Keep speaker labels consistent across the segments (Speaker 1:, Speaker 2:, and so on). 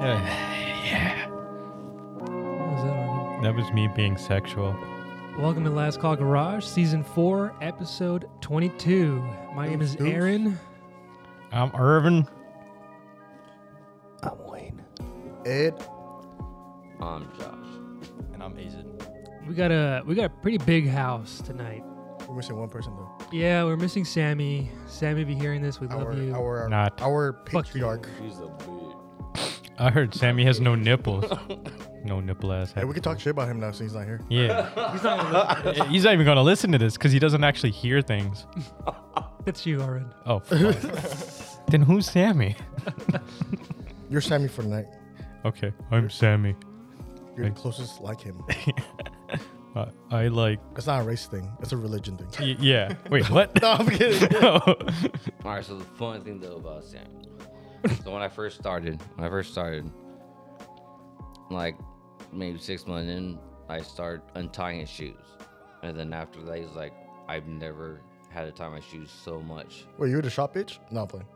Speaker 1: yeah.
Speaker 2: What was that? Armin?
Speaker 1: That was me being sexual.
Speaker 2: Welcome to Last Call Garage, Season 4, Episode 22. My name is
Speaker 3: Oof, oof.
Speaker 2: Aaron.
Speaker 1: I'm Irvin.
Speaker 3: I'm Wayne. Ed.
Speaker 4: I'm Josh.
Speaker 5: And I'm Azen.
Speaker 2: We got a we got a pretty big house tonight.
Speaker 3: We're missing one person though.
Speaker 2: Yeah, we're missing Sammy. Sammy, be hearing this, we love
Speaker 3: Our
Speaker 2: you.
Speaker 3: our our,
Speaker 1: Not.
Speaker 3: our
Speaker 2: Fuck you.
Speaker 3: patriarch.
Speaker 4: He's a big.
Speaker 1: I heard Sammy has no nipples. No nipple ass.
Speaker 3: Hey, we can talk
Speaker 1: happy
Speaker 3: shit about him now since he's not here.
Speaker 1: boy. Yeah. Eh, He's not even going to listen to this because he doesn't actually hear things.
Speaker 2: That's you, Aaron.
Speaker 1: Oh. fuck. then who's Sammy?
Speaker 3: You're Sammy for the night.
Speaker 1: Okay, I'm Sammy.
Speaker 3: You're the
Speaker 1: Thanks.
Speaker 3: closest like him.
Speaker 1: I, I like.
Speaker 3: It's not a race thing. It's a religion thing.
Speaker 1: Y- yeah. Wait, what?
Speaker 3: no, I'm kidding.
Speaker 4: All right, so the fun thing though about Sam. so when I first started, when I first started, like maybe six months in, I started untying his shoes, and then after that, he's like, I've never had to tie my shoes so much.
Speaker 3: Wait, you were the shop bitch? No, I'm playing.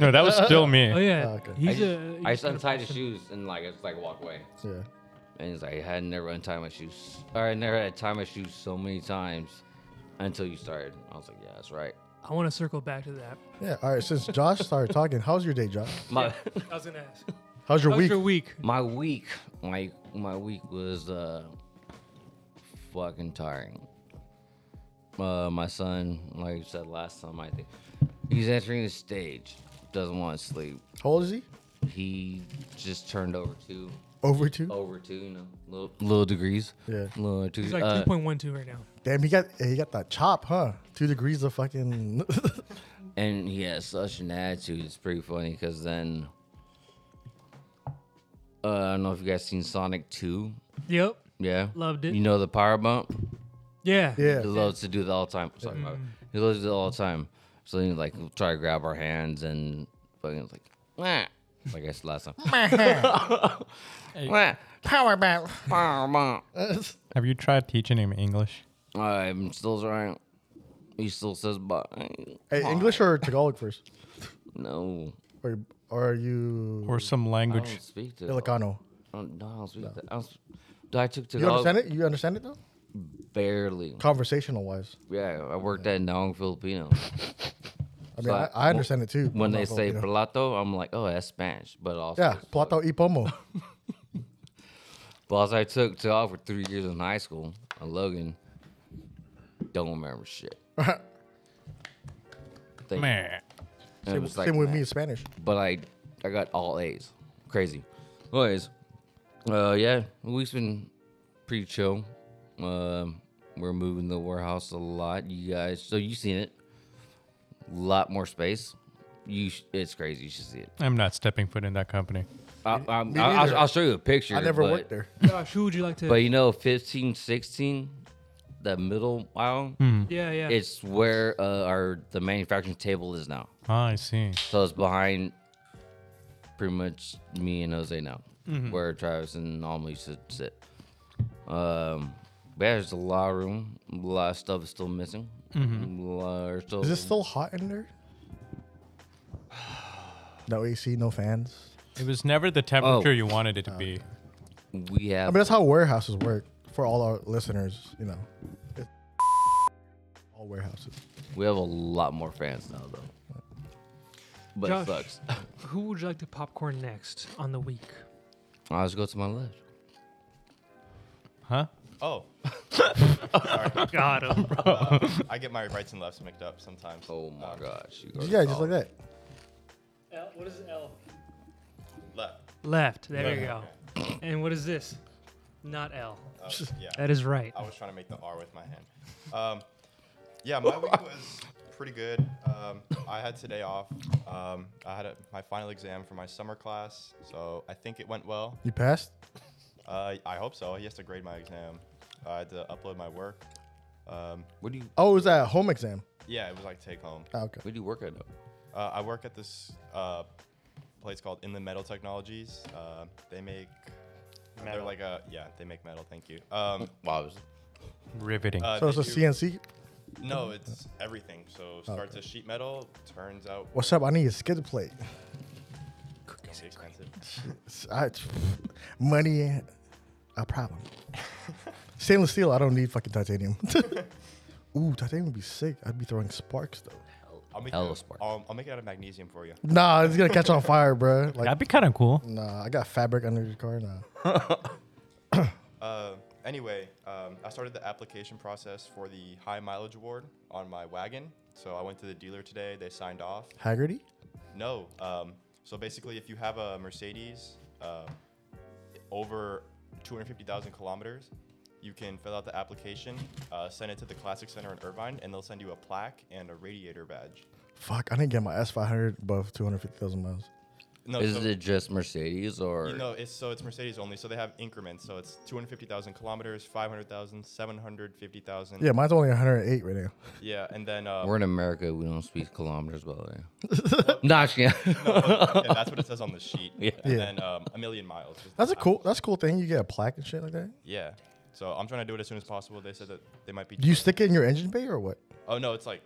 Speaker 1: no, that was still
Speaker 2: Oh,
Speaker 1: me.
Speaker 2: yeah.
Speaker 3: Ah, okay.
Speaker 4: I
Speaker 2: He's
Speaker 4: just,
Speaker 2: a.
Speaker 4: I
Speaker 2: he's
Speaker 4: just
Speaker 2: got a
Speaker 4: untied his
Speaker 2: person.
Speaker 4: shoes and like I just like walk away.
Speaker 3: Yeah.
Speaker 4: And he's like, I had never untied my shoes. Or I never had to tie my shoes so many times until you started. I was like, yeah, that's right.
Speaker 2: I want to circle back to that.
Speaker 3: Yeah. All right. Since Josh started talking, how's your day, Josh?
Speaker 4: My
Speaker 2: I was going to ask.
Speaker 3: How's your
Speaker 2: How's
Speaker 3: week?
Speaker 2: your week?
Speaker 4: my week, my my week was uh fucking tiring. Uh, my son, like you said last time, I think he's entering his stage. Doesn't want to sleep.
Speaker 3: How old is he?
Speaker 4: He just turned over two,
Speaker 3: Over two.
Speaker 2: Oh.
Speaker 4: over two, you know, little little degrees.
Speaker 3: Yeah.
Speaker 4: little two.
Speaker 2: He's like
Speaker 4: uh,
Speaker 2: 2.12 right now.
Speaker 3: Damn, he got he got that chop, huh? Two degrees of fucking.
Speaker 4: And he has such an attitude. It's pretty funny because then. Uh, I don't know if you guys seen Sonic 2.
Speaker 2: Yep.
Speaker 4: Yeah.
Speaker 2: Loved it.
Speaker 4: You know the power bump?
Speaker 2: Yeah.
Speaker 3: yeah.
Speaker 4: He loves to do that all the time. Sorry,
Speaker 3: Mm.
Speaker 4: my bad. He loves to do it all the time. So then he like will try to grab our hands and fucking like, "Meh." like I said last time. Meh.
Speaker 3: Power battle.
Speaker 4: power bump.
Speaker 1: Have you tried teaching him English?
Speaker 4: I'm still trying. He still says, but
Speaker 3: Hey, English or Tagalog first?
Speaker 4: no.
Speaker 3: Or or are you
Speaker 1: Or some
Speaker 4: I
Speaker 1: language?
Speaker 4: don't speak to
Speaker 3: Ilocano?
Speaker 4: I don't, no, I don't speak that. I, don't, sp- I took to
Speaker 3: You understand it? You understand it though?
Speaker 4: barely.
Speaker 3: Conversational wise.
Speaker 4: Yeah, I worked at Nong
Speaker 3: I
Speaker 4: Filipino.
Speaker 3: mean,
Speaker 4: So
Speaker 3: I,
Speaker 4: I-
Speaker 3: I understand it too. but
Speaker 4: When
Speaker 3: I'm
Speaker 4: they
Speaker 3: not
Speaker 4: say
Speaker 3: Filipino.
Speaker 4: plato, I'm like, oh, that's Spanish. But also,
Speaker 3: yeah, plato y pomo.
Speaker 4: But also, I took to all for three years in high school. And Logan, don't remember shit. Think-
Speaker 1: Meh.
Speaker 4: and it
Speaker 3: Same,
Speaker 4: was like
Speaker 3: same with
Speaker 4: that.
Speaker 3: me in Spanish.
Speaker 4: But I, I got all A's. Crazy. Anyways, uh, yeah, we've been pretty chill. Um, we're moving the warehouse a lot, you guys. So you seen it? lot more space. You, sh- it's crazy. You should see it.
Speaker 1: I'm not stepping foot in that company.
Speaker 4: I, I'm,
Speaker 3: me
Speaker 4: I,
Speaker 3: neither.
Speaker 4: will I'll show you a picture.
Speaker 3: I never
Speaker 4: but-
Speaker 3: worked there.
Speaker 2: Josh, who would you like to.
Speaker 4: But you know, 15, 16, the middle aisle,
Speaker 3: Hmm.
Speaker 2: yeah, yeah.
Speaker 4: it's where uh, our the manufacturing table is now.
Speaker 1: Ah, I see.
Speaker 4: So it's behind pretty much me and Jose now,
Speaker 3: Mm-hmm.
Speaker 4: where Travis and Alma used to sit. Um, but yeah, there's a lot of room. A lot of stuff is still missing. A lot are still,
Speaker 3: Mm-hmm. Is it still hot in there? No AC, no fans.
Speaker 1: It was never the
Speaker 3: Oh.
Speaker 1: temperature you wanted it to be.
Speaker 4: we
Speaker 3: I
Speaker 4: have.
Speaker 3: mean, that's how warehouses work for all our listeners. You know, It's all warehouses.
Speaker 4: we have a lot more fans now though. But
Speaker 2: Josh.
Speaker 4: it sucks.
Speaker 2: Who would you like to popcorn next on the week?
Speaker 4: I'll just go to my left.
Speaker 1: Huh?
Speaker 5: Oh,
Speaker 2: Got him.
Speaker 5: I get my rights and lefts mixed up sometimes.
Speaker 4: Oh my gosh. You go to
Speaker 3: Yeah, just like
Speaker 4: college.
Speaker 3: that.
Speaker 2: L, what is L?
Speaker 5: Left.
Speaker 2: Left. There you go. And what is this? Not L.
Speaker 5: Oh, yeah.
Speaker 2: That is right.
Speaker 5: I was trying to make the R with my hand. Um, yeah, my week was pretty good. Um, I had today off. Um, I had a, my final exam for my summer class, so I think it went well.
Speaker 3: You passed.
Speaker 5: Uh, I hope so. He has to grade my exam. I had to upload my work. Um,
Speaker 4: What do you
Speaker 3: Oh, it was that home exam?
Speaker 5: yeah, it was like take home.
Speaker 3: Ah, okay.
Speaker 4: What do you work at though?
Speaker 5: Uh, I work at this uh, place called Inland Metal Technologies. Uh, they make They're
Speaker 6: Metal.
Speaker 5: like a yeah, they make metal. Thank you. Um,
Speaker 4: Wow, this-
Speaker 1: Riveting.
Speaker 5: uh,
Speaker 3: So it's
Speaker 5: they
Speaker 3: a
Speaker 5: do-
Speaker 3: CNC.
Speaker 5: No, it's everything. So starts as sheet metal, turns out
Speaker 3: What's up? I need a skid plate.
Speaker 5: It's expensive.
Speaker 3: I, money, ain't a problem. Stainless steel. I don't need fucking titanium. Ooh, titanium would be sick. I'd be throwing sparks though.
Speaker 5: I'll make,
Speaker 4: Hella
Speaker 5: it,
Speaker 4: spark.
Speaker 5: I'll, I'll make it out of magnesium for you.
Speaker 3: Nah, it's gonna catch on fire, bro. Like,
Speaker 1: That'd be kind of cool.
Speaker 3: nah, I got fabric under the car now.
Speaker 5: Uh, anyway, um, I started the application process for the high mileage award on my wagon. So I went to the dealer today. They signed off.
Speaker 3: Haggerty.
Speaker 5: No. Um, so basically, if you have a Mercedes uh, over 250,000 kilometers, you can fill out the application, uh, send it to the Classic Center in Irvine, and they'll send you a plaque and a radiator badge.
Speaker 3: Fuck, I didn't get my S500 above 250,000 miles.
Speaker 5: No,
Speaker 4: Is
Speaker 5: so-
Speaker 4: it just Mercedes or?
Speaker 5: You know, it's so it's Mercedes only, so they have increments. So it's 250,000 kilometers, 500,000, 750,000.
Speaker 3: Yeah, mine's only 108 right now.
Speaker 5: Yeah, and then uh,
Speaker 4: We're in America. We don't speak kilometers, by the way. Nah, yeah.
Speaker 5: yeah, that's what it says on the sheet.
Speaker 4: Yeah.
Speaker 5: And
Speaker 3: Yeah.
Speaker 5: then um, a million miles. is the
Speaker 3: That's a
Speaker 5: time.
Speaker 3: cool. That's a cool thing. You get a plaque and shit like that.
Speaker 5: Yeah. So I'm trying to do it as soon as possible. They said that they might be.
Speaker 3: Do you stick it in your engine bay or what?
Speaker 5: Oh no, it's like,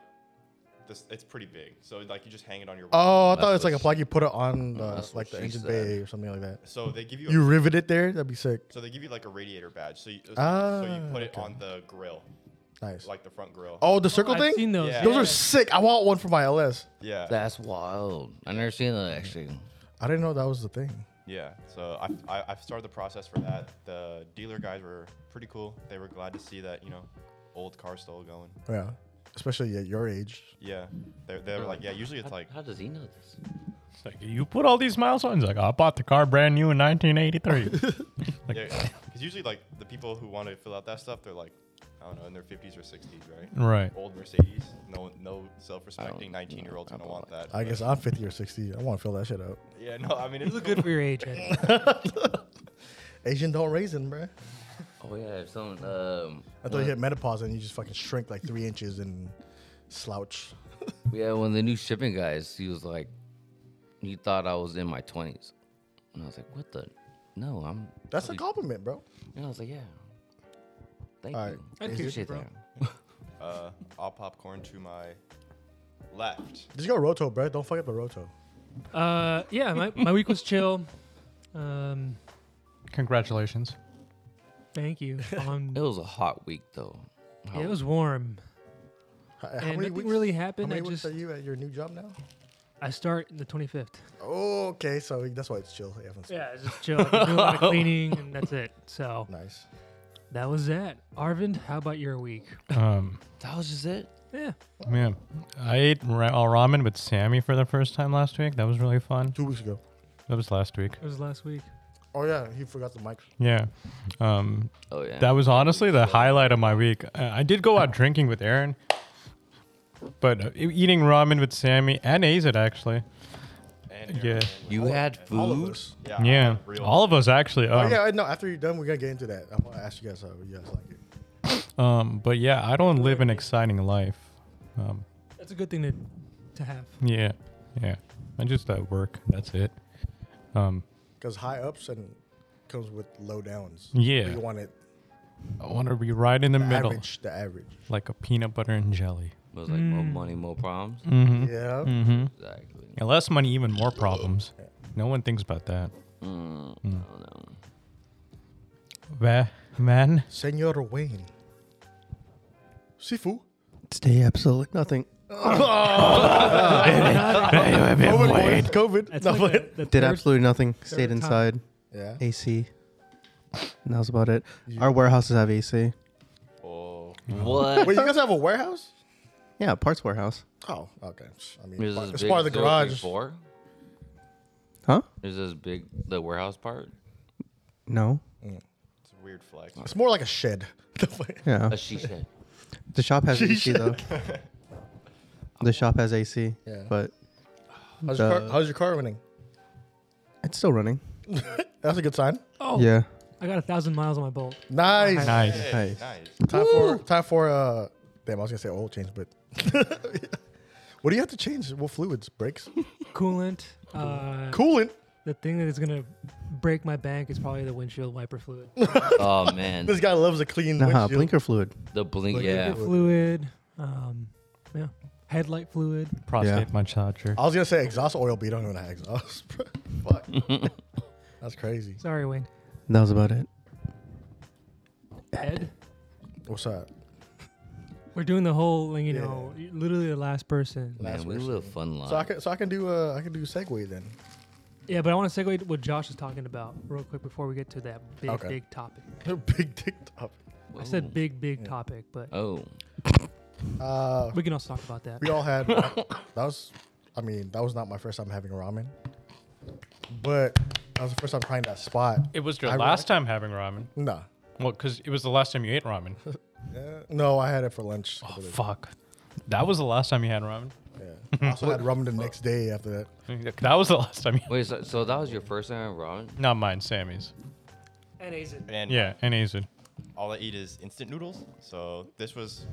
Speaker 5: this. It's pretty big. So like you just hang it on your.
Speaker 3: Oh, I
Speaker 4: That's
Speaker 3: thought it's like a
Speaker 4: what
Speaker 3: plaque you put it Oh, on the,
Speaker 4: that's what
Speaker 3: like the
Speaker 4: she
Speaker 3: engine
Speaker 4: said.
Speaker 3: bay or something like that.
Speaker 5: So they give you.
Speaker 3: You
Speaker 5: a,
Speaker 3: rivet it there. That'd be sick.
Speaker 5: so they give you like a radiator badge. So you, so you
Speaker 3: Ah,
Speaker 5: put it
Speaker 3: okay.
Speaker 5: on the grill,
Speaker 3: Nice.
Speaker 5: like the front grill.
Speaker 3: Oh, the circle
Speaker 2: I've
Speaker 3: thing.
Speaker 2: seen those,
Speaker 3: Those
Speaker 5: yeah.
Speaker 3: are sick. I want one for my LS.
Speaker 5: Yeah.
Speaker 4: That's wild. I never seen that actually.
Speaker 3: I didn't know that was the thing.
Speaker 5: Yeah, so I, I, I started the process for that. The dealer guys were pretty cool. They were glad to see that, you know, old car still going.
Speaker 3: Yeah, especially at your age.
Speaker 5: Yeah, they, they were like, yeah, usually it's like,
Speaker 4: How does he know this?
Speaker 1: It's like you put all these miles on. He's like, I bought the car brand new in 1983. like,
Speaker 5: yeah, because usually like the people who want to fill out that stuff, they're like, I don't know, in their 50s or 60s, right?
Speaker 1: Right.
Speaker 5: Old Mercedes, no no self-respecting 19-year-old's gonna want that.
Speaker 3: I
Speaker 5: but-
Speaker 3: guess I'm 50 or 60. I want to fill that shit out.
Speaker 5: Yeah, no, I mean
Speaker 2: You
Speaker 5: it's
Speaker 2: look
Speaker 5: cool.
Speaker 2: good for your age. Ed.
Speaker 3: Asian don't raisin, bruh.
Speaker 4: Oh yeah, if someone um
Speaker 3: I thought you hit menopause and you just fucking shrink like three inches and slouch.
Speaker 4: yeah, one of the new shipping guys, he was like he thought I was in my twenties. And I was like, What the no, I'm
Speaker 3: That's a
Speaker 4: totally-
Speaker 3: compliment, bro.
Speaker 4: And I was like, Yeah. Thank
Speaker 3: All right.
Speaker 4: you. I
Speaker 2: I'd kiss
Speaker 4: appreciate
Speaker 2: it, bro.
Speaker 4: that.
Speaker 5: Uh, I'll popcorn to my left.
Speaker 3: Just go roto, bro. Don't fuck up the roto.
Speaker 2: Uh, yeah, my, my week was chill. Um,
Speaker 1: congratulations.
Speaker 2: thank you. Um,
Speaker 4: It was a hot week though.
Speaker 2: yeah, it was warm.
Speaker 3: How, how
Speaker 2: And nothing really happened.
Speaker 3: How many
Speaker 2: I
Speaker 3: weeks
Speaker 2: just
Speaker 3: are you at your new job now?
Speaker 2: I start the 25th.
Speaker 3: Oh, okay. So that's why it's chill. You haven't
Speaker 2: Yeah, it's just chill. I've been doing a lot of cleaning, and that's it. So
Speaker 3: Nice.
Speaker 2: that was that. Arvind, how about your week?
Speaker 1: Um,
Speaker 4: That was just it.
Speaker 2: Yeah,
Speaker 1: man, I ate ra- al ramen with Sammy for the first time last week. That was really fun.
Speaker 3: Two weeks ago.
Speaker 1: That was last week.
Speaker 2: it was last week.
Speaker 3: Oh yeah, he forgot the mic.
Speaker 1: Yeah. Um,
Speaker 4: Oh yeah.
Speaker 1: That was honestly the highlight of my week. Uh, I I did go out drinking with Aaron, but uh, e- eating ramen with Sammy and Azit actually.
Speaker 5: And
Speaker 1: Yeah.
Speaker 4: you had food.
Speaker 3: All of us.
Speaker 5: Yeah.
Speaker 1: yeah,
Speaker 5: real.
Speaker 1: all of us actually.
Speaker 3: Ah, Oh
Speaker 1: Um,
Speaker 3: yeah, no. After you're done, we're gonna get into that. I'm gonna ask you guys how you guys like it.
Speaker 1: um, but yeah, I don't live an exciting life. Um,
Speaker 2: That's a good thing to to have.
Speaker 1: yeah, yeah. I just at work. That's it. Um,
Speaker 3: Because high ups and comes with low downs.
Speaker 1: Yeah.
Speaker 3: You want it
Speaker 1: I want to be right in the,
Speaker 3: the
Speaker 1: middle,
Speaker 3: average. The average.
Speaker 1: like a peanut butter and jelly.
Speaker 4: It was like more money, more problems.
Speaker 1: Mm-hmm.
Speaker 3: Yeah.
Speaker 1: Mm-hmm.
Speaker 4: Exactly.
Speaker 1: And less money, even more problems. No one thinks about that.
Speaker 4: Mm, I don't know.
Speaker 1: Bah, man.
Speaker 3: Senor Wayne. Sifu.
Speaker 6: Today, absolutely nothing.
Speaker 3: COVID. Oh, Wayne. COVID.
Speaker 2: That's
Speaker 3: No,
Speaker 2: like
Speaker 3: but-
Speaker 2: the- the
Speaker 6: Did
Speaker 2: third-
Speaker 6: absolutely nothing. Stayed
Speaker 2: time.
Speaker 6: inside.
Speaker 3: yeah.
Speaker 6: AC. And that was about it. Our warehouses have AC.
Speaker 5: Oh,
Speaker 1: Mm-hmm.
Speaker 4: What?
Speaker 3: Wait, you guys have a warehouse?
Speaker 6: Yeah, parts warehouse.
Speaker 3: Oh, okay. I mean,
Speaker 4: Is
Speaker 3: part-
Speaker 4: this
Speaker 3: it's
Speaker 4: big
Speaker 3: part of the
Speaker 4: still
Speaker 3: garage.
Speaker 4: Four?
Speaker 6: Huh?
Speaker 4: Is this big the warehouse part?
Speaker 6: No.
Speaker 5: it's a weird flex.
Speaker 3: It's more like a shed.
Speaker 6: Yeah.
Speaker 4: A she said.
Speaker 6: The shop has AC though. The shop has AC,
Speaker 3: Yeah.
Speaker 6: but
Speaker 3: how's, your car,
Speaker 6: The-
Speaker 3: how's your car running?
Speaker 6: it's still running.
Speaker 3: That's a good sign.
Speaker 2: Oh,
Speaker 6: Yeah.
Speaker 2: I got a thousand miles on my bolt.
Speaker 3: Nice.
Speaker 1: Nice.
Speaker 5: Hey,
Speaker 6: Nice.
Speaker 5: nice.
Speaker 3: Time for time for uh. Damn, I was gonna say oil change, but what do you have to change? What fluids? Brakes?
Speaker 2: Coolant. Uh,
Speaker 3: Coolant?
Speaker 2: The thing that is gonna break my bank is probably the windshield wiper fluid.
Speaker 4: Oh man,
Speaker 3: This guy loves a clean
Speaker 6: Nah,
Speaker 3: windshield.
Speaker 6: blinker fluid.
Speaker 4: the blink.
Speaker 3: Blink,
Speaker 4: Yeah,
Speaker 3: blink.
Speaker 2: fluid. Um, yeah. headlight fluid.
Speaker 1: prostate
Speaker 6: Yeah.
Speaker 1: my charger.
Speaker 3: I was gonna say exhaust oil, but you don't know that exhaust. bro. Fuck. That's crazy.
Speaker 2: Sorry, Wayne.
Speaker 6: That was about it.
Speaker 2: Ed,
Speaker 3: What's up?
Speaker 2: we're doing the whole, like, you know, you're literally the last person.
Speaker 4: Man,
Speaker 3: Last
Speaker 4: we
Speaker 3: person.
Speaker 4: live fun life.
Speaker 3: So I can so I can do uh I can do segue then.
Speaker 2: Yeah, but I want to segue to what Josh is talking about real quick before we get to that big,
Speaker 3: Okay.
Speaker 2: big topic.
Speaker 3: Big dick top.
Speaker 2: I said
Speaker 4: Whoa.
Speaker 2: big, big topic, but
Speaker 4: Oh,
Speaker 3: Uh,
Speaker 2: we can also talk about that.
Speaker 3: we all had uh, that was I mean that was not my first time having ramen, but that was the first time trying that spot.
Speaker 1: It was your
Speaker 3: I
Speaker 1: last time having ramen.
Speaker 3: Nah.
Speaker 1: Well, because it was the last time you ate ramen.
Speaker 3: Uh, no, I had it for lunch.
Speaker 1: Oh, fuck. That was the last time you had ramen.
Speaker 3: Yeah. I also had ramen the next day after that.
Speaker 1: That was the last time you.
Speaker 4: wait. So, so that was your first time at ramen?
Speaker 1: Not mine, Sammy's.
Speaker 2: And Aizen.
Speaker 5: And
Speaker 1: Yeah, and Aizen.
Speaker 5: all I eat is instant noodles. So this was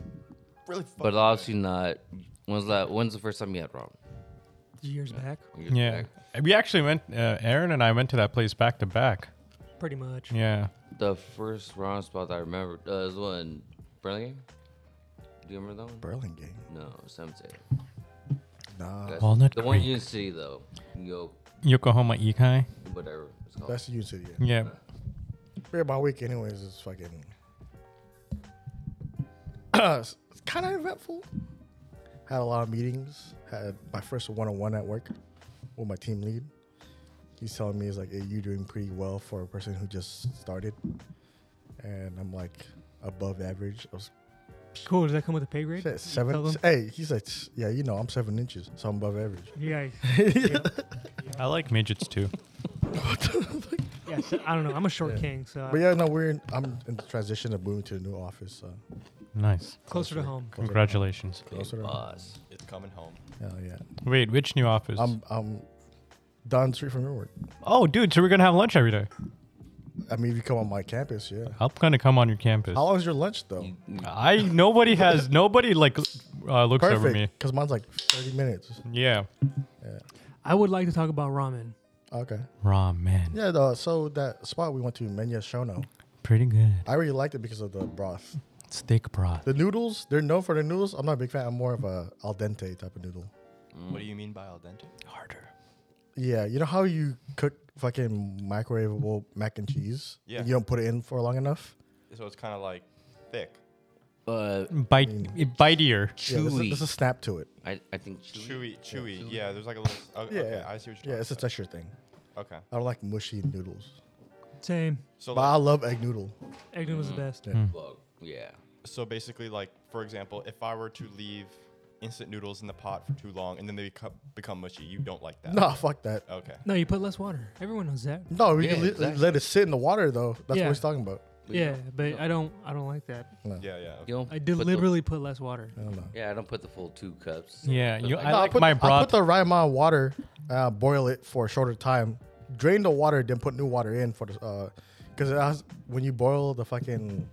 Speaker 5: really fun.
Speaker 4: But obviously not. When's that? When's the first time you had ramen?
Speaker 2: Years back,
Speaker 4: Years
Speaker 1: Yeah.
Speaker 4: back?
Speaker 1: We actually went, uh, Aaron and I went to that place back to back.
Speaker 2: pretty much.
Speaker 1: Yeah.
Speaker 4: The first ramen spot that I remember uh, is one Burlingame. Do you remember that one?
Speaker 3: Burlingame.
Speaker 4: No, Sensei.
Speaker 3: Uh, Nah.
Speaker 4: That's-
Speaker 1: Walnut
Speaker 4: The one
Speaker 1: Creek.
Speaker 4: you see though. Yo,
Speaker 1: Yokohama Ikai.
Speaker 4: whatever it's called.
Speaker 3: That's you City.
Speaker 1: Yeah.
Speaker 3: Yeah. Yeah, my week anyways is fucking it's kind of eventful. Had a lot of meetings. Had my first one-on-one at work with my team lead. He's telling me he's like, "Hey, you're doing pretty well for a person who just started," and I'm like, above average. I was
Speaker 2: Cool. Does that come with a pay grade?
Speaker 3: shit,
Speaker 2: Tell
Speaker 3: seven.
Speaker 2: them.
Speaker 3: Hey, he's like, "Yeah, you know, I'm seven inches, so I'm above average."
Speaker 2: Yeah.
Speaker 1: I like midgets too.
Speaker 2: yeah so- I don't know. I'm a short king, so
Speaker 3: But yeah, no, we're in, I'm in transition of moving to the new office. So
Speaker 1: Nice.
Speaker 2: closer to home.
Speaker 1: Congratulations.
Speaker 4: Big
Speaker 3: Closer to home.
Speaker 4: boss.
Speaker 5: it's coming home.
Speaker 3: Hell yeah,
Speaker 1: Wait, which new office?
Speaker 3: I'm I'm down the street from your work.
Speaker 1: oh, dude, so we're going to have lunch every day.
Speaker 3: I mean, if you come on my campus, yeah.
Speaker 1: I'm going to come on your campus.
Speaker 3: How long is your lunch though?
Speaker 1: I nobody has nobody like uh, looks over me.
Speaker 3: Perfect, because mine's like 30 minutes.
Speaker 1: Yeah.
Speaker 2: I would like to talk about ramen.
Speaker 3: Okay.
Speaker 1: Ramen.
Speaker 3: Yeah, though. So that spot we went to, Menya Shono,
Speaker 1: Pretty good.
Speaker 3: I really liked it because of the broth.
Speaker 1: Steak broth.
Speaker 3: The noodles, they're known for the noodles. I'm not a big fan. I'm more of a al dente type of noodle.
Speaker 4: Mm.
Speaker 5: What do you mean by al dente?
Speaker 1: Harder.
Speaker 3: Yeah, you know how you cook fucking microwavable mac and cheese?
Speaker 5: Yeah.
Speaker 3: and You don't put it in for long enough.
Speaker 5: So it's kind of like thick,
Speaker 4: Uh,
Speaker 1: Bite bitier.
Speaker 3: Yeah, there's a,
Speaker 4: chewy.
Speaker 3: there's a snap to it.
Speaker 4: I, I think chewy.
Speaker 5: chewy, chewy. Yeah, there's like a little. o- Okay,
Speaker 3: Yeah,
Speaker 5: I see what you're
Speaker 3: yeah, it's a
Speaker 5: talking
Speaker 3: texture thing.
Speaker 5: about. Okay.
Speaker 3: I don't like mushy noodles,
Speaker 2: Same.
Speaker 5: So
Speaker 3: but
Speaker 5: like,
Speaker 3: I love egg noodle.
Speaker 2: Egg noodle is the best.
Speaker 4: Well, yeah.
Speaker 5: so basically, like for example, if I were to leave instant noodles in the pot for too long and then they become, become mushy, you don't like that.
Speaker 3: Nah, fuck that.
Speaker 5: Okay.
Speaker 2: No, you put less water. Everyone knows that.
Speaker 3: No, we
Speaker 4: Yeah,
Speaker 3: can li-
Speaker 4: exactly.
Speaker 3: let it sit in the water though. That's
Speaker 2: Yeah.
Speaker 3: what he's talking about.
Speaker 4: But you
Speaker 2: Yeah,
Speaker 4: don't-
Speaker 2: but I don't. I don't like that.
Speaker 5: Yeah, yeah. Okay.
Speaker 4: you don't
Speaker 2: I
Speaker 4: put the-
Speaker 2: deliberately put less water.
Speaker 3: I don't know.
Speaker 4: yeah, I don't put the full two cups.
Speaker 1: Yeah,
Speaker 4: But
Speaker 1: you-
Speaker 4: like-
Speaker 1: I
Speaker 3: No,
Speaker 1: like
Speaker 3: put,
Speaker 1: my
Speaker 3: I
Speaker 1: broth.
Speaker 3: put the right amount of water, uh, boil it for a shorter time, drain the water, then put new water in for the because it has when you boil the fucking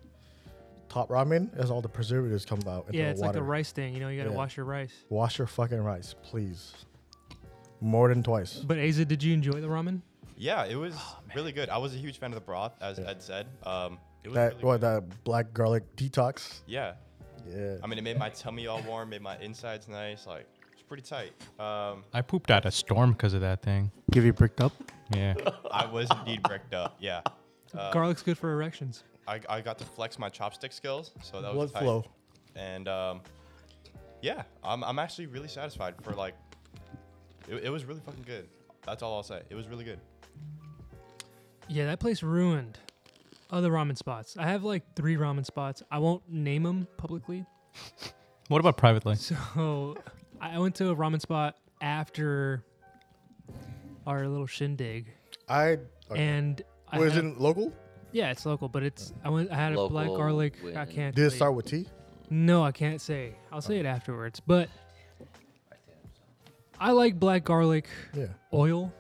Speaker 3: top ramen, as all the preservatives come out. Into
Speaker 2: Yeah,
Speaker 3: the
Speaker 2: it's like
Speaker 3: water.
Speaker 2: the rice thing. You know, you gotta
Speaker 3: Yeah.
Speaker 2: wash your rice.
Speaker 3: Wash your fucking rice, please. More than twice.
Speaker 2: But Aza, did you enjoy the ramen?
Speaker 5: Yeah, it was
Speaker 4: Ah,
Speaker 5: really good. I was a huge fan of the broth, as Ed said. Um, it was
Speaker 3: That
Speaker 5: really
Speaker 3: what
Speaker 5: good.
Speaker 3: that black garlic detox.
Speaker 5: Yeah.
Speaker 3: Yeah.
Speaker 5: I mean, it made my tummy all warm, made my insides nice. Like, it's pretty tight. Um,
Speaker 1: I pooped out a storm because of that thing.
Speaker 6: Give you bricked up.
Speaker 1: Yeah.
Speaker 5: I was indeed bricked up. Yeah.
Speaker 2: Garlic's good for erections.
Speaker 5: I, I got to flex my chopstick skills, so that was
Speaker 3: Blood
Speaker 5: tight.
Speaker 3: flow.
Speaker 5: And um, yeah, I'm, I'm actually really satisfied for like, it, it was really fucking good. That's all I'll say. It was really good.
Speaker 2: Yeah, that place ruined other ramen spots. I have like three ramen spots. I won't name them publicly.
Speaker 1: What about privately?
Speaker 2: So I went to a ramen spot after our little shindig,
Speaker 3: I okay.
Speaker 2: and I
Speaker 3: was
Speaker 2: had-
Speaker 3: it local.
Speaker 2: yeah, it's local, but it's I went. I had a black
Speaker 4: Local
Speaker 2: garlic. I
Speaker 4: win.
Speaker 2: can't.
Speaker 3: Did it
Speaker 2: wait.
Speaker 3: start with T?
Speaker 2: No, I can't say. I'll say it afterwards. But I like black garlic
Speaker 3: Yeah.
Speaker 2: oil.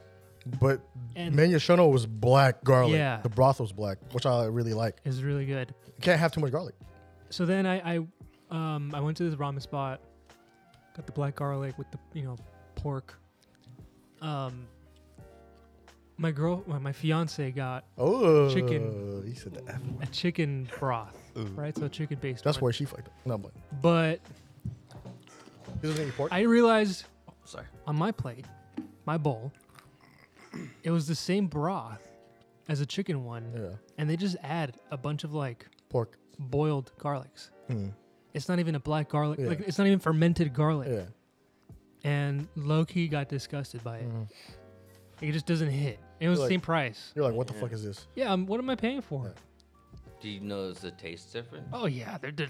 Speaker 3: But
Speaker 2: And-
Speaker 3: Manyashono was black garlic.
Speaker 2: Yeah.
Speaker 3: The broth was black, which I really like.
Speaker 2: is really good.
Speaker 3: You can't have too much garlic.
Speaker 2: So then I, I, um, I went to this ramen spot, got the black garlic with the you know pork. Um, my girl, my, my fiance got
Speaker 3: Oh,
Speaker 2: Chicken.
Speaker 3: He said the F word.
Speaker 2: a chicken broth, right? So chicken based.
Speaker 3: That's where she fucked up. No, but
Speaker 2: But
Speaker 3: Who's gonna eat pork?
Speaker 2: I realized
Speaker 3: Oh,
Speaker 4: Sorry.
Speaker 2: on my plate, my bowl, it was the same broth as the chicken one,
Speaker 3: yeah,
Speaker 2: and they just add a bunch of like
Speaker 3: pork.
Speaker 2: boiled garlics.
Speaker 3: Hmm.
Speaker 2: It's not even a black garlic.
Speaker 3: Yeah.
Speaker 2: Like it's not even fermented garlic.
Speaker 3: Yeah,
Speaker 2: And low key got disgusted by it. It just doesn't hit. It was
Speaker 3: Hmm. Like-
Speaker 2: the same price.
Speaker 3: you're like, what the fuck is this?
Speaker 2: Yeah, um, what am I paying for?
Speaker 4: Do you notice the taste different?
Speaker 2: Oh yeah, they're, they're,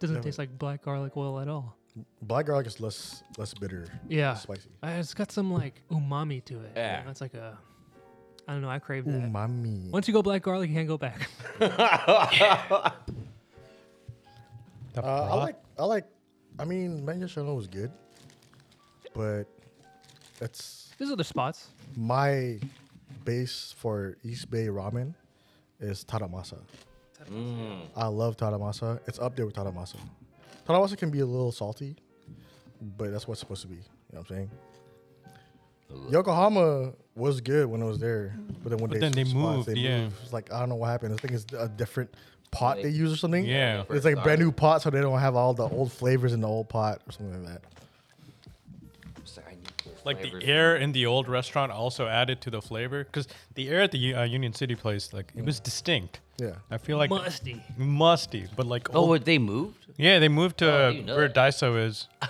Speaker 2: doesn't
Speaker 3: Yeah,
Speaker 2: taste like black garlic oil at all.
Speaker 3: Black garlic is less less bitter,
Speaker 2: Yeah,
Speaker 3: spicy.
Speaker 2: Uh, it's got some like umami to it.
Speaker 4: Yeah.
Speaker 2: that's like a. I don't know. I crave that.
Speaker 3: Umami.
Speaker 2: Once you go black garlic, you can't go back.
Speaker 1: The
Speaker 3: Uh, I
Speaker 1: broth?
Speaker 3: like. I like. I mean, Manchester was good, but that's
Speaker 2: There's other spots.
Speaker 3: my base for East Bay ramen is Tadamasa. I love Tadamasa. It's up there with Tadamasa. Tadamasa can be a little salty, but that's what it's supposed to be. You know what I'm saying? Yokohama was good when I was there, but then when
Speaker 1: But
Speaker 3: they,
Speaker 1: then they
Speaker 3: switched spots,
Speaker 1: moved, yeah.
Speaker 3: It's like I don't know what happened. I think it's a different pot they,
Speaker 4: They-
Speaker 3: use or something.
Speaker 1: Yeah.
Speaker 3: it's like a brand new pot, so they don't have all the old flavors in the old pot or something like that.
Speaker 4: Sorry, I need those
Speaker 1: like the
Speaker 4: flavors.
Speaker 1: air in the old restaurant also added to the flavor because the air at the uh, Union City place like it was distinct.
Speaker 3: Yeah.
Speaker 1: I feel like
Speaker 2: Musty.
Speaker 1: musty, but like
Speaker 4: Oh,
Speaker 1: old-
Speaker 4: what, they moved?
Speaker 1: yeah, they moved to
Speaker 4: Oh, I
Speaker 1: uh,
Speaker 4: didn't know
Speaker 1: where
Speaker 4: that.
Speaker 1: Daiso is.
Speaker 3: I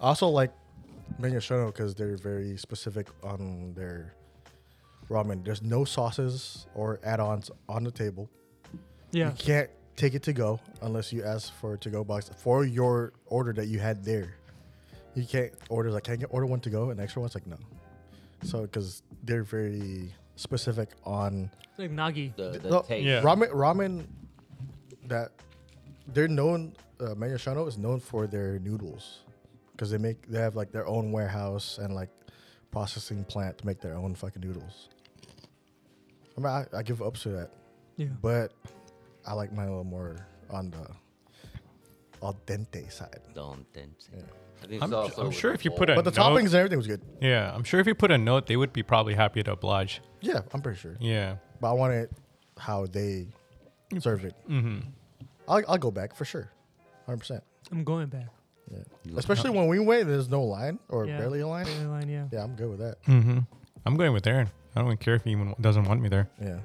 Speaker 3: also like Minestrone because they're very specific on their ramen. There's no sauces or add-ons on the table.
Speaker 2: Yeah.
Speaker 3: You can't take it to go unless you ask for a to-go box for your order that you had there. You can't order like, can I get order one to go and extra one's like no. So because they're very specific on
Speaker 2: Like nagi.
Speaker 4: The, the
Speaker 3: no,
Speaker 4: taste.
Speaker 1: Yeah.
Speaker 3: ramen. Ramen that they're known. Uh, Miyashino is known for their noodles because they make they have like their own warehouse and like processing plant to make their own fucking noodles. I mean, I, I give up to that,
Speaker 2: Yeah.
Speaker 3: but I like mine a little more on the al dente side.
Speaker 4: Don't think so. I think
Speaker 1: I'm,
Speaker 4: it's also
Speaker 1: I'm
Speaker 4: with
Speaker 1: sure
Speaker 4: the
Speaker 1: if you
Speaker 4: bowl.
Speaker 1: put a
Speaker 3: But the
Speaker 1: note,
Speaker 3: toppings and everything was good.
Speaker 1: yeah, I'm sure if you put a note, they would be probably happy to oblige.
Speaker 3: Yeah, I'm pretty sure.
Speaker 1: Yeah,
Speaker 3: But I want it how they serve it. Mm-hmm. I'll, I'll go back for sure, hundred percent.
Speaker 2: I'm going back.
Speaker 3: Yeah. Especially when we wait, there's no line or
Speaker 2: Yeah.
Speaker 3: barely a line.
Speaker 2: Dairy line, yeah.
Speaker 3: Yeah, I'm good with that.
Speaker 4: Hmm.
Speaker 1: I'm going with Aaron. I don't even care if he even doesn't want me there.
Speaker 3: Yeah.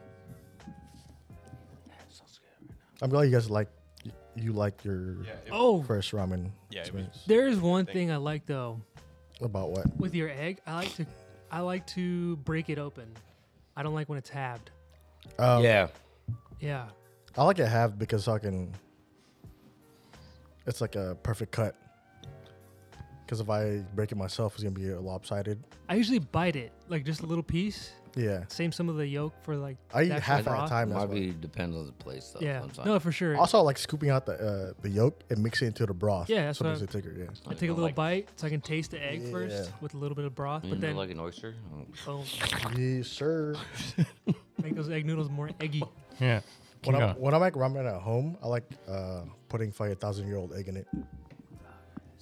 Speaker 3: I'm glad you guys like y- you like your
Speaker 5: Yeah. It,
Speaker 2: Oh,
Speaker 3: first ramen.
Speaker 5: Yeah, it
Speaker 3: experience.
Speaker 2: there is one thing I like though
Speaker 3: About what?
Speaker 2: with your egg. I like to, I like to break it open. I don't like when it's halved.
Speaker 3: Um,
Speaker 4: Yeah.
Speaker 2: Yeah.
Speaker 3: I like it half because I can. It's like a perfect cut. Because if I break it myself, it's gonna be lopsided.
Speaker 2: I usually bite it like just a little piece.
Speaker 3: Yeah,
Speaker 2: Same some of the yolk for like.
Speaker 3: I eat
Speaker 2: the actual
Speaker 3: half at a
Speaker 2: broth.
Speaker 3: time. That's
Speaker 4: Might
Speaker 3: why.
Speaker 4: be depends on the place though.
Speaker 2: Yeah.
Speaker 4: Sometimes.
Speaker 2: No, for sure.
Speaker 3: Also, I like scooping out the uh, the yolk and mixing it into the broth.
Speaker 2: Yeah, that's
Speaker 3: so
Speaker 2: what
Speaker 3: there's
Speaker 2: I-
Speaker 3: a thicker. Yeah.
Speaker 2: I take a
Speaker 4: don't
Speaker 2: little
Speaker 4: like-
Speaker 2: bite so I can taste the egg first
Speaker 3: Yeah.
Speaker 2: with a little bit of broth,
Speaker 4: You
Speaker 2: but
Speaker 4: know,
Speaker 2: then
Speaker 4: Mm-hmm. like an oyster. Oh,
Speaker 2: boom,
Speaker 3: Yes, sir.
Speaker 2: make those egg noodles more eggy.
Speaker 1: Yeah, Keep
Speaker 3: When, I,
Speaker 1: going.
Speaker 3: when I make ramen at home, I like uh, putting like a thousand year old egg in it.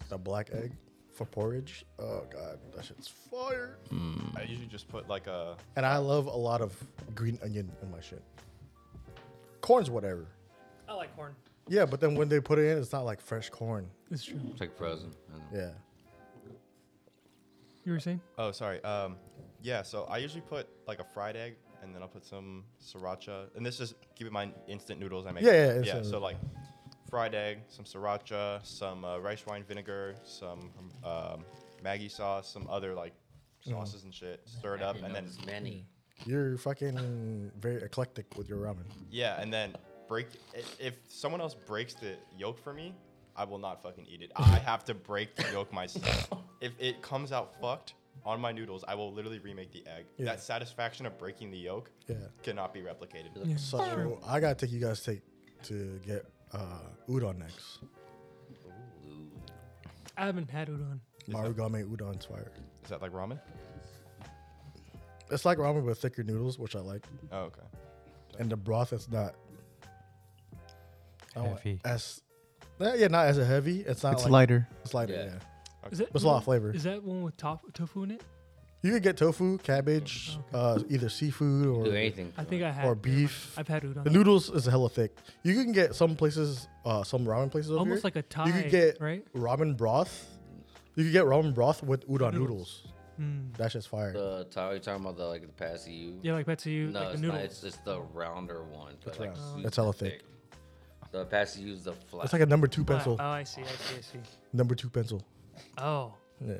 Speaker 3: The black egg for porridge. Oh god, that shit's fire.
Speaker 5: I usually just put like a
Speaker 3: And I love a lot of green onion in my shit. Corn's whatever.
Speaker 2: I like corn.
Speaker 3: Yeah, but then when they put it in, it's not like fresh corn.
Speaker 2: It's true.
Speaker 4: It's like frozen. I don't know.
Speaker 3: Yeah.
Speaker 2: You were saying?
Speaker 5: Oh, sorry. Um, yeah. So I usually put like a fried egg, and then I'll put some sriracha. And this is keep in mind instant noodles I make.
Speaker 3: Yeah, yeah,
Speaker 5: yeah.
Speaker 3: instant
Speaker 5: So
Speaker 3: noodles.
Speaker 5: like fried egg, some sriracha, some uh, rice wine vinegar, some um, Maggie sauce, some other like
Speaker 3: Mm-hmm.
Speaker 5: sauces and shit. Stir it up,
Speaker 4: You
Speaker 5: and
Speaker 4: know,
Speaker 5: then
Speaker 4: it's many.
Speaker 3: You're fucking very eclectic with your ramen.
Speaker 5: yeah, and then break. i- If someone else breaks the yolk for me, I will not fucking eat it. I have to break the yolk myself. if it comes out fucked on my noodles, I will literally remake the egg.
Speaker 3: Yeah.
Speaker 5: That satisfaction of breaking the yolk
Speaker 3: Yeah.
Speaker 5: cannot be replicated.
Speaker 3: So I gotta take you guys take to get uh, udon next.
Speaker 2: I haven't had udon.
Speaker 3: Marugame udon's fire.
Speaker 5: Is that like ramen?
Speaker 3: It's like ramen with thicker noodles, which I like.
Speaker 5: Oh, okay.
Speaker 3: and the broth is not I don't-
Speaker 1: Heavy.
Speaker 3: as yeah, yeah, not as a heavy. It's not
Speaker 6: It's
Speaker 3: like,
Speaker 6: lighter.
Speaker 3: It's lighter. Yeah.
Speaker 4: Yeah.
Speaker 2: Is that
Speaker 3: There's a lot of
Speaker 2: one-
Speaker 3: flavor.
Speaker 2: Is that one with tof- tofu in it?
Speaker 3: You could get tofu, cabbage, uh, either seafood or
Speaker 4: Do anything.
Speaker 2: I think I had. never
Speaker 3: or
Speaker 2: mind.
Speaker 3: beef.
Speaker 2: I've had
Speaker 3: The
Speaker 2: udon.
Speaker 3: noodles is hella thick. You can get some places, uh, some ramen places over
Speaker 2: Almost
Speaker 3: here,
Speaker 2: like a Thai,
Speaker 3: You could get
Speaker 2: right?
Speaker 3: ramen broth You could get ramen broth with udon noodles.
Speaker 2: Mm.
Speaker 3: That's just fire.
Speaker 4: The Uh, Tyler, you talking about the like the past you?
Speaker 2: Yeah, like that's you,
Speaker 4: No,
Speaker 2: like the
Speaker 4: it's
Speaker 2: noodle.
Speaker 4: not. It's just the rounder one. but,
Speaker 3: That's
Speaker 4: like,
Speaker 3: round.
Speaker 4: super
Speaker 3: That's hella thick.
Speaker 4: The past you use the flat.
Speaker 3: It's like a number two
Speaker 2: Ah,
Speaker 3: pencil.
Speaker 2: Oh, I see, I see, I see.
Speaker 3: number two pencil.
Speaker 2: Oh,
Speaker 3: Yeah.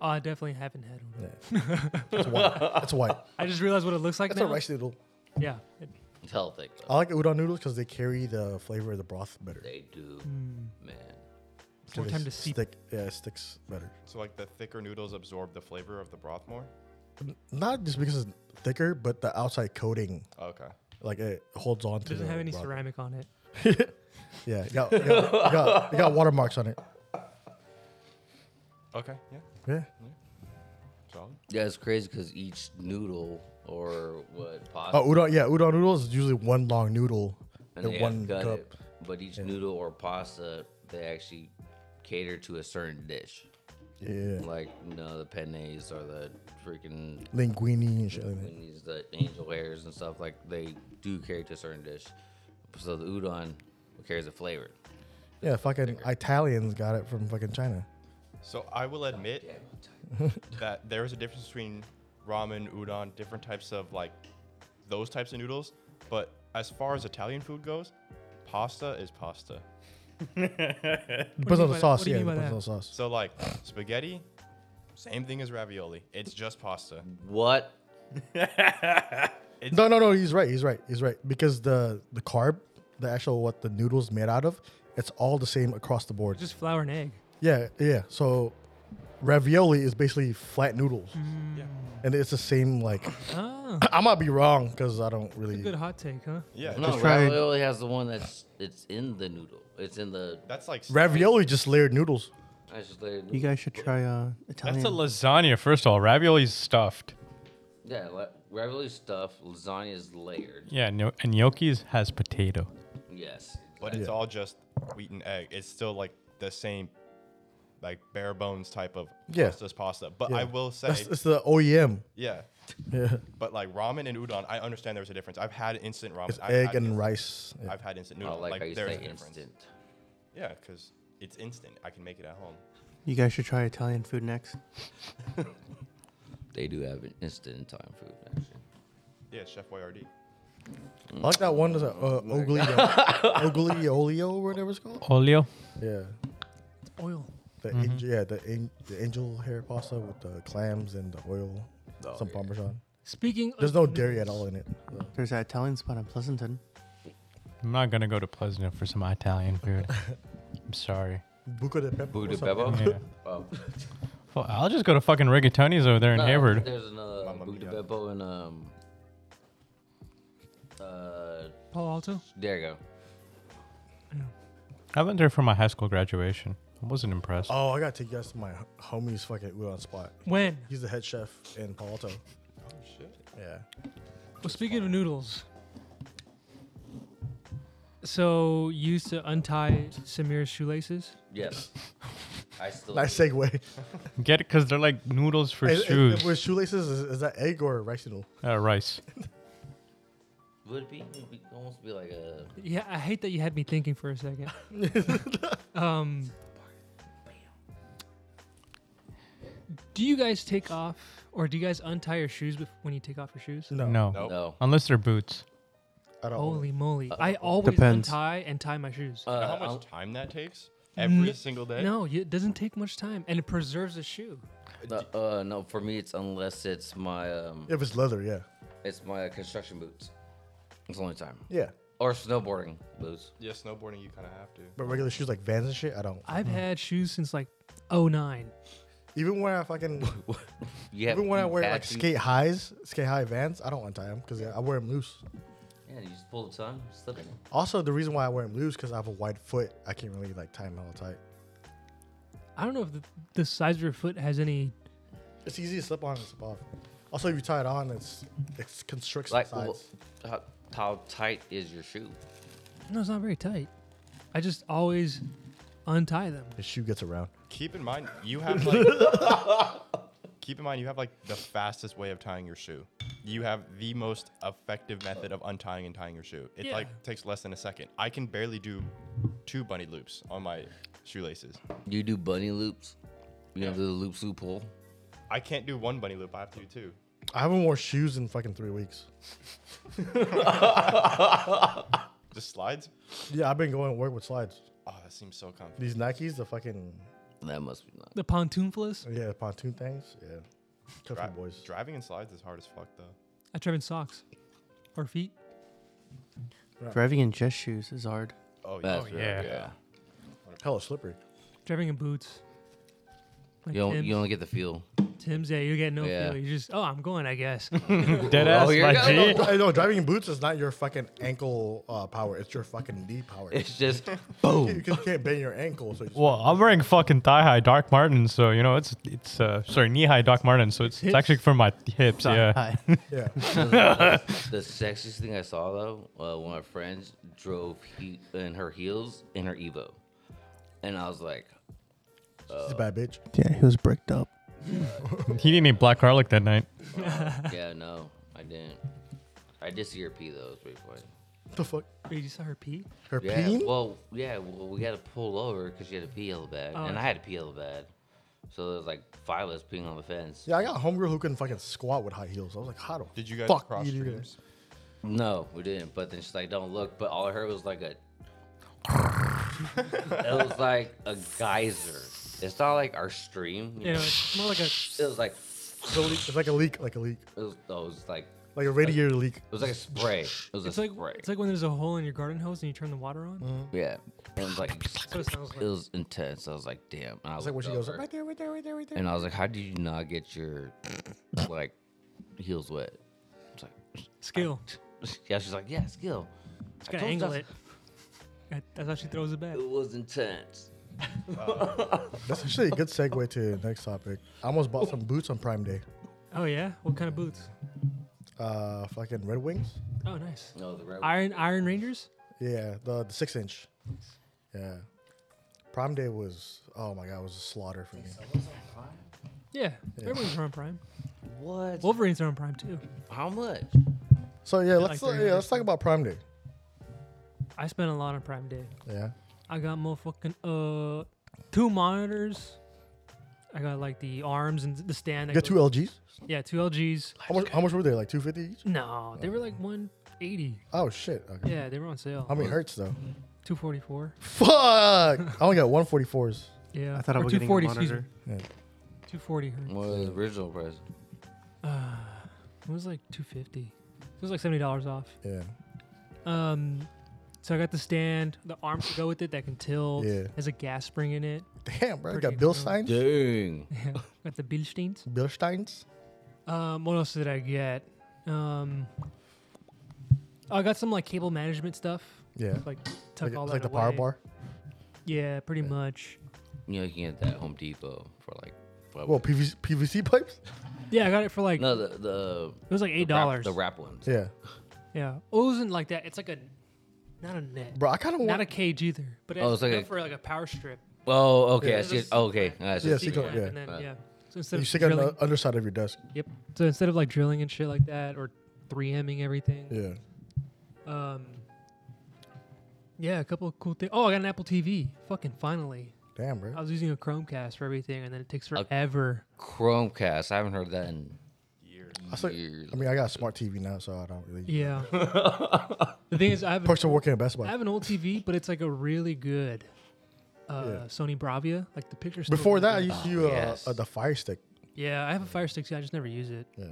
Speaker 2: oh I definitely haven't had one.
Speaker 3: That's white. That's white.
Speaker 2: I just realized what it looks like
Speaker 3: That's
Speaker 2: now.
Speaker 3: a rice noodle.
Speaker 2: Yeah. It-
Speaker 4: it's hell thick. Though.
Speaker 3: I like udon noodles because they carry the flavor of the broth better.
Speaker 4: They do,
Speaker 2: Hmm.
Speaker 4: man.
Speaker 2: It's more
Speaker 3: They
Speaker 2: time to seep.
Speaker 3: Stick, yeah, it sticks better.
Speaker 5: So like the thicker noodles absorb the flavor of the broth more.
Speaker 3: Not just because it's thicker, but the outside coating,
Speaker 5: Okay.
Speaker 3: like it holds on to.
Speaker 2: It doesn't
Speaker 3: the
Speaker 2: have any
Speaker 3: broth.
Speaker 2: ceramic on it.
Speaker 3: Yeah, it got, it got, it got, it got watermarks on it.
Speaker 5: Okay. Yeah.
Speaker 3: Yeah.
Speaker 5: Solid.
Speaker 4: Yeah, it's crazy because each noodle or what pasta,
Speaker 3: Oh, udon. Yeah, udon noodles is usually one long noodle
Speaker 4: and they
Speaker 3: in
Speaker 4: have
Speaker 3: one
Speaker 4: cut
Speaker 3: cup.
Speaker 4: it, but each noodle or pasta, they actually cater to a certain dish,
Speaker 3: Yeah.
Speaker 4: like you know the pennes or the freaking
Speaker 3: Linguine and shit like that.
Speaker 4: when these the angel hairs and stuff like they do carry to a certain dish. So the udon carries a flavor.
Speaker 3: Yeah, fucking Italians got it from fucking China.
Speaker 5: So I will admit that there is a difference between ramen, udon, different types of like those types of noodles. But as far as Italian food goes, pasta is pasta.
Speaker 3: Depends
Speaker 2: you mean
Speaker 3: on
Speaker 2: by
Speaker 3: the
Speaker 2: that?
Speaker 3: sauce.
Speaker 2: What do you
Speaker 3: Yeah,
Speaker 2: mean by
Speaker 3: depends on
Speaker 2: that?
Speaker 3: the sauce.
Speaker 5: So like spaghetti, same thing as ravioli. It's just pasta.
Speaker 4: What?
Speaker 3: No, no, no. He's right. He's right. He's right. Because the the carb, the actual what the noodles made out of, it's all the same across the board.
Speaker 2: It's just flour and egg.
Speaker 3: Yeah, yeah. So ravioli is basically flat noodles,
Speaker 2: Mm.
Speaker 5: Yeah.
Speaker 3: and it's the same. Like
Speaker 2: Oh,
Speaker 3: I might be wrong because I don't
Speaker 2: good
Speaker 3: really.
Speaker 2: hot take, huh?
Speaker 5: Yeah.
Speaker 4: No,
Speaker 6: try-
Speaker 4: ravioli has the one that's it's in the noodle. It's in the.
Speaker 5: That's like
Speaker 3: Ravioli just layered noodles.
Speaker 4: I just laid.
Speaker 6: You guys should try uh, Italian.
Speaker 1: That's a lasagna, first of all. Ravioli's stuffed.
Speaker 4: Yeah, la- ravioli stuff. Lasagna is layered.
Speaker 1: Yeah, no, and gnocchi's has potato.
Speaker 4: Yes.
Speaker 5: but it's all just wheat and egg. It's still like the same, like bare bones type of
Speaker 3: Yeah.
Speaker 5: pasta's pasta. But
Speaker 3: Yeah.
Speaker 5: I will say,
Speaker 3: That's it's the E OEM.
Speaker 5: yeah,
Speaker 3: Yeah,
Speaker 5: but like ramen and udon, I understand there's a difference. I've had instant ramen.
Speaker 3: it's
Speaker 5: I've
Speaker 3: egg
Speaker 5: had
Speaker 3: and
Speaker 5: instant-
Speaker 3: rice. Yeah.
Speaker 5: I've had instant
Speaker 4: I
Speaker 5: noodles.
Speaker 4: Oh, like,
Speaker 5: like
Speaker 4: how you
Speaker 5: there's
Speaker 4: say
Speaker 5: a difference.
Speaker 4: instant.
Speaker 5: Yeah, because it's instant. I can make it at home.
Speaker 6: you guys should try Italian food next.
Speaker 4: They do have an instant in time food. Actually.
Speaker 5: Yeah, it's Chef Boyardee.
Speaker 3: I like that one. Is uh, Oglio, Oglio, or whatever it's called.
Speaker 1: Olio.
Speaker 3: Yeah,
Speaker 2: Oil.
Speaker 3: the angel, yeah the, an- the angel hair pasta with the clams and the oil,
Speaker 5: Oh,
Speaker 3: some parmesan.
Speaker 2: Speaking
Speaker 3: There's
Speaker 2: of
Speaker 3: no dairy at all in it. so.
Speaker 6: There's that Italian spot on Pleasanton.
Speaker 1: I'm not gonna go to Pleasanton for some Italian food. I'm sorry.
Speaker 3: Buco de pepe.
Speaker 4: Buco de
Speaker 3: or something.
Speaker 4: pepe?
Speaker 1: Yeah.
Speaker 4: Oh.
Speaker 1: Well, I'll just go to fucking Rigatoni's over there in
Speaker 4: No,
Speaker 1: Hayward.
Speaker 4: There's another
Speaker 5: Mamma
Speaker 4: Buca di
Speaker 5: mia.
Speaker 4: Beppo and um. Uh,
Speaker 2: Palo Alto.
Speaker 4: there you go.
Speaker 1: I went there for my high school graduation. I wasn't impressed.
Speaker 3: Oh, I gotta take you guys to my h- homie's fucking udon spot.
Speaker 2: When?
Speaker 3: He's the head chef in Palo Alto.
Speaker 5: Oh shit.
Speaker 3: Yeah.
Speaker 2: Well, speaking of noodles. So you used to untie Samir's shoelaces.
Speaker 4: Yes. I still.
Speaker 3: Nice segue.
Speaker 1: Get it? Cause they're like noodles for
Speaker 3: Is- is-
Speaker 1: shoes.
Speaker 3: with shoelaces, is, is that egg or rice noodle?
Speaker 1: uh, rice.
Speaker 4: Would it be, would be almost be like a.
Speaker 2: Yeah, I hate that you had me thinking for a second. um, do you guys take off, or do you guys untie your shoes bef- when you take off your shoes?
Speaker 3: No.
Speaker 1: No.
Speaker 5: Nope.
Speaker 4: No.
Speaker 1: Unless they're boots.
Speaker 3: I don't.
Speaker 2: Holy moly! I always
Speaker 6: Depends.
Speaker 2: untie and tie my shoes.
Speaker 5: You know
Speaker 4: Uh,
Speaker 5: how much
Speaker 4: I'll-
Speaker 5: time that takes? Every
Speaker 2: N-
Speaker 5: single day.
Speaker 2: no, you- it doesn't take much time, and it preserves the shoe.
Speaker 4: no, uh, no, for me it's unless it's my um,
Speaker 3: If it's leather, yeah.
Speaker 4: it's my uh, construction boots. It's the only time.
Speaker 3: Yeah.
Speaker 4: Or snowboarding boots.
Speaker 5: Yeah, snowboarding you kind of have to.
Speaker 3: But regular shoes like Vans and shit, I don't.
Speaker 2: I've had shoes since like 09.
Speaker 3: Even when I fucking,
Speaker 4: You have.
Speaker 3: even when I
Speaker 4: you
Speaker 3: wear
Speaker 4: had
Speaker 3: like
Speaker 4: to-
Speaker 3: skate highs, skate high Vans, I don't untie them because I wear them loose.
Speaker 4: Yeah, you just pull the tongue, slip it.
Speaker 3: Also, the reason why I wear them loose because I have a wide foot. I can't really like tie them all tight.
Speaker 2: I don't know if the, the size of your foot has any.
Speaker 3: It's easy to slip on and slip off. Also, if you tie it on, it's it constricts
Speaker 4: Like,
Speaker 3: the sides.
Speaker 4: well, how, how tight is your shoe?
Speaker 2: No, it's not very tight. I just always untie them.
Speaker 3: the shoe gets around.
Speaker 5: Keep in mind, you have like. keep in mind, you have like the fastest way of tying your shoe. You have the most effective method of untying and tying your shoe. It
Speaker 2: Yeah.
Speaker 5: like takes less than a second. I can barely do two bunny loops on my shoelaces.
Speaker 4: You do bunny loops. You know, do the loop loop pull.
Speaker 5: I can't do one bunny loop. I have to do two.
Speaker 3: I haven't worn shoes in fucking three weeks.
Speaker 5: Just slides.
Speaker 3: Yeah, I've been going to work with slides.
Speaker 5: Oh, that seems so comfy.
Speaker 3: These Nikes, the fucking
Speaker 4: That must be not.
Speaker 2: The pontoon flips.
Speaker 3: yeah the pontoon things. Yeah, country
Speaker 5: Dri-
Speaker 3: boys.
Speaker 5: Driving in slides is hard as fuck though.
Speaker 2: I drive in socks or feet.
Speaker 6: Driving in just shoes is hard.
Speaker 5: Oh yeah.
Speaker 4: That's
Speaker 1: Oh,
Speaker 4: real,
Speaker 1: yeah.
Speaker 3: Hella slippery.
Speaker 2: Driving in boots. Like
Speaker 4: You don't,
Speaker 2: Tim's.
Speaker 4: you only get the feel.
Speaker 2: Tim's, yeah, you get no
Speaker 4: Yeah.
Speaker 2: feel. You just, oh, I'm going, I guess.
Speaker 6: Oh,
Speaker 1: Dead ass,
Speaker 4: here
Speaker 1: my
Speaker 4: we
Speaker 1: G.
Speaker 4: go.
Speaker 3: I know driving in boots is not your fucking ankle uh, power. It's your fucking knee power.
Speaker 4: It's just
Speaker 3: You
Speaker 4: boom.
Speaker 3: can- you can't bend your ankle, so you just,
Speaker 1: Well, I'm wearing fucking thigh high Doc Martens, so you know it's it's uh sorry knee high Doc Martens, so it's, it's
Speaker 2: Hips?
Speaker 1: actually for my hips. Yeah,
Speaker 6: Hi.
Speaker 3: yeah.
Speaker 4: the sexiest thing I saw though, uh, one of my friends drove he- in her heels in her Evo, and I was like,
Speaker 3: She's a bad bitch.
Speaker 6: yeah, he was bricked up.
Speaker 1: he didn't eat black garlic that night.
Speaker 4: yeah, no, I didn't. I did see her pee though. It was pretty funny.
Speaker 3: What the fuck?
Speaker 2: Wait, you saw her pee?
Speaker 3: Her
Speaker 4: Yeah.
Speaker 3: peen?
Speaker 4: Well, yeah. Well, we had to pull over because she had to pee hella bad,
Speaker 2: Oh,
Speaker 4: and
Speaker 2: I
Speaker 4: I had to pee hella bad. So there was like five of us peeing on the fence.
Speaker 3: Yeah, I got a homegirl who couldn't fucking squat with high heels. I was like, how the
Speaker 5: Did you guys
Speaker 3: fuck
Speaker 5: cross
Speaker 3: you do
Speaker 5: streams?
Speaker 4: No, we didn't. But then she's like, "Don't look." But all I heard was like a. it was like a geyser. It's not like our stream. you
Speaker 2: You know,
Speaker 4: know?
Speaker 2: it's more like a.
Speaker 4: It was like
Speaker 3: It's, a leak. It's like a leak, like a leak,
Speaker 4: it was, oh, it was like
Speaker 3: like a radiator leak.
Speaker 4: it was like a spray. It was
Speaker 2: It's
Speaker 4: a
Speaker 2: like
Speaker 4: spray.
Speaker 2: it's like when there's a hole in your garden hose and you turn the water on.
Speaker 3: Mm.
Speaker 4: yeah. And it was like
Speaker 2: That's what it sounds
Speaker 4: it
Speaker 2: like.
Speaker 4: was intense. I was like, "Damn!" And I
Speaker 3: It's like where she
Speaker 4: looked
Speaker 3: goes,
Speaker 4: over,
Speaker 3: right there, right there, right there, right there.
Speaker 4: and I was like, "How did you not get your like heels wet?" It's like.
Speaker 2: Skill.
Speaker 4: Yeah, she's like, yeah, skill. I
Speaker 2: Gotta
Speaker 4: told you
Speaker 2: angle
Speaker 4: that's-
Speaker 2: it. That- That's how she throws it back.
Speaker 4: It was intense.
Speaker 3: That's actually a good segue to the next topic. I almost bought some boots on Prime Day.
Speaker 2: Oh yeah, what kind of boots?
Speaker 3: Uh, fucking Red Wings.
Speaker 2: Oh nice.
Speaker 4: No, the red.
Speaker 2: Iron Iron Rangers.
Speaker 3: Yeah, the, the six inch. Yeah. Prime Day was, oh my God, it was a slaughter for me.
Speaker 2: Yeah, everyone's on Prime.
Speaker 4: What?
Speaker 2: Wolverines are on Prime too.
Speaker 4: How much?
Speaker 3: So yeah, let's
Speaker 2: like
Speaker 3: yeah, let's talk about Prime Day.
Speaker 2: I spent a lot on Prime Day.
Speaker 3: Yeah.
Speaker 2: I got motherfucking uh two monitors. I got like the arms and the stand. that
Speaker 3: You got two
Speaker 2: goes-
Speaker 3: LGs.
Speaker 2: yeah, two LGs.
Speaker 3: How much, how much were they? Like 250 each?
Speaker 2: No, they were like 180.
Speaker 3: Oh shit. Okay.
Speaker 2: Yeah, they were on sale.
Speaker 3: How many hertz though?
Speaker 2: 244.
Speaker 3: Fuck! I only got 144s.
Speaker 2: Yeah.
Speaker 6: I thought I
Speaker 2: or
Speaker 6: was getting a
Speaker 2: 240, excuse me.
Speaker 6: monitor.
Speaker 3: Yeah.
Speaker 2: 240 hertz.
Speaker 4: What was the original price?
Speaker 2: It was like 250. It was like $70 off.
Speaker 3: Yeah.
Speaker 2: Um, so I got the stand, the arms to go with it that can tilt.
Speaker 3: Yeah.
Speaker 2: Has a gas spring in it.
Speaker 3: Damn, bro. You
Speaker 2: Pretty
Speaker 3: got Bill
Speaker 2: cool.
Speaker 3: Steins.
Speaker 4: Dang.
Speaker 2: Yeah. got the Bilsteins.
Speaker 3: Bill Steins.
Speaker 2: Um, what else did I get? Um, I got some like cable management stuff.
Speaker 3: Yeah.
Speaker 2: Like tuck
Speaker 3: Like,
Speaker 2: all
Speaker 3: like
Speaker 2: that
Speaker 3: the power
Speaker 2: away.
Speaker 3: bar.
Speaker 2: Yeah, pretty much.
Speaker 4: You know, you can get that at Home Depot for like. What?
Speaker 3: Well, PVC, PVC pipes.
Speaker 2: Yeah, I got it for like
Speaker 4: no, the the
Speaker 2: it was like eight
Speaker 4: the wrap-
Speaker 2: dollars.
Speaker 4: The wrap ones.
Speaker 3: Yeah,
Speaker 2: Yeah, well, it wasn't like that. It's like a not a net,
Speaker 3: bro. I kind of
Speaker 2: not
Speaker 3: want.
Speaker 2: a cage either. But it's,
Speaker 4: Oh, it's like
Speaker 2: built
Speaker 4: a-
Speaker 2: for like a power strip.
Speaker 4: Oh, okay.
Speaker 2: Yeah.
Speaker 4: I see. It. Oh, okay. I see
Speaker 3: Yeah,
Speaker 4: what
Speaker 3: see,
Speaker 4: you
Speaker 3: go-
Speaker 4: mean.
Speaker 2: Yeah,
Speaker 3: yeah.
Speaker 2: And then,
Speaker 4: Uh,
Speaker 2: yeah. So instead
Speaker 3: you
Speaker 2: of
Speaker 3: stick it on
Speaker 2: drilling,
Speaker 3: the underside of your desk.
Speaker 2: yep. So instead of like drilling and shit like that, or 3Ming everything.
Speaker 3: Yeah.
Speaker 2: Um. Yeah, a couple of cool things. Oh, I got an Apple TV. Fucking finally.
Speaker 3: Damn, bro.
Speaker 2: I was using a Chromecast for everything, and then it takes forever.
Speaker 4: Chromecast. I haven't heard that in
Speaker 5: Years.
Speaker 3: I, still-
Speaker 4: years.
Speaker 3: I mean, I got a smart TV now, so I don't really.
Speaker 2: Yeah. the thing is, I have, an,
Speaker 3: Person working at Best Buy.
Speaker 2: I have an old TV, but it's like a really good uh,
Speaker 3: Yeah.
Speaker 2: Sony Bravia. Like the pictures.
Speaker 3: Before that, I used to use uh,
Speaker 4: yes.
Speaker 3: uh, the Fire Stick.
Speaker 2: Yeah, I have a Fire Stick too. I just never use it.
Speaker 3: Yeah.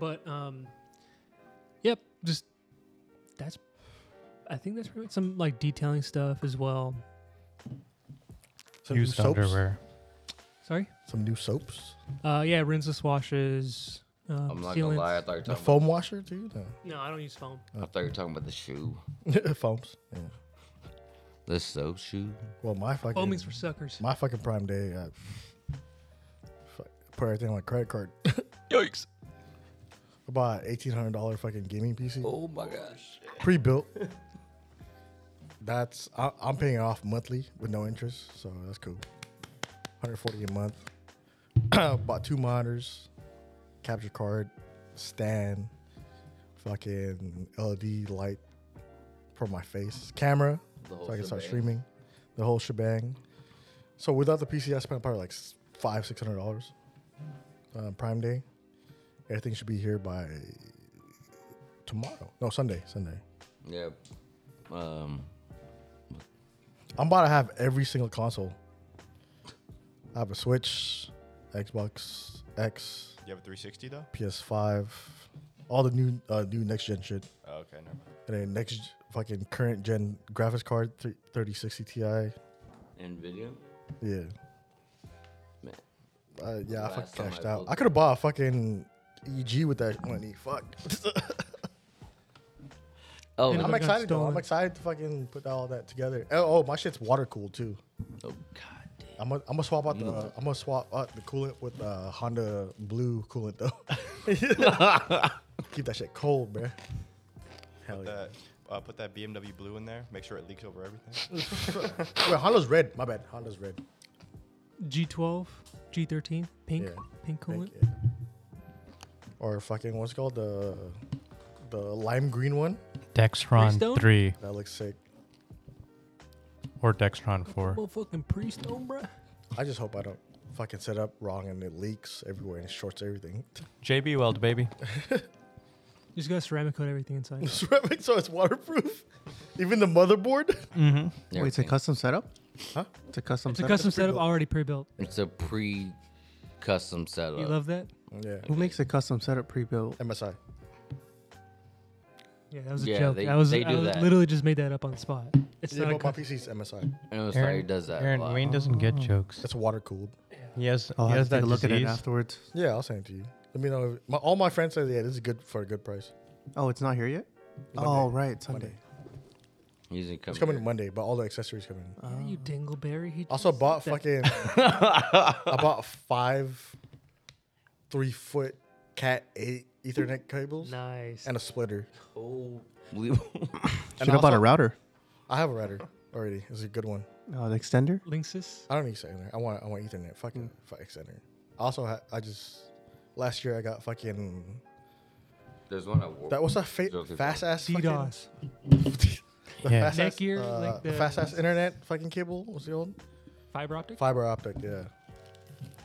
Speaker 2: But um, yep, just that's. I think that's pretty much some like detailing stuff as well.
Speaker 3: Some
Speaker 1: Used underwear.
Speaker 2: Sorry.
Speaker 3: Some new soaps.
Speaker 2: Uh, yeah, rinseless washes. Um,
Speaker 4: I'm not
Speaker 2: sealants.
Speaker 4: gonna lie. I thought you were
Speaker 3: The
Speaker 4: talking.
Speaker 3: foam washer too.
Speaker 2: No, I don't use foam.
Speaker 4: About, I thought you were talking about the shoe.
Speaker 3: No. Foams. Yeah.
Speaker 4: The soap shoe.
Speaker 3: Well, my fucking.
Speaker 2: Foaming's for suckers.
Speaker 3: My fucking Prime Day. I, fuck, put everything on my credit card.
Speaker 2: Yikes.
Speaker 3: I bought eighteen hundred dollar fucking gaming PC.
Speaker 4: Oh my gosh.
Speaker 3: pre-built. That's I, I'm paying it off monthly with no interest, so that's cool. 140 a month. Bought two monitors, capture card, stand, fucking LED light for my face, camera,
Speaker 4: The whole
Speaker 3: so I can start
Speaker 4: shebang.
Speaker 3: streaming, the whole shebang. So without the PC, I spent probably like s- five six hundred dollars. Uh, Prime Day, everything should be here by tomorrow. No, Sunday. Sunday.
Speaker 4: Yeah. Um,
Speaker 3: I'm about to have every single console. I have a Switch, Xbox X,
Speaker 5: You have a 360 though?
Speaker 3: PS5, all the new uh, new next gen shit,
Speaker 5: Oh, okay, never mind.
Speaker 3: and then next g- fucking current gen graphics card th- 3060 Ti.
Speaker 4: Nvidia.
Speaker 3: Yeah.
Speaker 4: Man.
Speaker 3: Uh, yeah, I
Speaker 4: Last
Speaker 3: fucking
Speaker 4: time
Speaker 3: cashed
Speaker 4: I
Speaker 3: out.
Speaker 4: looked-
Speaker 3: I could have bought a fucking EG with that money. Fuck.
Speaker 4: Oh,
Speaker 2: And
Speaker 3: I'm
Speaker 2: got
Speaker 3: excited though. I'm
Speaker 2: stolen.
Speaker 3: excited to fucking put all that together. Oh, oh, my shit's water cooled too.
Speaker 4: oh god damn.
Speaker 3: I'm gonna I'm gonna swap out the
Speaker 4: Mm.
Speaker 3: uh, I'm gonna swap out the coolant with uh, Honda blue coolant though. Keep that shit cold, man. Hell
Speaker 5: Put
Speaker 3: yeah.
Speaker 5: that, uh, put that BMW blue in there. Make sure it leaks over everything.
Speaker 3: Wait, Honda's red. My bad. Honda's red.
Speaker 2: G12, G13, pink,
Speaker 3: Yeah.
Speaker 2: pink coolant.
Speaker 3: Thank you. Or fucking what's it called the the lime green one.
Speaker 2: Freestone?
Speaker 1: Dextron 3
Speaker 3: That looks sick.
Speaker 1: or Dextron 4.
Speaker 2: Well, fucking priest, oh, bruh.
Speaker 3: I just hope I don't fucking set up wrong and it leaks everywhere and it shorts everything.
Speaker 1: JB Weld, baby.
Speaker 2: Just gotta ceramic coat everything inside.
Speaker 3: Ceramic, so it's waterproof. Even the motherboard.
Speaker 6: Wait, it's a
Speaker 4: Everything.
Speaker 6: custom setup? Huh? It's a custom
Speaker 2: It's a
Speaker 6: setup.
Speaker 2: custom setup already pre-built.
Speaker 4: It's a pre custom setup.
Speaker 2: You love that?
Speaker 3: Yeah.
Speaker 6: Who makes a custom setup pre-built?
Speaker 3: MSI.
Speaker 2: Yeah, that was a
Speaker 4: Yeah,
Speaker 2: joke.
Speaker 4: they-
Speaker 2: I was,
Speaker 4: they
Speaker 2: I
Speaker 4: do
Speaker 2: was-
Speaker 4: that.
Speaker 2: literally just made that up on the spot. It's
Speaker 3: Yeah,
Speaker 2: not a
Speaker 3: but my
Speaker 2: custom.
Speaker 3: PC's MSI.
Speaker 4: I know Sorry does that. a
Speaker 1: Aaron
Speaker 4: lot.
Speaker 1: Wayne doesn't get jokes.
Speaker 3: That's water cooled.
Speaker 1: He has,
Speaker 6: I'll
Speaker 1: he
Speaker 6: have
Speaker 1: has
Speaker 6: to take
Speaker 1: that
Speaker 6: a look at
Speaker 1: disease.
Speaker 6: it afterwards.
Speaker 3: Yeah, I'll send it to you. Let me know. If, my, all my friends say, yeah, this is good for a good price.
Speaker 6: Oh, it's not here yet?
Speaker 3: Monday.
Speaker 6: Oh, right. Sunday.
Speaker 3: Monday.
Speaker 4: He's gonna come
Speaker 3: It's coming
Speaker 4: here.
Speaker 3: Monday, but all the accessories coming. in.
Speaker 2: Yeah, you dingleberry. He
Speaker 3: Uh, Also
Speaker 2: just
Speaker 3: bought
Speaker 2: said that.
Speaker 3: fucking. I bought five, three foot Cat eight Ethernet cables
Speaker 2: Nice.
Speaker 3: and a splitter.
Speaker 4: Unbelievable.
Speaker 3: And
Speaker 6: Should have bought
Speaker 3: also-
Speaker 6: a router.
Speaker 3: I have a router already. It's a good one.
Speaker 6: Oh, the extender?
Speaker 2: Linksys.
Speaker 3: I don't need extender. I want I want Ethernet.
Speaker 2: Mm.
Speaker 3: Fucking fuck extender. I also ha- I just last year I got fucking
Speaker 4: There's one at War.
Speaker 3: that was a fa-
Speaker 4: Joke is
Speaker 3: fast ass
Speaker 2: DDoS.
Speaker 3: The
Speaker 1: Yeah.
Speaker 3: fast ass uh,
Speaker 2: Netgear, like the-
Speaker 3: fast ass internet fucking cable. What's the old
Speaker 2: Fiber optic.
Speaker 3: fiber optic? Yeah.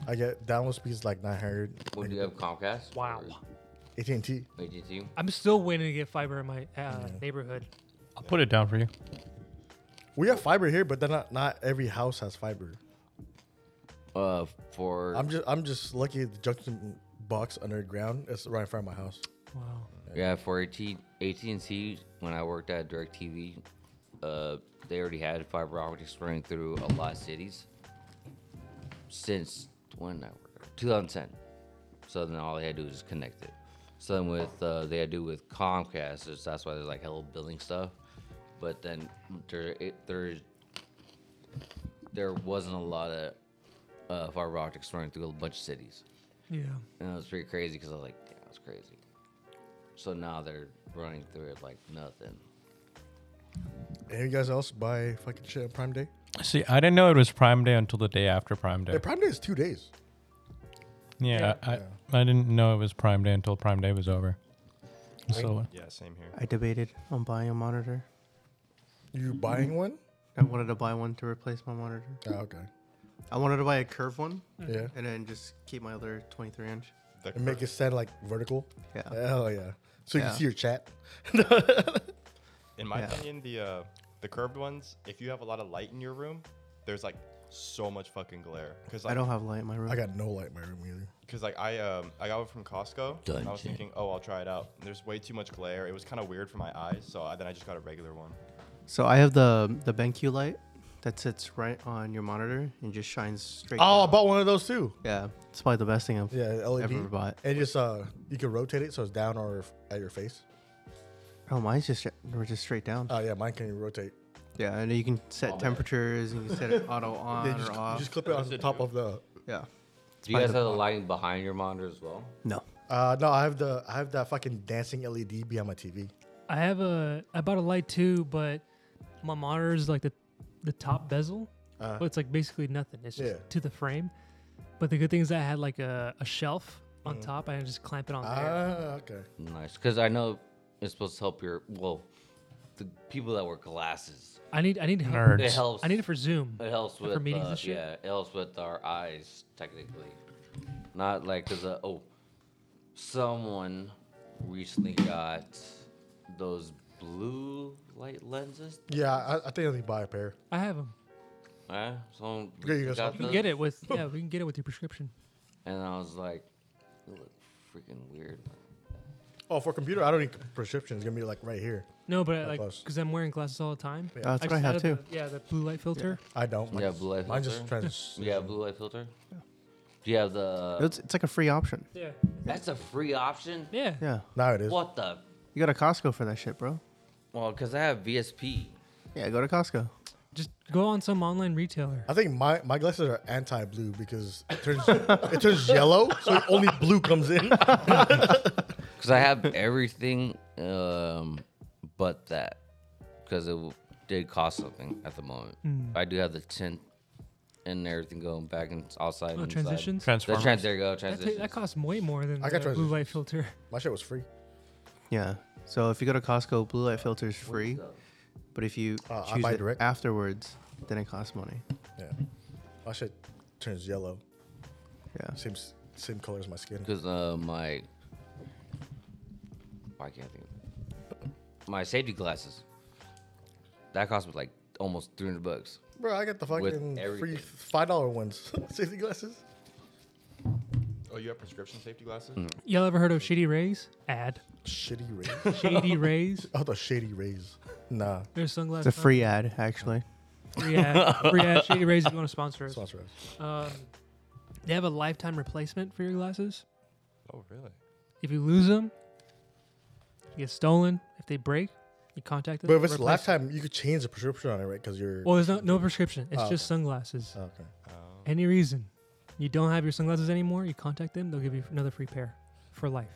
Speaker 3: I get download speeds like 900.
Speaker 4: What do you have? Comcast.
Speaker 2: Wow.
Speaker 3: AT and T.
Speaker 4: Or AT&T.
Speaker 2: I'm still waiting to get fiber in my uh, neighborhood.
Speaker 1: I'll put it down for you.
Speaker 3: We have fiber here, but then not not every house has fiber.
Speaker 4: Uh, for
Speaker 3: I'm just I'm just lucky the junction box underground is right in front of my house.
Speaker 2: Wow.
Speaker 4: yeah for AT and T when I worked at Directv, uh, they already had fiber optics running through a lot of cities. Since when I worked, there, 2010. So then all they had to do was just connect it. So then with uh, they had to do with Comcast, it's, that's why there's like hella billing stuff. But then there it, there there wasn't a lot of uh, fiber optics running through a bunch of cities.
Speaker 2: Yeah.
Speaker 4: And it was pretty crazy because I was like, damn, that's crazy. So now they're running through it like nothing.
Speaker 3: And you guys else buy fucking shit on Prime Day?
Speaker 1: See, I didn't know it was Prime Day until the day after Prime Day.
Speaker 3: Hey, Prime Day is two days.
Speaker 1: yeah, I, I didn't know it was Prime Day until Prime Day was over. So
Speaker 5: yeah, same here.
Speaker 6: I debated on buying a monitor.
Speaker 3: You buying
Speaker 2: Mm-hmm.
Speaker 3: one?
Speaker 6: I wanted to buy one to replace my monitor.
Speaker 3: Oh, okay.
Speaker 6: I wanted to buy a curved one
Speaker 2: Mm.
Speaker 3: Yeah.
Speaker 6: and then just keep my other 23 inch.
Speaker 5: The
Speaker 3: And make it stand like vertical.
Speaker 6: Yeah.
Speaker 3: Hell yeah. So you
Speaker 6: Yeah.
Speaker 3: can see your chat.
Speaker 5: In my
Speaker 6: Yeah.
Speaker 5: opinion, the uh, the curved ones, if you have a lot of light in your room, there's like so much fucking glare. Cause like,
Speaker 6: I don't have light in my room.
Speaker 3: I got no light in my room either.
Speaker 5: Cause like I um I got it from Costco. And I was
Speaker 4: Dungeon.
Speaker 5: thinking, oh, I'll try it out. And there's way too much glare. It was kind of weird for my eyes, so I, then I just got a regular one.
Speaker 6: so I have the the BenQ light that sits right on your monitor and just shines straight.
Speaker 3: Oh, I
Speaker 6: down.
Speaker 3: bought one of those too.
Speaker 6: yeah, it's probably the best thing I've
Speaker 3: Yeah, LED.
Speaker 6: ever bought.
Speaker 3: And just uh, you can rotate it so it's down or f- at your face.
Speaker 6: Oh, mine's just we're just straight down.
Speaker 3: Oh yeah, mine can rotate.
Speaker 6: yeah, and you can set temperatures and you can set it auto on
Speaker 3: Yeah, you just,
Speaker 6: or
Speaker 3: you
Speaker 6: off.
Speaker 3: just clip it on the top of the.
Speaker 6: yeah.
Speaker 4: Do you guys
Speaker 6: fine.
Speaker 4: have the lighting behind your monitor as well?
Speaker 6: No.
Speaker 3: Uh, no, I have the I have that fucking dancing LED behind my TV.
Speaker 2: I have a. I bought a light too, but my monitor is like the, the top bezel,
Speaker 3: Uh.
Speaker 2: but it's like basically nothing. It's just
Speaker 3: Yeah.
Speaker 2: to the frame. But the good thing is I had like a, a shelf on top. I just clamp it on there.
Speaker 3: Ah, okay.
Speaker 4: Nice, because I know it's supposed to help your well, the people that wear glasses.
Speaker 2: I need I need help.
Speaker 1: Nerd.
Speaker 4: It
Speaker 1: It's-
Speaker 4: helps.
Speaker 2: I need it for Zoom.
Speaker 4: It helps with
Speaker 2: meetings
Speaker 4: uh,
Speaker 2: and shit?
Speaker 4: yeah. It helps with our eyes technically, not like because uh, oh, someone recently got those blue light lenses.
Speaker 3: Yeah, I, I think I need to buy a pair.
Speaker 2: I have them.
Speaker 4: Eh? Someone
Speaker 3: Yeah, you guys
Speaker 4: got
Speaker 2: You can
Speaker 4: those,
Speaker 2: get it with yeah. We can get it with your prescription.
Speaker 4: And I was like, you look freaking weird.
Speaker 3: Oh, for computer, I don't need prescription. It's gonna be like right here.
Speaker 2: No, but I,
Speaker 3: Not
Speaker 2: like
Speaker 3: close.
Speaker 2: because I'm wearing glasses all the time.
Speaker 3: Yeah.
Speaker 6: That's what I
Speaker 2: just
Speaker 6: have
Speaker 2: added
Speaker 6: too.
Speaker 2: the- yeah, the blue light filter.
Speaker 3: I don't.
Speaker 4: You have blue light
Speaker 3: Mine
Speaker 4: filter.
Speaker 3: just trans.
Speaker 4: You have blue light filter. Do you have the?
Speaker 6: It's, it's like a free option.
Speaker 2: Yeah.
Speaker 4: That's a free option.
Speaker 2: Yeah.
Speaker 6: Yeah.
Speaker 3: Now it is.
Speaker 4: What the?
Speaker 6: You go to Costco for that shit, bro.
Speaker 4: Well, because I have VSP.
Speaker 6: Yeah, go to Costco.
Speaker 2: Just go on some online retailer.
Speaker 3: I think my, my glasses are anti-blue because it turns it turns yellow, so only blue comes in.
Speaker 4: Because I have everything um, but that. Because it w- did cost something at the moment.
Speaker 2: Hmm.
Speaker 4: I do have the tint and everything going back and outside.
Speaker 2: Oh,
Speaker 4: and inside.
Speaker 2: transitions.
Speaker 4: The
Speaker 1: Transformers.
Speaker 4: trans- there you go,
Speaker 2: That, ta-
Speaker 4: transitions.
Speaker 2: that costs way more than
Speaker 3: I got
Speaker 2: the blue
Speaker 3: transitions.
Speaker 2: light filter.
Speaker 3: My shit was free.
Speaker 6: Yeah. So if you go to Costco, blue light filter is free. But if you
Speaker 3: Uh, I
Speaker 6: choose
Speaker 3: buy
Speaker 6: it
Speaker 3: direct.
Speaker 6: afterwards, then it costs money.
Speaker 3: Yeah, my shit turns yellow.
Speaker 6: Yeah.
Speaker 3: Same s- same color as my skin.
Speaker 4: Because uh, my. Why can't I think of My safety glasses. That cost me like almost 300 bucks.
Speaker 3: Bro, I got the fucking free
Speaker 4: everything.
Speaker 3: five dollar ones. Safety glasses.
Speaker 5: Oh, you have prescription safety glasses?
Speaker 2: Y'all ever heard of Shady Rays? Ad.
Speaker 3: Shitty rays.
Speaker 2: Shady Rays.
Speaker 3: oh, the shady rays. Nah,
Speaker 2: There's sunglasses.
Speaker 6: It's a free ad, actually.
Speaker 2: Free ad. Free ad. Shady Rays. If you want to sponsor us.
Speaker 3: sponsor us.
Speaker 2: Um, they have a lifetime replacement for your glasses.
Speaker 5: Oh, really?
Speaker 2: If you lose them, you get stolen. If they break, you contact us.
Speaker 3: But if it's
Speaker 2: replace them.
Speaker 3: lifetime, you could change the prescription on it, right? Because you're.
Speaker 2: Well, there's no, no prescription. It's
Speaker 3: Oh,
Speaker 2: just sunglasses.
Speaker 3: Oh, okay.
Speaker 2: Any reason you don't have your sunglasses anymore, you contact them. They'll give you another free pair for life.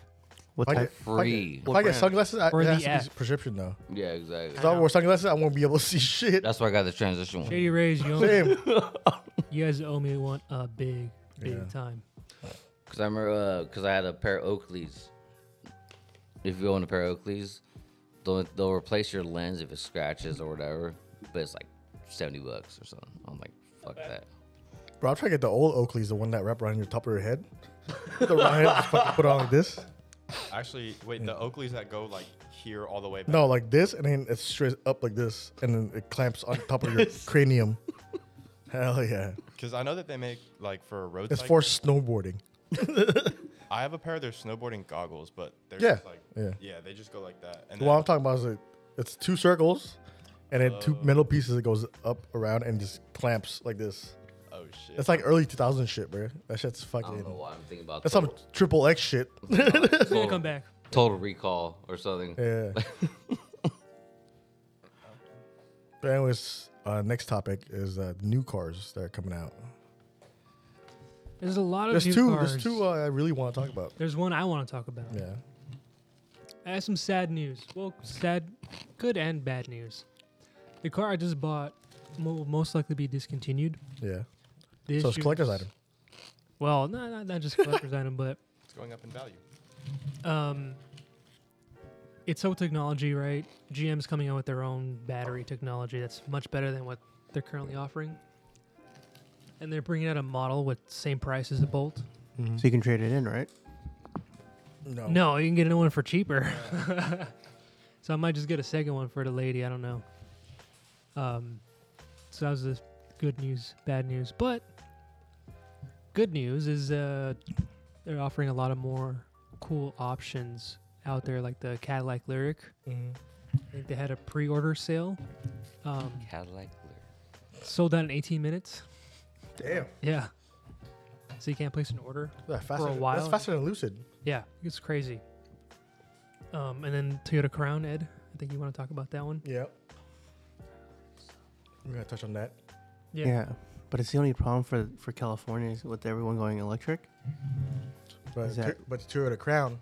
Speaker 6: What
Speaker 3: If I
Speaker 6: type?
Speaker 3: get-
Speaker 4: Free.
Speaker 3: If I get
Speaker 6: brand?
Speaker 3: sunglasses, I,
Speaker 2: Or
Speaker 3: it
Speaker 2: the
Speaker 3: has to
Speaker 2: F.
Speaker 3: be prescription though.
Speaker 4: Yeah, exactly.
Speaker 3: If I wear sunglasses, I won't be able to see shit.
Speaker 4: That's why I got the transition one.
Speaker 2: Shady Rays, you, owe,
Speaker 3: Same.
Speaker 2: you guys owe me one a big, big
Speaker 3: Yeah.
Speaker 2: time.
Speaker 4: Cause I remember, uh, cause I had a pair of Oakleys. If you own a pair of Oakleys, they'll they'll replace your lens if it scratches or whatever, but it's like seventy bucks or something. I'm like, fuck that.
Speaker 3: Bro, I'm trying to get the old Oakleys, the one that wrap around your top of your head. the round head, just fucking put it on like this.
Speaker 5: Actually, wait, the Oakleys that go like here all the way back.
Speaker 3: No, like this, and then it's straight up like this, and then it clamps on top of your cranium. Hell yeah.
Speaker 5: Because I know that they make like for road.
Speaker 3: It's
Speaker 5: cyc-
Speaker 3: for snowboarding.
Speaker 5: I have a pair of their snowboarding goggles, but they're
Speaker 3: Yeah,
Speaker 5: just like
Speaker 3: yeah.
Speaker 5: they just go like that. And
Speaker 3: The one I'm
Speaker 5: then-
Speaker 3: talking about is like, it's two circles, and then
Speaker 4: Oh.
Speaker 3: two metal pieces that goes up around and just clamps like this.
Speaker 5: oh shit.
Speaker 3: It's like early 2000 shit, bro. That shit's
Speaker 4: I don't know
Speaker 3: fucking.
Speaker 4: why I'm thinking about
Speaker 3: That's some
Speaker 4: total,
Speaker 3: triple X shit.
Speaker 2: It's gonna come back.
Speaker 4: Total Recall or something.
Speaker 3: Yeah. but anyways, uh, next topic is uh, new cars that are coming out.
Speaker 2: There's a lot of
Speaker 3: There's
Speaker 2: new
Speaker 3: two.
Speaker 2: cars.
Speaker 3: There's two uh, I really want to talk about.
Speaker 2: There's one I want to talk about.
Speaker 3: Yeah.
Speaker 2: I have some sad news. Well, sad, good and bad news. The car I just bought will most likely be discontinued.
Speaker 3: Yeah.
Speaker 2: The
Speaker 3: So it's
Speaker 2: issue
Speaker 3: collector's
Speaker 2: is-
Speaker 3: item.
Speaker 2: Well, not not, not just collector's item, but
Speaker 5: it's going up in value.
Speaker 2: um, it's so technology, right? GM's coming out with their own battery technology that's much better than what they're currently offering, and they're bringing out a model with same price as the Bolt.
Speaker 6: So you can trade it in, right?
Speaker 3: No.
Speaker 2: No, you can get another one for cheaper. so I might just get a second one for the lady. I don't know. Um, so that was the good news, bad news. But good news is uh, they're offering a lot of more cool options out there, like the Cadillac Lyric.
Speaker 3: Mm-hmm.
Speaker 2: I think they had a pre-order sale. Um,
Speaker 4: Cadillac. Lyric.
Speaker 2: sold out in 18 minutes.
Speaker 3: Damn.
Speaker 2: Yeah. So you can't place an order.
Speaker 3: That's faster,
Speaker 2: while.
Speaker 3: That's faster than Lucid.
Speaker 2: Yeah, it's crazy. Um, and then Toyota Crown, Ed. I think you want to talk about that one.
Speaker 3: Yeah. We're gonna touch on that.
Speaker 2: Yeah.
Speaker 6: But it's the only problem for, for California is with everyone going electric.
Speaker 3: But
Speaker 6: Is that-
Speaker 3: tu- but the Toyota Crown.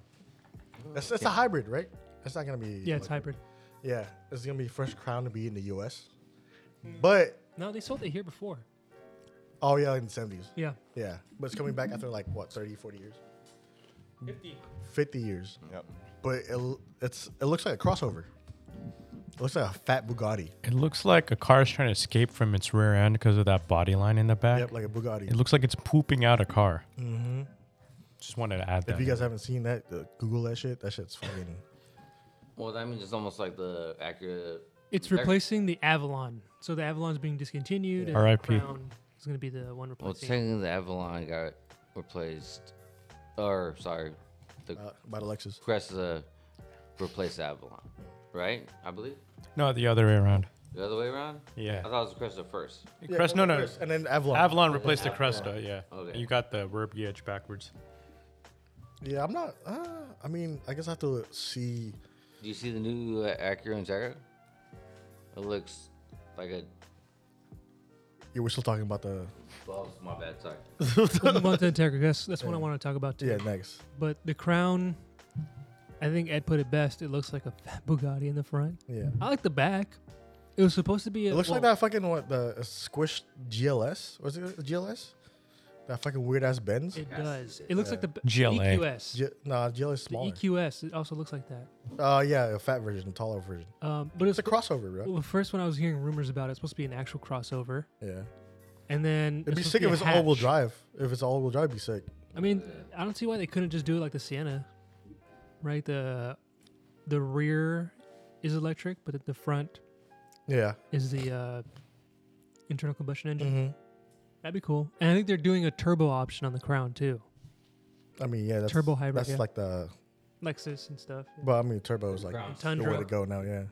Speaker 3: That's that's a hybrid, right? That's not gonna be.
Speaker 2: Yeah, it's
Speaker 3: like-
Speaker 2: hybrid.
Speaker 3: Yeah, it's gonna be first Crown to be in the U.S. But
Speaker 2: No, they sold it here before.
Speaker 3: oh yeah, in the seventies.
Speaker 2: Yeah.
Speaker 3: Yeah, but it's coming back after like what 30, 40 years,
Speaker 2: 50.
Speaker 3: fifty years.
Speaker 5: Yep.
Speaker 3: But it l- it's it looks like a crossover. It looks like a fat Bugatti.
Speaker 1: It looks like a car is trying to escape from its rear end because of that body line in the back.
Speaker 3: Yep, like a Bugatti.
Speaker 1: it looks like it's pooping out a car. Mm-hmm. Just wanted to add that.
Speaker 3: if you guys haven't seen that, uh, Google that shit. That shit's fucking.
Speaker 4: Well, that means it's almost like the Acura.
Speaker 2: It's
Speaker 4: They're-
Speaker 2: replacing the Avalon. So the Avalon's being discontinued. and
Speaker 1: RIP.
Speaker 2: The Crown is going to be the one
Speaker 4: Well,
Speaker 2: replacing. it.
Speaker 4: technically, the Avalon got replaced, or sorry, the
Speaker 3: Uh, about Alexis.
Speaker 4: Cresta replaced Avalon, right? I believe
Speaker 1: no, the other way around.
Speaker 4: the other way around.
Speaker 1: Yeah.
Speaker 4: I thought it was Cresta first.
Speaker 1: Crest, no, no.
Speaker 3: And then Avalon.
Speaker 1: Avalon replaced the Cresta, yeah.
Speaker 4: Okay.
Speaker 1: You got the verb edge backwards.
Speaker 3: Yeah, I'm not. Uh, I mean, I guess I have to see.
Speaker 4: Do you see the new uh, Acura Integra? It looks like a.
Speaker 3: Yeah, we're still talking about the.
Speaker 4: Well, my bad. Sorry.
Speaker 2: We'll move on to Integra. That's, that's what I want to talk about today.
Speaker 3: Yeah, next.
Speaker 2: But the Crown, I think Ed put it best. It looks like a fat Bugatti in the front.
Speaker 3: Yeah.
Speaker 2: I like the back. It was supposed to be. A,
Speaker 3: It looks like
Speaker 2: well,
Speaker 3: that fucking what the uh, squished GLS was it a GLS? That fucking weird ass bends.
Speaker 2: It does. It looks like the b-
Speaker 1: GLA.
Speaker 2: EQS.
Speaker 3: G- nah, GLS
Speaker 2: the E
Speaker 3: smaller.
Speaker 2: EQS. It also looks like that.
Speaker 3: Uh, yeah, a fat version, taller version.
Speaker 2: Um, but it's
Speaker 3: It's a crossover, right?
Speaker 2: well, the first one I was hearing rumors about. It's supposed to be an actual crossover.
Speaker 3: Yeah.
Speaker 2: And then
Speaker 3: It'd be
Speaker 2: supposed to
Speaker 3: sick if
Speaker 2: a
Speaker 3: it's all wheel
Speaker 2: hatch.
Speaker 3: drive. If it's all wheel drive, it'd be sick.
Speaker 2: I mean, I don't see why they couldn't just do it like the Sienna, right? The the rear is electric, but at the front
Speaker 3: Yeah.
Speaker 2: is the uh, internal combustion
Speaker 3: Mm-hmm.
Speaker 2: engine. That'd be cool. And I think they're doing a turbo option on the Crown too,
Speaker 3: I mean, yeah, that's
Speaker 2: Turbo hybrid,
Speaker 3: That's
Speaker 2: yeah.
Speaker 3: like the.
Speaker 2: Lexus and stuff.
Speaker 3: Well, I mean, turbo is like
Speaker 4: Crown.
Speaker 3: the way
Speaker 2: Tundra.
Speaker 3: to go now. Yeah.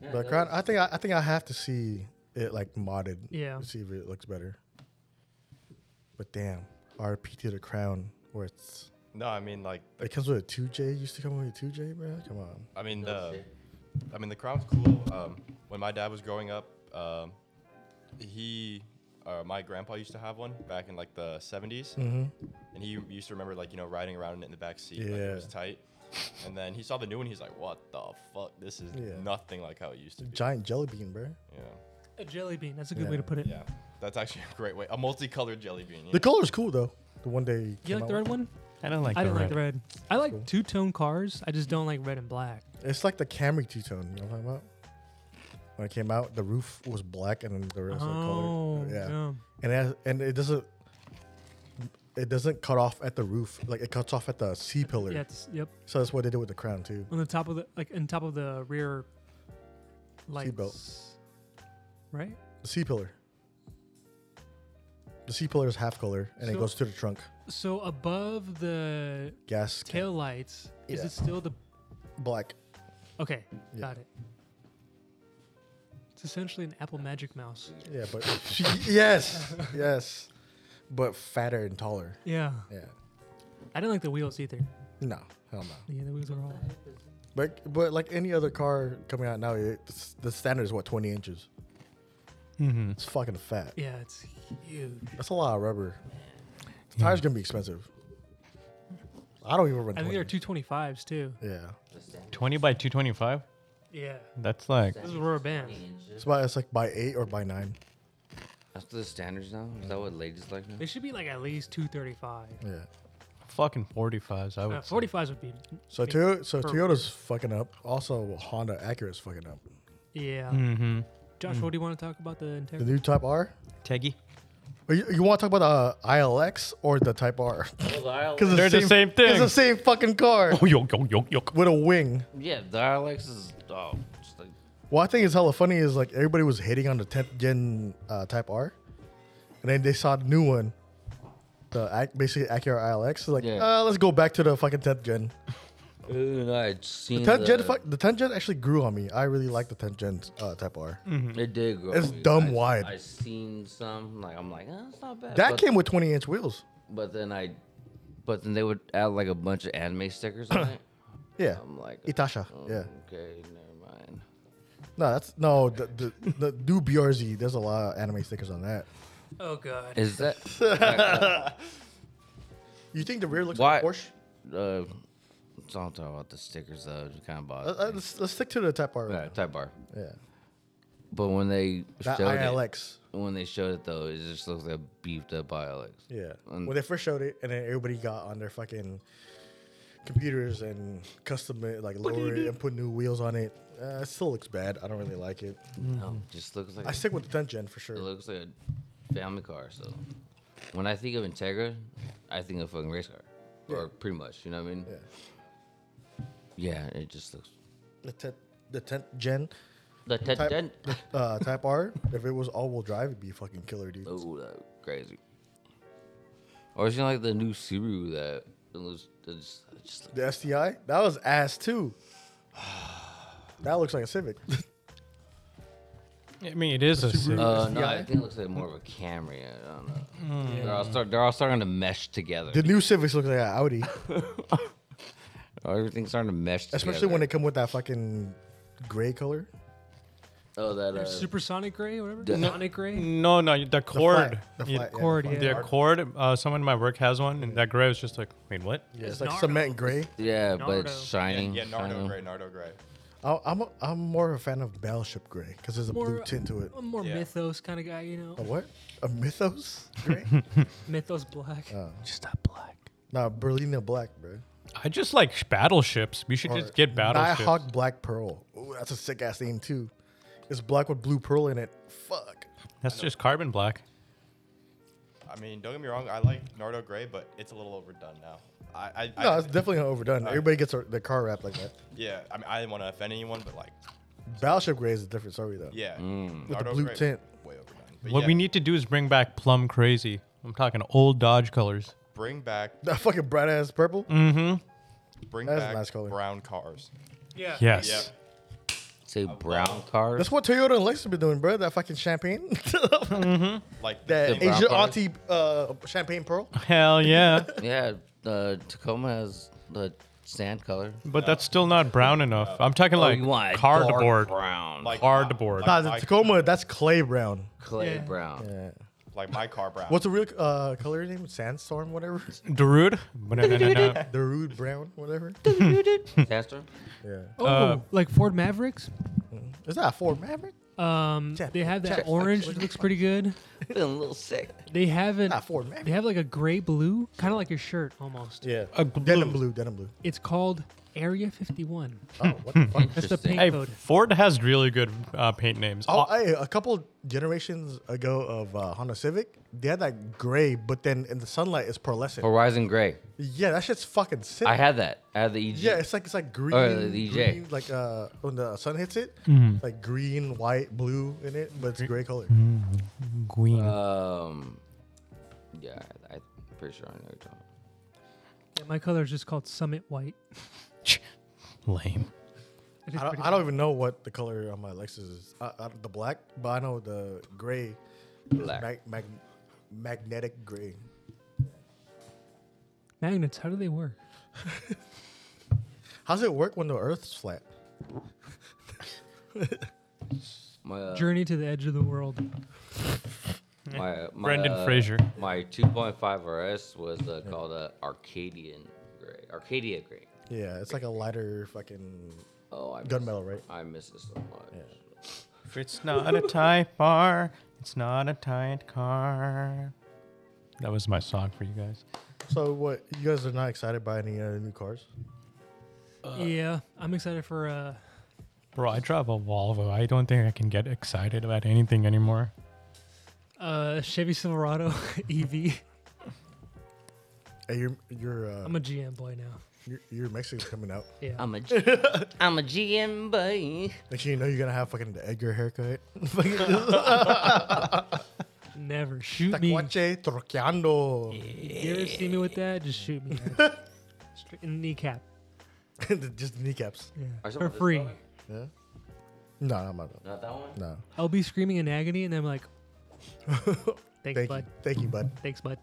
Speaker 4: Yeah,
Speaker 3: But
Speaker 4: that
Speaker 3: crown,
Speaker 4: looks-
Speaker 3: I think I, I think I have to see it like modded.
Speaker 2: Yeah.
Speaker 3: To see if it looks better. But damn, RP to the crown where it's
Speaker 5: No, I mean like the,
Speaker 3: it comes with a two J. Used to come with a two J, bro. Come on.
Speaker 5: I mean
Speaker 4: No
Speaker 5: the
Speaker 4: shit.
Speaker 5: I mean the crown's cool. Um, when my dad was growing up, um, he uh, my grandpa used to have one back in like the 70s,
Speaker 3: Hmm. Mm-hmm.
Speaker 5: and he used to remember like you know riding around in it in the back seat. Like, it was
Speaker 3: Yeah.
Speaker 5: tight. And then he saw the new one. He's like, "What the fuck? This is
Speaker 3: Yeah.
Speaker 5: nothing like how it used to be."
Speaker 3: Giant jelly bean, bro.
Speaker 5: Yeah,
Speaker 2: A jelly bean. That's a good
Speaker 3: Yeah.
Speaker 2: way to put it.
Speaker 5: yeah. That's actually a great way. A multicolored jelly bean. you
Speaker 3: The
Speaker 5: know?
Speaker 3: color's cool though. The one day.
Speaker 2: You like the red one?
Speaker 1: I don't like
Speaker 2: I
Speaker 1: the
Speaker 2: didn't
Speaker 1: red.
Speaker 2: like the red. I like two tone cars. I just don't like red and black.
Speaker 3: It's like the Camry two tone. You know what I'm talking about? When it came out, the roof was black and then the rest of the
Speaker 2: Oh,
Speaker 3: color. Yeah.
Speaker 2: yeah.
Speaker 3: And it has, and it doesn't. It doesn't cut off at the roof. Like it cuts off at the C pillar.
Speaker 2: Yeah. It's, yep.
Speaker 3: So that's what they did with the crown too.
Speaker 2: On the top of the like on top of the rear lights. Right?
Speaker 3: The C pillar. The C pillar is half color and it
Speaker 2: So-
Speaker 3: goes to the trunk.
Speaker 2: So above the
Speaker 3: Gas
Speaker 2: tail lights, is
Speaker 3: Yeah.
Speaker 2: it still the
Speaker 3: black.
Speaker 2: Okay,
Speaker 3: Yeah.
Speaker 2: got it. It's essentially an Apple Magic Mouse.
Speaker 3: Yeah, but yes, yes, but fatter and taller.
Speaker 2: Yeah.
Speaker 3: Yeah,
Speaker 2: I didn't like the wheels either.
Speaker 3: no, hell no.
Speaker 2: Yeah, the wheels are all
Speaker 3: But but like any other car coming out now, it, the standard is what twenty inches.
Speaker 1: Mhm.
Speaker 3: It's fucking fat.
Speaker 2: Yeah, it's huge.
Speaker 3: That's a lot of rubber. The tire's gonna be expensive. I don't even run.
Speaker 2: I think
Speaker 3: 20.
Speaker 2: there are two twenty fives too.
Speaker 3: yeah,
Speaker 1: Twenty by two twenty five.
Speaker 2: Yeah.
Speaker 1: That's like
Speaker 2: This is Aurora Band.
Speaker 3: it's about it's like by eight or by nine.
Speaker 4: That's the standards now. Is that what ladies like now?
Speaker 2: They should be like at least two thirty five.
Speaker 3: Yeah.
Speaker 1: fucking forty fives.
Speaker 3: Oh,
Speaker 1: I would.
Speaker 2: Uh,
Speaker 1: say.
Speaker 2: forty fives would be
Speaker 3: So
Speaker 2: Okay.
Speaker 3: Toyota, so
Speaker 2: For-
Speaker 3: Toyota's fucking up. Also Honda Acura's fucking up.
Speaker 2: yeah.
Speaker 1: Mhm.
Speaker 2: Josh, what do you want to talk about the
Speaker 3: The
Speaker 2: Integra?
Speaker 3: new Type R.
Speaker 1: Teggy.
Speaker 3: Or you, you want to talk about the uh, ILX or the Type R? Because
Speaker 1: They're the same thing.
Speaker 3: It's the same fucking car
Speaker 1: Oh yo yo yo yo.
Speaker 3: with a wing.
Speaker 4: Yeah, the Alex is oh, just like
Speaker 3: Well, I think it's hella funny is like everybody was hating on the 10th gen uh, Type R, and then they saw the new one, the Ac- basically Acura ILX. So like,
Speaker 4: Yeah.
Speaker 3: uh, let's go back to the fucking 10th gen.
Speaker 4: Ooh, I'd seen
Speaker 3: 10th gen,
Speaker 4: the-
Speaker 3: fuck, the 10th gen actually grew on me. I really like the 10th gen uh, Type R.
Speaker 4: It did grow.
Speaker 3: It's
Speaker 4: on me.
Speaker 3: dumb
Speaker 4: I,
Speaker 3: wide.
Speaker 4: I seen some like I'm like, oh, it's not bad.
Speaker 3: That
Speaker 4: but,
Speaker 3: came with 20 inch wheels.
Speaker 4: but then I, but then they would add like a bunch of anime stickers on it.
Speaker 3: Yeah,
Speaker 4: I'm like,
Speaker 3: Itasha.
Speaker 4: oh,
Speaker 3: Yeah,
Speaker 4: Okay, never mind.
Speaker 3: no, that's no the the, the new BRZ. There's a lot of anime stickers on that.
Speaker 2: Oh god.
Speaker 4: Is that uh,
Speaker 3: You think the rear looks
Speaker 4: why?
Speaker 3: like a Porsche?
Speaker 4: Uh, don't talk about the stickers though. It kind of
Speaker 3: Uh,
Speaker 4: bothers.
Speaker 3: uh,
Speaker 4: me.
Speaker 3: let's, let's stick to the Type R.
Speaker 4: Yeah,
Speaker 3: Right
Speaker 4: type bar.
Speaker 3: now. Yeah.
Speaker 4: But when they
Speaker 3: That
Speaker 4: showed
Speaker 3: ILX.
Speaker 4: it, when they showed it though, it just looks like a beefed up ILX.
Speaker 3: Yeah.
Speaker 4: Um,
Speaker 3: when they first showed it, and then everybody got on their fucking computers and custom it, like lower it and put new wheels on it. Uh, it still looks bad. I don't really like it.
Speaker 4: No, just looks like
Speaker 3: Mm-hmm. I stick with the 10th gen for
Speaker 4: it
Speaker 3: sure.
Speaker 4: looks like a family car. So when I think of Integra, I think of fucking race car, or pretty much. You know what I mean?
Speaker 3: Yeah.
Speaker 4: Yeah, it just looks.
Speaker 3: The 10th the 10th gen
Speaker 4: The t-
Speaker 3: type,
Speaker 4: ten-
Speaker 3: uh, type R, if it was all wheel drive, it'd be fucking killer, dude.
Speaker 4: Oh, that crazy. Or is it like the new Subaru that it looks, it just, it just
Speaker 3: The STI? That was ass too. That looks like a Civic.
Speaker 1: I mean, it is a
Speaker 3: Subaru.
Speaker 1: Civic.
Speaker 4: Uh, no,
Speaker 3: STI?
Speaker 4: I think it looks like more of a Camry. I don't know.
Speaker 3: Hmm.
Speaker 4: They're, all start, they're all starting to mesh together.
Speaker 3: The new Civics look like an Audi,
Speaker 4: Everything's starting to mesh together.
Speaker 3: especially when they come with that fucking gray color.
Speaker 4: Oh, that uh,
Speaker 2: Supersonic gray, whatever.
Speaker 4: Yeah.
Speaker 2: Sonic gray.
Speaker 1: no, no, the cord.
Speaker 3: The flat, the
Speaker 1: Yeah,
Speaker 3: flat, yeah,
Speaker 2: Accord,
Speaker 3: the flat.
Speaker 1: The
Speaker 2: yeah.
Speaker 1: Accord, uh, someone in my work has one, and that gray was just like, wait, what?
Speaker 3: Yeah, it's
Speaker 2: It's
Speaker 3: like
Speaker 2: Nardo.
Speaker 3: cement gray.
Speaker 4: yeah, but it's
Speaker 2: Nardo.
Speaker 5: Yeah,
Speaker 4: shining.
Speaker 5: yeah Nardo
Speaker 4: shining.
Speaker 5: Gray, Nardo Gray.
Speaker 3: I- I'm a, I'm more of a fan of Battleship Gray because there's a blue
Speaker 2: More-
Speaker 3: tint to it.
Speaker 2: I'm more
Speaker 5: Yeah.
Speaker 2: mythos kind of guy, you know.
Speaker 3: A what? A Mythos Gray?
Speaker 2: Mythos black.
Speaker 6: Just that black.
Speaker 3: nah, Berlina Black, bro.
Speaker 1: I just like sh- battleships. We should
Speaker 3: Or
Speaker 1: just get battleships.
Speaker 3: Nighthawk Black Pearl. Ooh, that's a sick ass name too. It's black with blue pearl in it. Fuck.
Speaker 1: That's just carbon black.
Speaker 5: I mean, don't get me wrong, I like Nardo Gray, but it's a little overdone now. I, I,
Speaker 3: No,
Speaker 5: I
Speaker 3: it's definitely not overdone. Everybody gets their- their car wrapped like that.
Speaker 5: yeah. I mean, I didn't want to offend anyone, but like,
Speaker 3: Battleship Gray is a different story though.
Speaker 5: yeah,
Speaker 3: Mm. the blue tint.
Speaker 5: way overdone. But
Speaker 1: What
Speaker 5: yeah,
Speaker 1: we need to do is bring back plum crazy. I'm talking old Dodge colors.
Speaker 5: bring back,
Speaker 3: That fucking bright ass purple.
Speaker 5: bring
Speaker 3: That is a
Speaker 5: back
Speaker 3: nice color.
Speaker 5: brown cars.
Speaker 2: Yeah.
Speaker 1: Yes.
Speaker 5: Yeah,
Speaker 4: Say brown cars.
Speaker 3: That's what Toyota and Lexus been doing, bro. That fucking champagne,
Speaker 5: like
Speaker 3: that
Speaker 4: brown
Speaker 3: Asian
Speaker 4: color.
Speaker 3: auntie uh, champagne pearl.
Speaker 1: Hell yeah.
Speaker 4: Yeah, the Tacoma has the sand color.
Speaker 1: But that's still not brown enough. I'm talking
Speaker 4: Oh,
Speaker 1: like
Speaker 4: you want
Speaker 1: cardboard.
Speaker 4: dark brown,
Speaker 5: like
Speaker 1: Cardboard.
Speaker 5: Like,
Speaker 3: Nah, the
Speaker 5: my,
Speaker 3: Tacoma, that's clay brown.
Speaker 4: clay
Speaker 2: Yeah.
Speaker 4: brown.
Speaker 5: like my car brown.
Speaker 3: What's the real uh, color name? Sandstorm, whatever.
Speaker 1: Darude? Ba-na-na-na-na.
Speaker 3: the rude brown, whatever.
Speaker 4: Castor?
Speaker 3: Yeah.
Speaker 2: Oh, like Ford Mavericks.
Speaker 3: Is that a Ford Maverick?
Speaker 2: Um,
Speaker 3: Jeff,
Speaker 2: they have that
Speaker 3: Jeff,
Speaker 2: orange that looks pretty good.
Speaker 4: Feeling a little sick.
Speaker 2: They have an.
Speaker 3: Not Ford
Speaker 2: They
Speaker 3: Maverick.
Speaker 2: have like a gray blue, kind of like your shirt almost.
Speaker 3: Yeah.
Speaker 1: A
Speaker 3: Denim
Speaker 1: blue.
Speaker 3: blue, denim blue.
Speaker 2: It's called Area 51.
Speaker 3: Oh, what the
Speaker 2: That's
Speaker 3: fuck?
Speaker 2: the
Speaker 4: Interesting.
Speaker 2: paint
Speaker 1: Hey,
Speaker 2: code.
Speaker 1: Ford has really good uh, paint names.
Speaker 3: Oh,
Speaker 1: Uh,
Speaker 3: I, a couple generations ago of uh, Honda Civic, they had that gray, but then in the sunlight, it's pearlescent.
Speaker 4: Horizon Gray.
Speaker 3: Yeah, that shit's fucking sick.
Speaker 4: Oh. I had that. I had the E EG.
Speaker 3: Yeah, it's like it's like green,
Speaker 4: the DJ.
Speaker 3: green, like uh, when the sun hits it,
Speaker 1: Mm-hmm.
Speaker 3: like green, white, blue in it, but it's gray color.
Speaker 1: Green.
Speaker 4: Um, yeah, I, I'm pretty sure I know what you're talking about.
Speaker 2: Yeah, my color is just called Summit White.
Speaker 1: Lame.
Speaker 2: It is
Speaker 3: I don't,
Speaker 2: pretty
Speaker 3: I don't even know what the color on my Lexus is. I, I, the black, but I know the gray, is
Speaker 4: Black.
Speaker 3: Mag, mag, magnetic gray.
Speaker 2: good. Magnets, how do they work?
Speaker 3: How's it work when the Earth's flat?
Speaker 4: My, uh,
Speaker 2: Journey to the edge of the world.
Speaker 4: my, uh, my,
Speaker 1: Brendan
Speaker 4: uh,
Speaker 1: Fraser.
Speaker 4: My 2.5 RS was uh, called uh, Arcadian Gray. Arcadia Gray.
Speaker 3: Yeah, it's like a lighter fucking
Speaker 4: Oh, I miss,
Speaker 3: gunmetal, right?
Speaker 4: I miss it so much.
Speaker 1: If it's not a tight bar, it's not a tight car. That was my song for you guys.
Speaker 3: So what? You guys are not excited by any uh, new cars?
Speaker 2: yeah, I'm excited for. Uh,
Speaker 1: Bro, I drive a Volvo. I don't think I can get excited about anything anymore.
Speaker 2: Uh, Chevy Silverado E EV.
Speaker 3: Hey, your your uh,
Speaker 2: I'm a GM boy now.
Speaker 3: your, your Mexican's coming out.
Speaker 2: Yeah.
Speaker 4: I'm a, G- I'm a GM boy.
Speaker 3: Next thing you know, you're gonna have fucking the Edgar haircut.
Speaker 2: Never shoot me.
Speaker 3: Tacuache troqueando.
Speaker 2: You ever see me with that? Just shoot me. man. Straight in the kneecap.
Speaker 3: Just kneecaps.
Speaker 2: Yeah.
Speaker 4: Are some
Speaker 2: For
Speaker 4: of this
Speaker 2: free.
Speaker 4: color?
Speaker 3: Yeah. No, I'm not.
Speaker 4: Not that one?
Speaker 3: No.
Speaker 2: I'll be screaming in agony, and I'm like, "Thanks,
Speaker 3: Thank
Speaker 2: bud.
Speaker 3: you. Thank you, bud.
Speaker 2: Thanks, bud."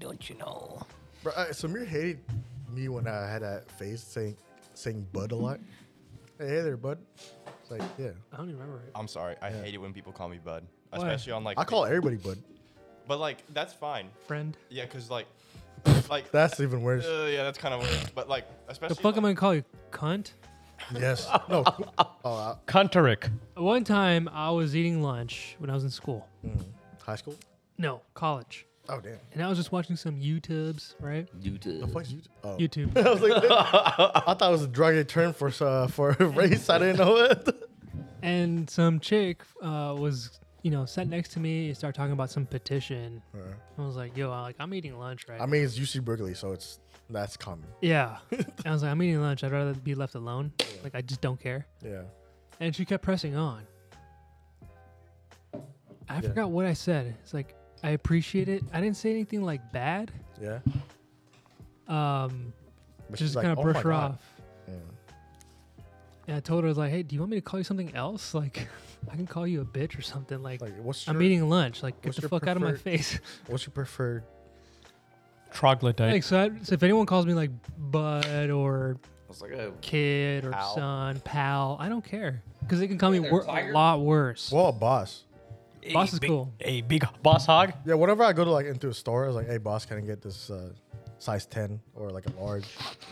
Speaker 3: Bro, uh, Samir hated me when I had that face saying saying bud a lot. Hey, hey there, bud. It's like, yeah.
Speaker 2: I don't even remember it.
Speaker 5: I'm sorry, I hate it when people call me Bud,
Speaker 2: Why?
Speaker 5: especially on like.
Speaker 3: I call everybody bud.
Speaker 5: But like, that's fine.
Speaker 2: Friend.
Speaker 5: Yeah, cause like, like.
Speaker 3: That's even worse.
Speaker 5: uh, yeah, that's kind of weird. But like, especially.
Speaker 2: The fuck
Speaker 5: like,
Speaker 2: am I gonna call you, cunt?
Speaker 3: Yes. No.
Speaker 1: Cunteric.
Speaker 2: One time I was eating lunch when I was in school.
Speaker 3: High school?
Speaker 2: No, college.
Speaker 3: Oh damn.
Speaker 2: and I was just watching some YouTubes, right?
Speaker 4: Due
Speaker 3: The
Speaker 4: to
Speaker 3: fuck's YouTube? Oh.
Speaker 2: YouTube.
Speaker 3: I was like, I thought it was a drug term for uh, for race. I didn't know it.
Speaker 2: and some chick uh, was you know sat next to me and started talking about some petition i was like yo I, like i'm eating lunch right
Speaker 3: I mean, it's UC Berkeley, so it's that's common.
Speaker 2: yeah And i was like i'm eating lunch i'd rather be left alone like i just don't care
Speaker 3: Yeah.
Speaker 2: and she kept pressing on i forgot what i said it's like i appreciate it i didn't say anything like bad
Speaker 3: Yeah.
Speaker 2: um
Speaker 3: But
Speaker 2: just
Speaker 3: she's like,
Speaker 2: kind of
Speaker 3: "Oh my
Speaker 2: brush her
Speaker 3: God."
Speaker 2: off
Speaker 3: Yeah.
Speaker 2: and i told her I was like hey do you want me to call you something else like i can call you a bitch or something like,
Speaker 3: Like, what's your,
Speaker 2: i'm eating lunch like get
Speaker 3: what's
Speaker 2: the
Speaker 3: your
Speaker 2: fuck out of my
Speaker 3: preferred-
Speaker 2: face
Speaker 3: What's your preferred?
Speaker 1: Troglodyte.
Speaker 2: Like, so, I- so if anyone calls me like bud or
Speaker 4: it's like
Speaker 5: oh.
Speaker 4: a
Speaker 2: kid or
Speaker 5: Pal.
Speaker 2: son, pal, I don't care because they can call me
Speaker 4: Either
Speaker 2: wor- a
Speaker 4: tiger-
Speaker 2: lot worse.
Speaker 3: Well, boss.
Speaker 2: boss is cool.
Speaker 1: Hey, big boss hog.
Speaker 3: Yeah. Whenever I go to like into a store, it's like, hey, boss, can I get this uh, size ten or like a large?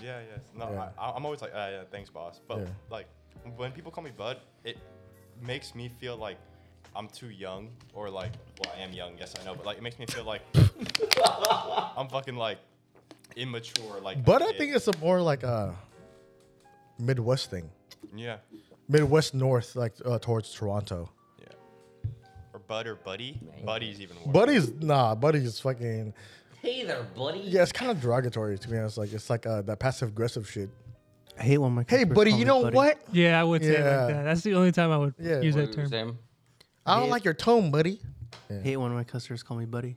Speaker 5: Yeah, yeah. No,
Speaker 3: Yeah.
Speaker 5: I, I'm always like, ah, yeah, thanks, boss. But
Speaker 3: Yeah.
Speaker 5: like, when people call me bud, it makes me feel like I'm too young, or like, well, I am young, yes, I know, but like, it makes me feel like I'm fucking like immature. Like, a
Speaker 3: But I
Speaker 5: kid.
Speaker 3: think it's a more like a Midwest thing,
Speaker 5: yeah,
Speaker 3: Midwest North, like uh, towards Toronto.
Speaker 5: yeah. Or bud or buddy, buddy's even worse.
Speaker 3: Buddy's nah, buddy's is fucking.
Speaker 4: hey there, buddy.
Speaker 3: Yeah, it's kind of derogatory to be honest. Like it's like uh, that passive aggressive shit.
Speaker 6: I hate when my
Speaker 3: Hey,
Speaker 6: customers
Speaker 3: buddy,
Speaker 6: call
Speaker 3: you
Speaker 6: me
Speaker 3: know
Speaker 6: buddy.
Speaker 3: what?
Speaker 2: Yeah, I would say it
Speaker 3: Yeah.
Speaker 2: like that. That's the only time I would
Speaker 3: Yeah.
Speaker 2: use
Speaker 4: What
Speaker 2: that
Speaker 4: were
Speaker 2: term.
Speaker 4: you saying?
Speaker 3: I don't
Speaker 6: Yeah.
Speaker 3: like your tone, buddy.
Speaker 6: I hate when my customers call me buddy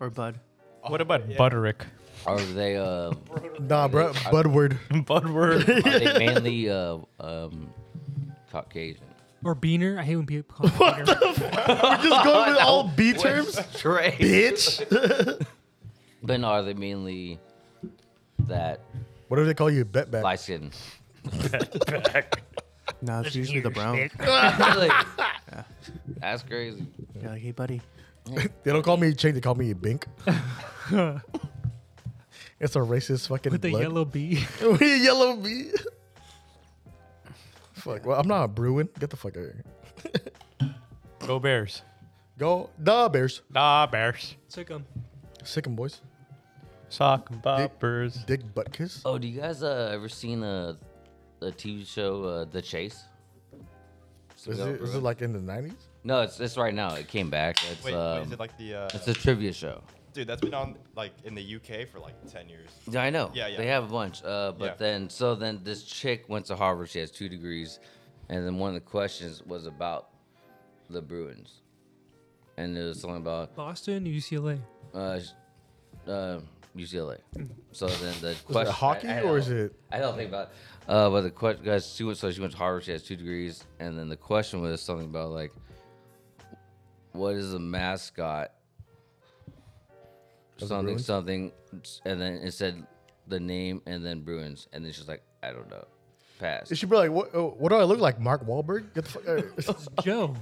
Speaker 6: or bud.
Speaker 5: Oh,
Speaker 1: What about Butterick?
Speaker 4: Are they uh,
Speaker 3: Nah, bro, Budward.
Speaker 1: Budward.
Speaker 4: are they mainly uh, um, Caucasian?
Speaker 2: Or beaner. I hate when people call me beaner.
Speaker 3: Just go with all B terms,
Speaker 4: Straight.
Speaker 3: bitch.
Speaker 4: But no, are they mainly that
Speaker 3: What do they call you, bet back?
Speaker 4: light skin?
Speaker 6: No, it's usually the brown.
Speaker 4: Really? That's crazy.
Speaker 6: They're like, hey, buddy.
Speaker 3: They don't call me Chink. They call me a Bink. it's a racist fucking.
Speaker 2: With the
Speaker 3: blood.
Speaker 2: yellow B.
Speaker 3: we a yellow B. Fuck. Well, I'm not a Bruin. Get the fuck out of here.
Speaker 1: Go Bears.
Speaker 3: Go, the Bears.
Speaker 1: Nah, Bears.
Speaker 2: Sick 'em.
Speaker 3: Sick 'em boys.
Speaker 1: Sock boppers.
Speaker 3: Dick butt kiss.
Speaker 4: Oh, do you guys uh, ever seen uh, the TV show uh, The Chase?
Speaker 3: Is it, is it like in the 90s?
Speaker 4: no, it's it's right now. It came back. It's
Speaker 5: Wait,
Speaker 4: um,
Speaker 5: wait, is it like the uh,
Speaker 4: it's a trivia show.
Speaker 5: dude that's been on like in the UK for like ten years?
Speaker 4: Yeah, I know.
Speaker 5: Yeah, yeah.
Speaker 4: They have a bunch. Uh, but
Speaker 5: Yeah.
Speaker 4: then, so then this chick went to Harvard. She has two degrees. And then one of the questions was about the Bruins. And it was something about
Speaker 2: Boston, UCLA.
Speaker 4: uh, sh- uh, UCLA. So then the
Speaker 3: Was it
Speaker 4: question.
Speaker 3: hockey
Speaker 4: I- I
Speaker 3: or is
Speaker 4: don't-
Speaker 3: it?
Speaker 4: I don't think about. It. Uh, but the question, guys, she went. So she went to Harvard. She has two degrees, and then the question was something about like, what is the mascot?
Speaker 3: the
Speaker 4: Something,
Speaker 3: Bruins?
Speaker 4: something, and then it said the name, and then Bruins, and then she's like, I don't know, pass.
Speaker 3: It should be like, what, uh, what do I look like? Mark Wahlberg? Get the fuck out of here.
Speaker 2: It's Joe.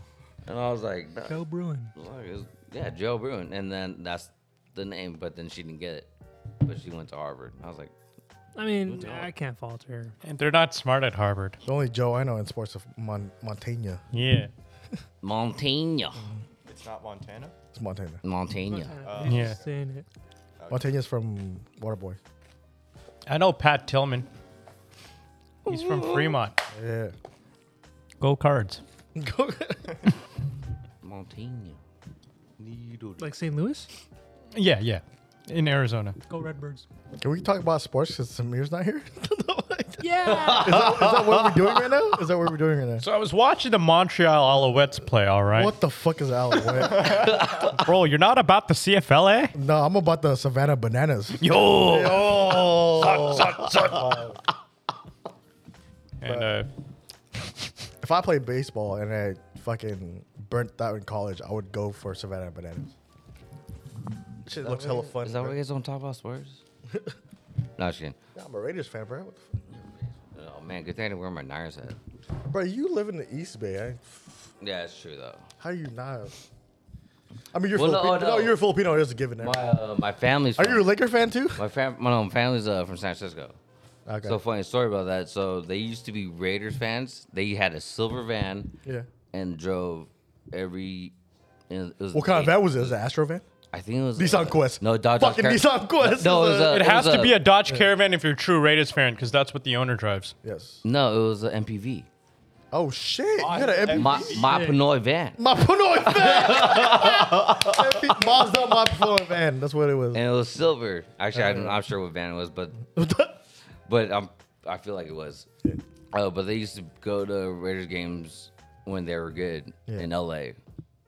Speaker 4: And I was like, no,
Speaker 2: Joe Bruin.
Speaker 4: Fuck, it was- yeah, Joe Bruin, and then that's the name, but then she didn't get it, but she went to Harvard. I was like,
Speaker 2: I mean, I can't fault her.
Speaker 1: And they're not smart at Harvard.
Speaker 3: The only Joe I know in sports of Mon- Montana.
Speaker 1: Yeah.
Speaker 4: Montaigne.
Speaker 5: It's not Montana.
Speaker 3: It's Montana.
Speaker 4: Montaigne.
Speaker 2: You're
Speaker 1: Yeah.
Speaker 2: just Uh, saying it.
Speaker 3: Montana's from Waterboy.
Speaker 1: I know Pat Tillman. He's from Fremont.
Speaker 3: Yeah.
Speaker 1: Go Cards.
Speaker 3: Go-
Speaker 4: Montaigne.
Speaker 2: Like St. Louis?
Speaker 1: Yeah, yeah. In Arizona.
Speaker 2: Go Redbirds.
Speaker 3: Can we talk about sports since Samir's not here? is,
Speaker 2: Yeah.
Speaker 3: that, is that what we're doing right now? Is that what we're doing right now?
Speaker 1: So I was watching the Montreal Alouettes play, all right?
Speaker 3: What the fuck is Alouette?
Speaker 1: Bro, you're not about the CFL, eh?
Speaker 3: no, I'm about the Savannah Bananas.
Speaker 1: Yo!
Speaker 3: Oh.
Speaker 1: And uh,
Speaker 3: If I played baseball and I fucking burnt that in college, I would go for Savannah Bananas. Shit looks hella fun.
Speaker 4: Is that what
Speaker 3: bro.
Speaker 4: you guys don't talk about sports? no, just kidding.
Speaker 3: Yeah, I'm a Raiders fan, bro. What the fuck?
Speaker 4: Oh man, good thing I didn't wear my Niners hat.
Speaker 3: Bro, you live in the East Bay. Eh?
Speaker 4: Yeah, it's true though.
Speaker 3: How you not? I mean, you're
Speaker 4: Well, no, oh,
Speaker 3: Filipino. No,
Speaker 4: no.
Speaker 3: you're Filipino. There's a given there.
Speaker 4: My uh, my family's.
Speaker 3: Are
Speaker 4: from-
Speaker 3: you a Laker fan too?
Speaker 4: My fam, my no, my family's uh, from San Francisco.
Speaker 3: Okay.
Speaker 4: So funny story about that. So they used to be Raiders fans. They had a silver van
Speaker 3: yeah.
Speaker 4: and drove every. and It was
Speaker 3: What kind of van was it? Is it an Astro van?
Speaker 4: I think it was
Speaker 3: Nissan Quest.
Speaker 4: No, Dodge
Speaker 3: Fucking
Speaker 4: Car-
Speaker 3: Nissan Quest.
Speaker 4: No, it
Speaker 3: is
Speaker 4: was a-
Speaker 3: a-
Speaker 4: It
Speaker 1: It has
Speaker 4: was
Speaker 1: to be a Dodge Caravan if you're a true Raiders fan, because that's what the owner drives.
Speaker 3: yes.
Speaker 4: No, it was an MPV.
Speaker 3: Oh shit! You
Speaker 5: I-
Speaker 3: had an MP.
Speaker 4: My my Pinoy van.
Speaker 3: my Pinoy van. MP Mazda my Pinoy van. That's what it was.
Speaker 4: and it was silver. Actually,
Speaker 3: Uh.
Speaker 4: I'm not sure what van it was, but but um, I feel like it was. Oh, but they used to go to Raiders games when they were good
Speaker 3: Yeah.
Speaker 4: in LA,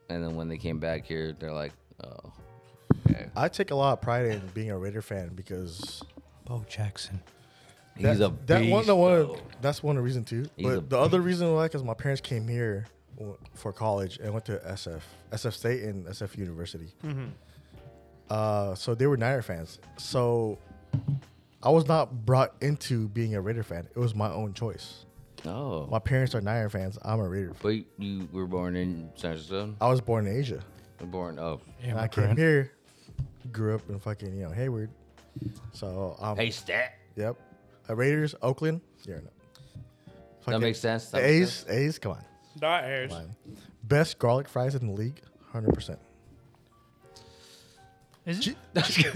Speaker 4: and then when they came back here, they're like, oh,
Speaker 3: I take a lot of pride in being a Raider fan because
Speaker 1: Bo Jackson.
Speaker 4: he's
Speaker 3: that,
Speaker 4: a
Speaker 3: that one,
Speaker 4: beast,
Speaker 3: the one,
Speaker 4: though."
Speaker 3: that's one of the reason too.
Speaker 4: He's a
Speaker 3: but the other reason why, because my parents came here w- for college and went to SF, SF State and SF University. Uh, so they were Niner fans. So I was not brought into being a Raider fan. It was my own choice.
Speaker 4: Oh,
Speaker 3: My parents are Niner fans. I'm a Raider. fan.
Speaker 4: but you were born in San Francisco.
Speaker 3: I was born in Asia.
Speaker 4: Born oh,
Speaker 1: Yeah,
Speaker 3: And
Speaker 1: my
Speaker 3: I came
Speaker 1: friend.
Speaker 3: here, grew up in fucking you know Hayward. So um,
Speaker 4: hey stat.
Speaker 3: yep, uh, Raiders, Oakland. Yeah, no.
Speaker 4: That makes sense. That
Speaker 3: The
Speaker 4: makes
Speaker 3: A's,
Speaker 4: sense.
Speaker 3: A's, come on.
Speaker 1: Not Ayers.
Speaker 3: Fine. Best garlic fries in the league, hundred percent.
Speaker 2: Is it?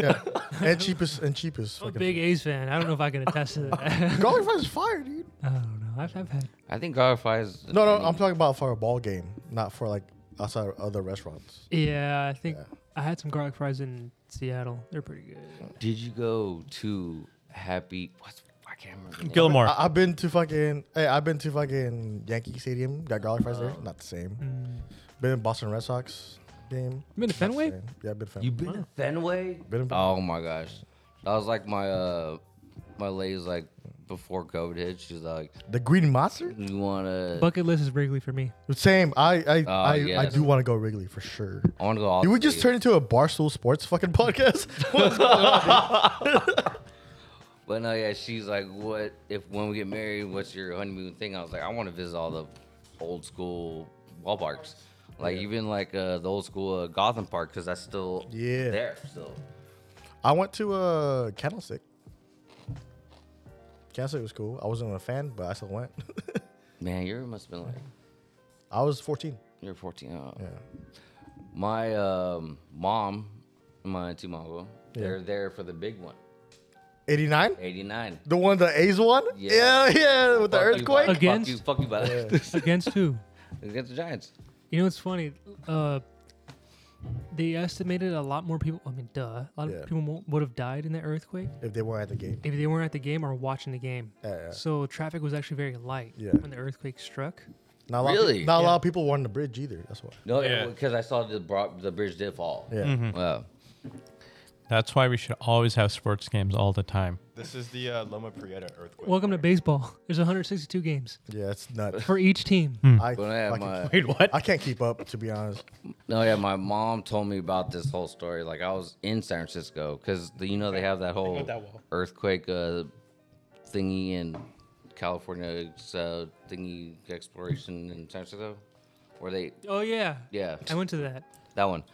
Speaker 3: Yeah, and cheapest and cheapest.
Speaker 2: I'm a
Speaker 3: fucking-
Speaker 2: big A's fan. I don't know if I can attest to that.
Speaker 3: garlic fries is fire, dude.
Speaker 2: I don't know. I've, I've had.
Speaker 4: I think Garlic Fries.
Speaker 3: No, no, um, I'm talking about for a ball game, not for like outside of other restaurants.
Speaker 2: Yeah, I think
Speaker 3: Yeah.
Speaker 2: I had some garlic fries in Seattle. They're pretty good.
Speaker 4: Did you go to Happy? What's I can't remember. the name.
Speaker 1: Gilmore.
Speaker 3: I, I've been to fucking. Hey, I've been to fucking Yankee Stadium. Got garlic fries
Speaker 4: Oh.
Speaker 3: there. Not the same.
Speaker 4: Mm.
Speaker 3: Been in Boston Red Sox game.
Speaker 2: Been to
Speaker 3: not the
Speaker 2: Fenway?
Speaker 3: same. Yeah, I've been to Fenway.
Speaker 4: You been to Fenway?
Speaker 3: Been to Fenway.
Speaker 4: Oh my gosh, that was like my uh my lady's like before COVID hit. She's like,
Speaker 3: the Green Monster.
Speaker 4: you wanna?
Speaker 2: Bucket list is Wrigley for me.
Speaker 3: Same. I I
Speaker 4: Oh,
Speaker 3: I, I
Speaker 4: yes.
Speaker 3: do want to go Wrigley for sure.
Speaker 4: I wanna go all.
Speaker 3: Did we
Speaker 4: three.
Speaker 3: just turn into a barstool sports fucking podcast?
Speaker 4: But no, yeah. She's like, what if when we get married? What's your honeymoon thing? I was like, I want to visit all the old school ballparks, like even like uh, the old school uh, Gotham Park, because that's still
Speaker 3: Yeah.
Speaker 4: there still.
Speaker 3: I went to uh, Candlestick. Candlestick was cool. I wasn't a fan, but I still went.
Speaker 4: Man, you must have been like
Speaker 3: I was 14.
Speaker 4: you're 14. Oh.
Speaker 3: Yeah.
Speaker 4: My um, mom, my two mom,
Speaker 3: Yeah.
Speaker 4: they're there for the big one,
Speaker 3: 89?
Speaker 4: 89.
Speaker 3: The one the A's won?
Speaker 4: Yeah.
Speaker 3: Yeah, yeah, with the
Speaker 4: Fuck you,
Speaker 3: earthquake.
Speaker 4: Buck.
Speaker 2: Against?
Speaker 4: Fuck you, fuck you, Buck.
Speaker 2: Against who?
Speaker 4: against the Giants.
Speaker 2: You know what's funny? Uh, they estimated a lot more people. I mean, duh. A lot
Speaker 3: Yeah.
Speaker 2: of people mo- would have died in that earthquake
Speaker 3: If they weren't at the game.
Speaker 2: if they weren't at the game or watching the game.
Speaker 3: Yeah, yeah.
Speaker 2: So traffic was actually very light
Speaker 3: Yeah.
Speaker 2: when the earthquake struck.
Speaker 3: Not a lot
Speaker 4: Really?
Speaker 3: Of, not a
Speaker 2: Yeah.
Speaker 3: lot of people were on the bridge either. That's why.
Speaker 4: No,
Speaker 1: Yeah.
Speaker 4: because I saw the bro- the bridge did fall.
Speaker 3: Yeah.
Speaker 4: Wow.
Speaker 1: That's why we should always have sports games all the time.
Speaker 5: This is the uh, Loma Prieta earthquake.
Speaker 2: Welcome to baseball. There's 162 games
Speaker 3: Yeah, it's nuts.
Speaker 2: for each team.
Speaker 3: I,
Speaker 4: But yeah,
Speaker 3: fucking-
Speaker 4: my,
Speaker 1: Wait, what?
Speaker 3: I can't keep up, to be honest.
Speaker 4: no, yeah, my mom told me about this whole story. Like I was in San Francisco because you know they have that whole
Speaker 1: that well.
Speaker 4: earthquake uh, thingy in California uh, thingy exploration in San Francisco, where they
Speaker 2: Oh yeah.
Speaker 4: yeah
Speaker 2: I went to that.
Speaker 4: that one.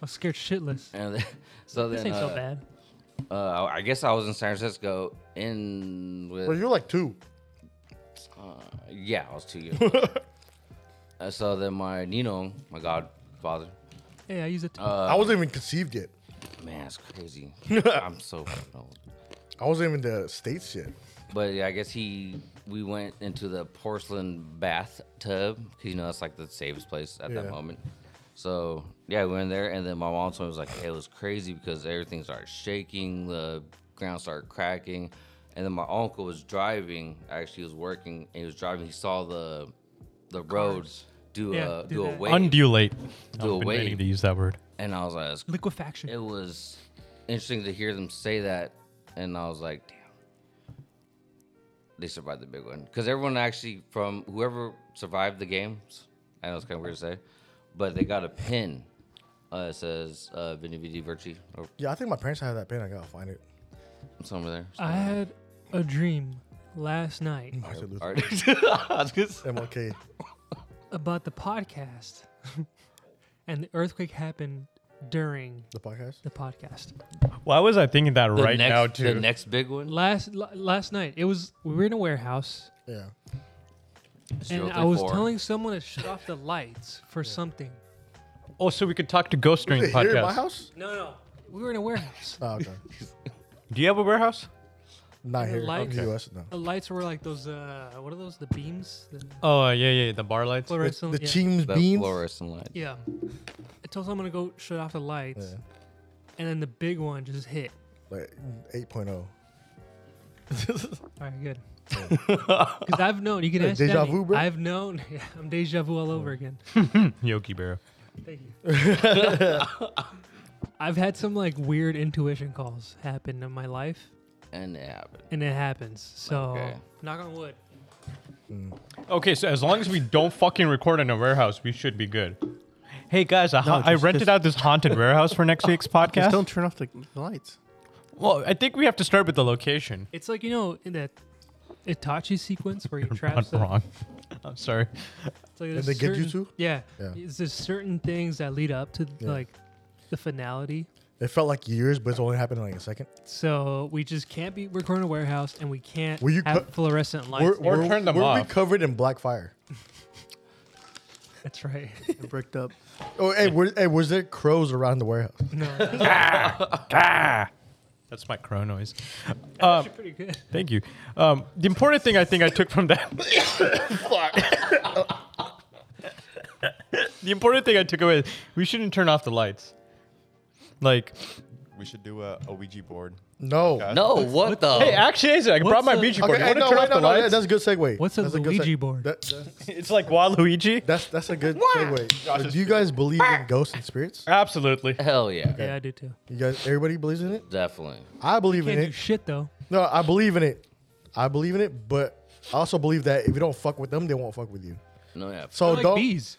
Speaker 2: I was scared shitless.
Speaker 4: And then, so
Speaker 2: This
Speaker 4: then
Speaker 2: ain't
Speaker 4: uh,
Speaker 2: so bad.
Speaker 4: uh, I guess I was in San Francisco in with
Speaker 3: But you're like two.
Speaker 4: yeah I was two years. old. Uh, so then my Nino, my godfather,
Speaker 2: Hey, I use it.
Speaker 4: Uh.
Speaker 3: I wasn't even conceived yet.
Speaker 4: Man, it's crazy. I'm so fucking old.
Speaker 3: I wasn't even the states yet.
Speaker 4: But yeah, I guess he we went into the porcelain bathtub because you know that's like the safest place at
Speaker 3: Yeah.
Speaker 4: that moment. So yeah, we went in there, and then my mom told me it was like it was crazy because everything started shaking, the ground started cracking, and then my uncle was driving. Actually, he was working, and he was driving. He saw the the roads do
Speaker 2: Yeah,
Speaker 4: a
Speaker 2: do
Speaker 4: do a
Speaker 2: that.
Speaker 4: wave,
Speaker 1: Undulate.
Speaker 4: Do a
Speaker 1: I've been
Speaker 4: wave.
Speaker 1: waiting to use that word.
Speaker 4: and I was like, "That's
Speaker 2: Liquefaction.
Speaker 4: it was interesting to hear them say that, and I was like, damn, they survived the big one because everyone actually from whoever survived the games, I know it's kind of weird to say, but they got a pin. Uh, it says uh, Vini Vidi Virci or
Speaker 3: Yeah, I think my parents had that pin. I gotta find it.
Speaker 4: somewhere there.
Speaker 2: I had a dream last night
Speaker 3: Martin Luther.
Speaker 4: Alright.
Speaker 3: MLK.
Speaker 2: about the podcast, and the earthquake happened during
Speaker 3: The podcast?
Speaker 2: the podcast.
Speaker 1: Why was I thinking that
Speaker 4: The
Speaker 1: right
Speaker 4: next,
Speaker 1: now, too?
Speaker 4: The next big one.
Speaker 2: Last l- last night, it was we were in a warehouse,
Speaker 3: Yeah.
Speaker 2: and I was telling someone to shut off the lights for something.
Speaker 1: Oh, so we could talk to Ghost during the
Speaker 3: Here in my
Speaker 1: podcast.
Speaker 3: house?
Speaker 2: No, no. We were in a warehouse.
Speaker 3: Oh, okay.
Speaker 1: Do you have a warehouse?
Speaker 3: Not
Speaker 2: The
Speaker 3: here.
Speaker 2: light-
Speaker 3: in the U.S. No.
Speaker 2: The lights were like those, uh, what are those? The beams? The
Speaker 1: Oh yeah, yeah, the bar lights.
Speaker 2: fluorescent-
Speaker 3: the
Speaker 2: yeah.
Speaker 3: team's
Speaker 4: The
Speaker 3: beans.
Speaker 4: fluorescent light.
Speaker 2: Yeah. I told someone to go shut off the lights.
Speaker 3: Yeah.
Speaker 2: And then the big one just hit.
Speaker 3: Like oh. 8.0.
Speaker 2: All right, good. Because I've known, you can
Speaker 3: Yeah,
Speaker 2: ask
Speaker 3: deja
Speaker 2: Danny,
Speaker 3: vu, bro.
Speaker 2: I've known, I'm deja vu all over again.
Speaker 1: Yogi Bear.
Speaker 2: Thank you. I've had some like weird intuition calls happen in my life,
Speaker 4: And it happened.
Speaker 2: and it happens. So,
Speaker 4: Okay.
Speaker 2: knock on wood.
Speaker 1: Okay, so as long as we don't fucking record in a warehouse, we should be good. Hey guys, I, ha-
Speaker 6: No,
Speaker 1: I
Speaker 6: just-
Speaker 1: rented
Speaker 6: just-
Speaker 1: out this haunted warehouse for next week's
Speaker 6: Just
Speaker 1: podcast.
Speaker 6: don't turn off the the lights.
Speaker 1: well, I think we have to start with the location.
Speaker 2: It's like, you know, in that Itachi sequence where he
Speaker 1: Not
Speaker 2: traps the,
Speaker 1: wrong. I'm sorry.
Speaker 2: it's like
Speaker 3: And
Speaker 2: there's
Speaker 3: they get you
Speaker 2: certain-
Speaker 3: too?
Speaker 2: Yeah.
Speaker 3: Yeah.
Speaker 2: It's There's certain things that lead up to
Speaker 3: Yeah.
Speaker 2: like the finality.
Speaker 3: It felt like years, but it's only happened in like a second.
Speaker 2: So we just can't be recording a warehouse, and we can't
Speaker 3: Were you
Speaker 2: have
Speaker 3: co-
Speaker 2: fluorescent lights.
Speaker 3: We're,
Speaker 2: in-
Speaker 1: or
Speaker 3: we're-
Speaker 1: turn them
Speaker 3: we're
Speaker 1: off.
Speaker 3: covered in black fire.
Speaker 2: That's right.
Speaker 6: They're bricked up.
Speaker 3: Oh, hey, were, hey, was there crows around the warehouse?
Speaker 2: no,
Speaker 1: That's my crow noise.
Speaker 2: that's pretty good.
Speaker 1: Thank you. Um, the important thing I think I took from that. the important thing I took away is we shouldn't turn off the lights. Like,
Speaker 5: We should do a, a Ouija board.
Speaker 3: No.
Speaker 5: Okay.
Speaker 4: No, what the?
Speaker 1: hey, actually, Isaac, I brought my
Speaker 2: the-
Speaker 1: Ouija board.
Speaker 3: Okay, hey,
Speaker 1: you
Speaker 3: no,
Speaker 1: want to turn
Speaker 3: wait,
Speaker 1: off
Speaker 3: no,
Speaker 1: the
Speaker 3: no, yeah,
Speaker 1: lights?
Speaker 3: that's a good segue.
Speaker 2: What's a
Speaker 3: That's good
Speaker 2: Luigi
Speaker 3: seg-
Speaker 2: board?
Speaker 3: That, that's,
Speaker 1: it's like Waluigi.
Speaker 3: that's that's a good segue. So do you guys believe in ghosts and spirits?
Speaker 1: Absolutely.
Speaker 4: Hell yeah.
Speaker 2: Yeah, I do too.
Speaker 3: You guys, everybody believes in it.
Speaker 4: Definitely.
Speaker 3: I believe in
Speaker 2: Can't do
Speaker 3: it.
Speaker 2: shit though.
Speaker 3: No, I believe in it. I believe in it, but I also believe that if you don't fuck with them, they won't fuck with you.
Speaker 4: No, yeah.
Speaker 3: So
Speaker 2: They're like
Speaker 3: Oh, don't.
Speaker 2: bees.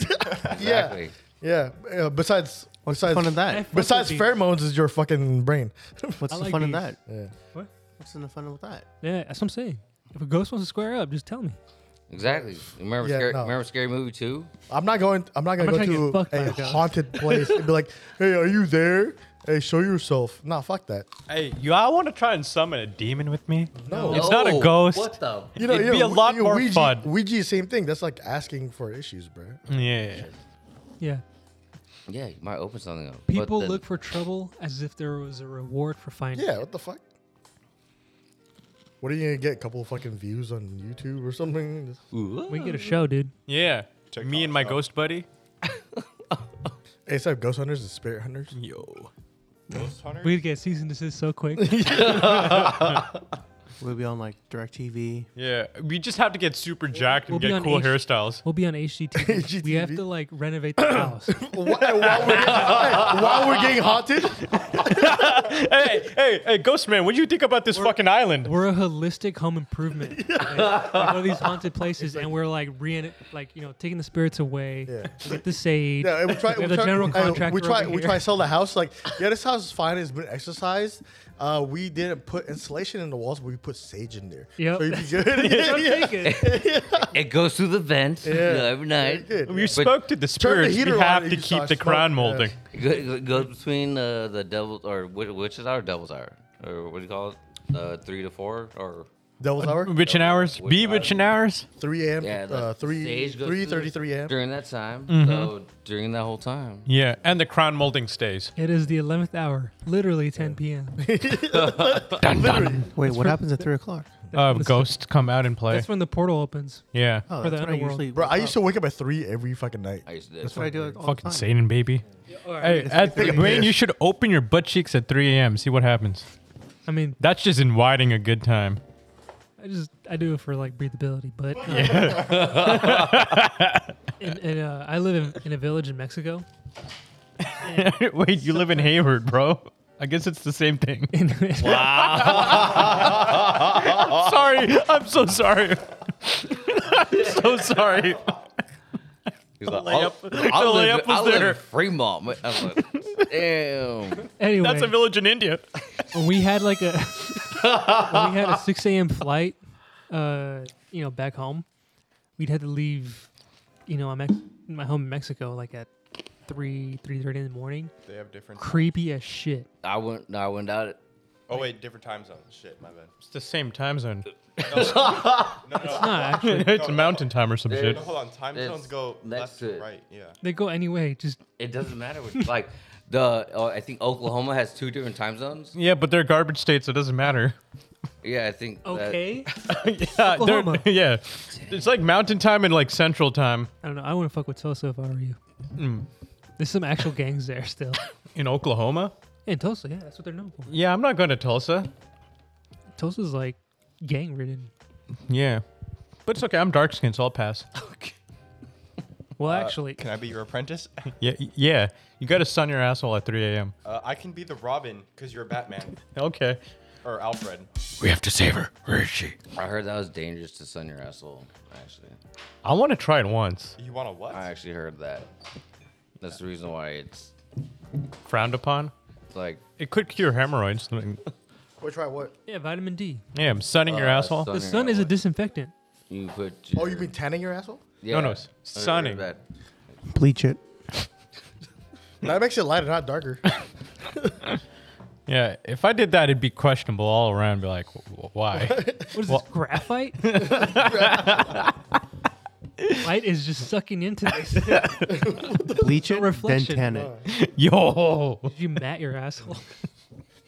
Speaker 4: Exactly.
Speaker 3: Yeah. Uh, besides,
Speaker 6: What's the
Speaker 3: besides,
Speaker 6: fun in
Speaker 2: I
Speaker 6: that?
Speaker 2: fuck with
Speaker 3: besides
Speaker 2: bees.
Speaker 3: pheromones is your fucking brain.
Speaker 6: What's
Speaker 2: I
Speaker 6: the
Speaker 2: like
Speaker 6: fun in
Speaker 2: bees.
Speaker 6: that?
Speaker 3: Yeah.
Speaker 2: What?
Speaker 6: What's the fun with that?
Speaker 2: Yeah, that's what I'm saying. If a ghost wants to square up, just tell me.
Speaker 4: Exactly. Remember,
Speaker 3: Yeah,
Speaker 4: scary,
Speaker 3: no.
Speaker 4: remember Scary Movie 2?
Speaker 3: I'm not going. I'm not going
Speaker 2: I'm not trying to
Speaker 3: to
Speaker 2: get
Speaker 3: go
Speaker 2: fucked by
Speaker 3: to
Speaker 2: a
Speaker 3: a
Speaker 2: ghost.
Speaker 3: haunted place and be like, "Hey, are you there? Hey, show yourself." Nah, fuck that.
Speaker 1: Hey, you all want to try and summon a demon with me?
Speaker 3: No.
Speaker 1: It's not a ghost.
Speaker 4: Oh, What the?
Speaker 3: You know,
Speaker 1: It'd
Speaker 3: you
Speaker 1: be a
Speaker 3: know,
Speaker 1: lot
Speaker 3: you know,
Speaker 1: more
Speaker 3: Ouija,
Speaker 1: fun.
Speaker 3: Ouija, is same thing. That's like asking for issues, bro.
Speaker 1: Yeah.
Speaker 2: Yeah.
Speaker 4: Yeah, you might open something up. But
Speaker 2: People
Speaker 4: then-
Speaker 2: look for trouble as if there was a reward for finding.
Speaker 3: Yeah, what the fuck? What are you gonna get? A couple of fucking views on YouTube or something?
Speaker 4: Ooh.
Speaker 2: We can get a show, dude.
Speaker 1: Yeah.
Speaker 5: TikTok,
Speaker 1: Me and my
Speaker 5: oh.
Speaker 1: ghost buddy.
Speaker 3: Hey, so ghost hunters and spirit hunters.
Speaker 1: Yo.
Speaker 5: Ghost hunter.
Speaker 2: We'd get cease and desist so quick.
Speaker 6: We'll be on like DirecTV.
Speaker 1: Yeah. We just have to get super jacked
Speaker 2: We'll
Speaker 1: and
Speaker 2: be
Speaker 1: get
Speaker 2: on
Speaker 1: cool
Speaker 2: H-
Speaker 1: hairstyles.
Speaker 2: We'll be on HGTV. We have
Speaker 3: HGTV.
Speaker 2: to like renovate the house.
Speaker 3: Why- while, we're getting, hey, while we're getting haunted,
Speaker 1: hey, hey, hey, Ghost Man, what do you think about this fucking island?
Speaker 2: We're a holistic home improvement. Like, we go to these haunted places and we're like re like you know taking the spirits away.
Speaker 3: Yeah.
Speaker 2: We get the sage.
Speaker 3: yeah, and we try.
Speaker 2: We
Speaker 3: We
Speaker 2: have a
Speaker 3: try,
Speaker 2: general
Speaker 3: hey, we
Speaker 2: contractor
Speaker 3: try.
Speaker 2: over
Speaker 3: We
Speaker 2: here.
Speaker 3: try to sell the house. Like, yeah, this house is fine. It's been exercised. Uh, we didn't put insulation in the walls, but we put sage in there.
Speaker 2: Yep.
Speaker 3: So you'd be good.
Speaker 2: Don't
Speaker 3: yeah,
Speaker 2: take it.
Speaker 4: It goes through the vents yeah. every night.
Speaker 3: good.
Speaker 1: We spoke to the spirits.
Speaker 3: heater
Speaker 1: We
Speaker 3: on
Speaker 1: have
Speaker 3: and
Speaker 1: to
Speaker 3: you
Speaker 1: keep
Speaker 3: start
Speaker 1: the crown
Speaker 3: smoking, yeah.
Speaker 1: molding.
Speaker 4: It go- it goes between uh, the devil or whi- witches hour, devil's hour, or what do you call it? Uh, three to four, or
Speaker 3: Devil's hour.
Speaker 1: Witch and hours.
Speaker 4: Witch
Speaker 1: Be
Speaker 4: hours.
Speaker 1: witch and hours.
Speaker 3: 3 a.m.
Speaker 4: yeah, the
Speaker 3: uh, 3
Speaker 4: sage goes through
Speaker 3: 3:33 a.m.
Speaker 4: during that time.
Speaker 1: Mm-hmm.
Speaker 4: So during that whole time,
Speaker 1: Yeah, and the crown molding stays.
Speaker 2: It is the eleventh hour, literally 10 p.m.
Speaker 3: Literally.
Speaker 6: Wait, what happens at three o'clock?
Speaker 1: Uh, ghosts come out and play.
Speaker 2: That's when the portal opens.
Speaker 1: Yeah.
Speaker 6: Oh,
Speaker 2: For the
Speaker 6: that's what I
Speaker 2: underworld.
Speaker 6: usually.
Speaker 3: Bro, I used to wake up at 3 every fucking night.
Speaker 4: I used to.
Speaker 6: That's what I do all the
Speaker 1: Fucking
Speaker 6: time.
Speaker 1: Satan, baby. Hey, at
Speaker 3: Take a
Speaker 1: Wayne,
Speaker 3: piss.
Speaker 1: you should open your butt cheeks at 3 a.m. See what happens.
Speaker 2: I mean,
Speaker 1: That's just inviting a good time.
Speaker 2: I just I do it for like breathability, but um, and, and, uh, I live in, in a village in Mexico.
Speaker 1: Wait, you live in Hayward, bro. I guess it's the same thing. wow. sorry. I'm so sorry. I'm so sorry.
Speaker 4: He's like,
Speaker 1: layup-
Speaker 4: I'll-
Speaker 1: the
Speaker 4: I'll live-
Speaker 1: layup was
Speaker 4: I'll live in
Speaker 1: there.
Speaker 4: Fremont. man. I was like, Damn.
Speaker 2: Anyway,
Speaker 1: That's a village in India.
Speaker 2: when we had like a when we had a 6 a.m. flight, uh, you know, back home, we'd had to leave, you know, I'm at my home in Mexico like at three three thirty in the morning.
Speaker 5: They have different.
Speaker 2: Creepy as shit.
Speaker 4: I went. I went out.
Speaker 5: Oh wait, different time zone. Shit, my bad.
Speaker 1: It's the same time zone.
Speaker 5: No, no,
Speaker 2: Nah, Uh, actually,
Speaker 1: it's mountain time or some
Speaker 5: no,
Speaker 1: shit.
Speaker 5: no, hold on. Time
Speaker 4: It's
Speaker 5: zones go
Speaker 4: next
Speaker 5: left
Speaker 4: to
Speaker 5: to
Speaker 4: it.
Speaker 5: right. Yeah.
Speaker 2: they go anyway. Just
Speaker 4: It doesn't matter. Which, like the oh, I think Oklahoma has two different time zones.
Speaker 1: Yeah, but they're garbage states. so it doesn't matter.
Speaker 4: Yeah, I think. that-
Speaker 2: okay.
Speaker 1: yeah, they're-
Speaker 2: Oklahoma.
Speaker 1: yeah, it's like mountain time and like central time
Speaker 2: I don't know. I wouldn't fuck with Tulsa if I were you.
Speaker 1: Mm.
Speaker 2: There's some actual gangs there still.
Speaker 1: in Oklahoma.
Speaker 2: In Tulsa, yeah, that's what they're known for.
Speaker 1: Yeah, I'm not going to Tulsa.
Speaker 2: Tulsa's like gang ridden.
Speaker 1: Yeah, but it's okay. I'm dark skinned, so I'll pass.
Speaker 2: Well,
Speaker 5: Uh,
Speaker 2: actually,
Speaker 5: can I be your apprentice?
Speaker 1: Yeah, yeah. You got to sun your asshole at 3 a.m.
Speaker 5: Uh, I can be the Robin because you're Batman
Speaker 1: Okay.
Speaker 5: or Alfred.
Speaker 7: We have to save her. Where is she?
Speaker 4: I heard that was dangerous to sun your asshole. Actually,
Speaker 1: I want to try it once.
Speaker 5: You want a what?
Speaker 4: I actually heard that. That's the reason why it's
Speaker 1: Frowned upon.
Speaker 4: like
Speaker 1: It could cure hemorrhoids.
Speaker 3: Wait, try what?
Speaker 2: yeah, vitamin D.
Speaker 1: Yeah, I'm sunning your
Speaker 4: uh,
Speaker 1: asshole.
Speaker 4: sun
Speaker 2: The
Speaker 4: your
Speaker 2: sun is a
Speaker 4: asshole.
Speaker 2: disinfectant.
Speaker 4: You put.
Speaker 3: Oh, you
Speaker 4: your-
Speaker 3: mean tanning your asshole?
Speaker 1: No, no,
Speaker 4: Yeah.
Speaker 1: s-
Speaker 4: I heard
Speaker 1: sunning.
Speaker 4: that.
Speaker 6: Bleach it.
Speaker 3: That makes it lighter, not darker.
Speaker 1: Yeah, if I did that, it'd be questionable all around. Be like, "Wh- wh- why?
Speaker 2: What is this graphite? Light is just sucking into this. Did
Speaker 6: Bleach it, then
Speaker 2: reflection.
Speaker 6: tan it.
Speaker 1: yo,
Speaker 2: you mat your asshole?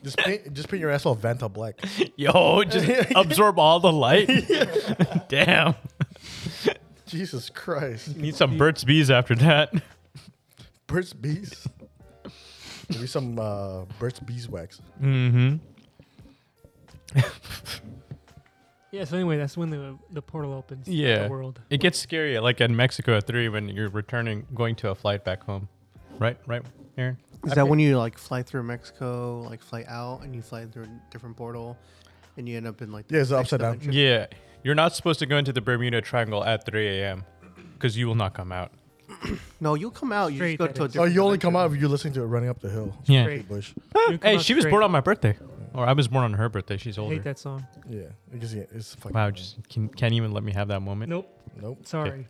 Speaker 3: just paint, just paint your asshole Vanta black.
Speaker 1: yo, just absorb all the light. Damn,
Speaker 3: Jesus Christ,
Speaker 1: need some Burt's Bees after that.
Speaker 3: Burt's Bees. Maybe some uh, Burt's beeswax.
Speaker 1: Mm-hmm.
Speaker 2: Yeah. So anyway, that's when the the portal opens. to
Speaker 1: Yeah.
Speaker 2: The world.
Speaker 1: It gets scary, like in Mexico at three when you're returning, going to a flight back home. Right, right, Aaron.
Speaker 6: Is that when you like fly through Mexico, like fly out, and you fly through a different portal, and you end up in like the
Speaker 3: Yeah, it's
Speaker 6: next
Speaker 3: upside down.
Speaker 6: dimension?
Speaker 1: Yeah, you're not supposed to go into the Bermuda Triangle at 3 a.m. because you will not come out.
Speaker 6: No, you'll come out. You
Speaker 2: Straight
Speaker 6: just go
Speaker 2: that
Speaker 6: to a
Speaker 2: is.
Speaker 3: Oh,
Speaker 6: different.
Speaker 3: you only
Speaker 6: dimension.
Speaker 3: come out if you're listening to it running up the hill.
Speaker 1: Yeah.
Speaker 2: Great.
Speaker 3: Bush.
Speaker 2: You come
Speaker 1: Hey,
Speaker 2: out
Speaker 1: she was
Speaker 2: straight.
Speaker 1: born on my birthday, or I was born on her birthday. She's
Speaker 2: I
Speaker 1: older.
Speaker 2: hate that song.
Speaker 3: Yeah, it just, yeah, it's fucking.
Speaker 1: Wow, just can, can't even let me have that moment.
Speaker 2: Nope.
Speaker 3: Nope.
Speaker 2: Sorry.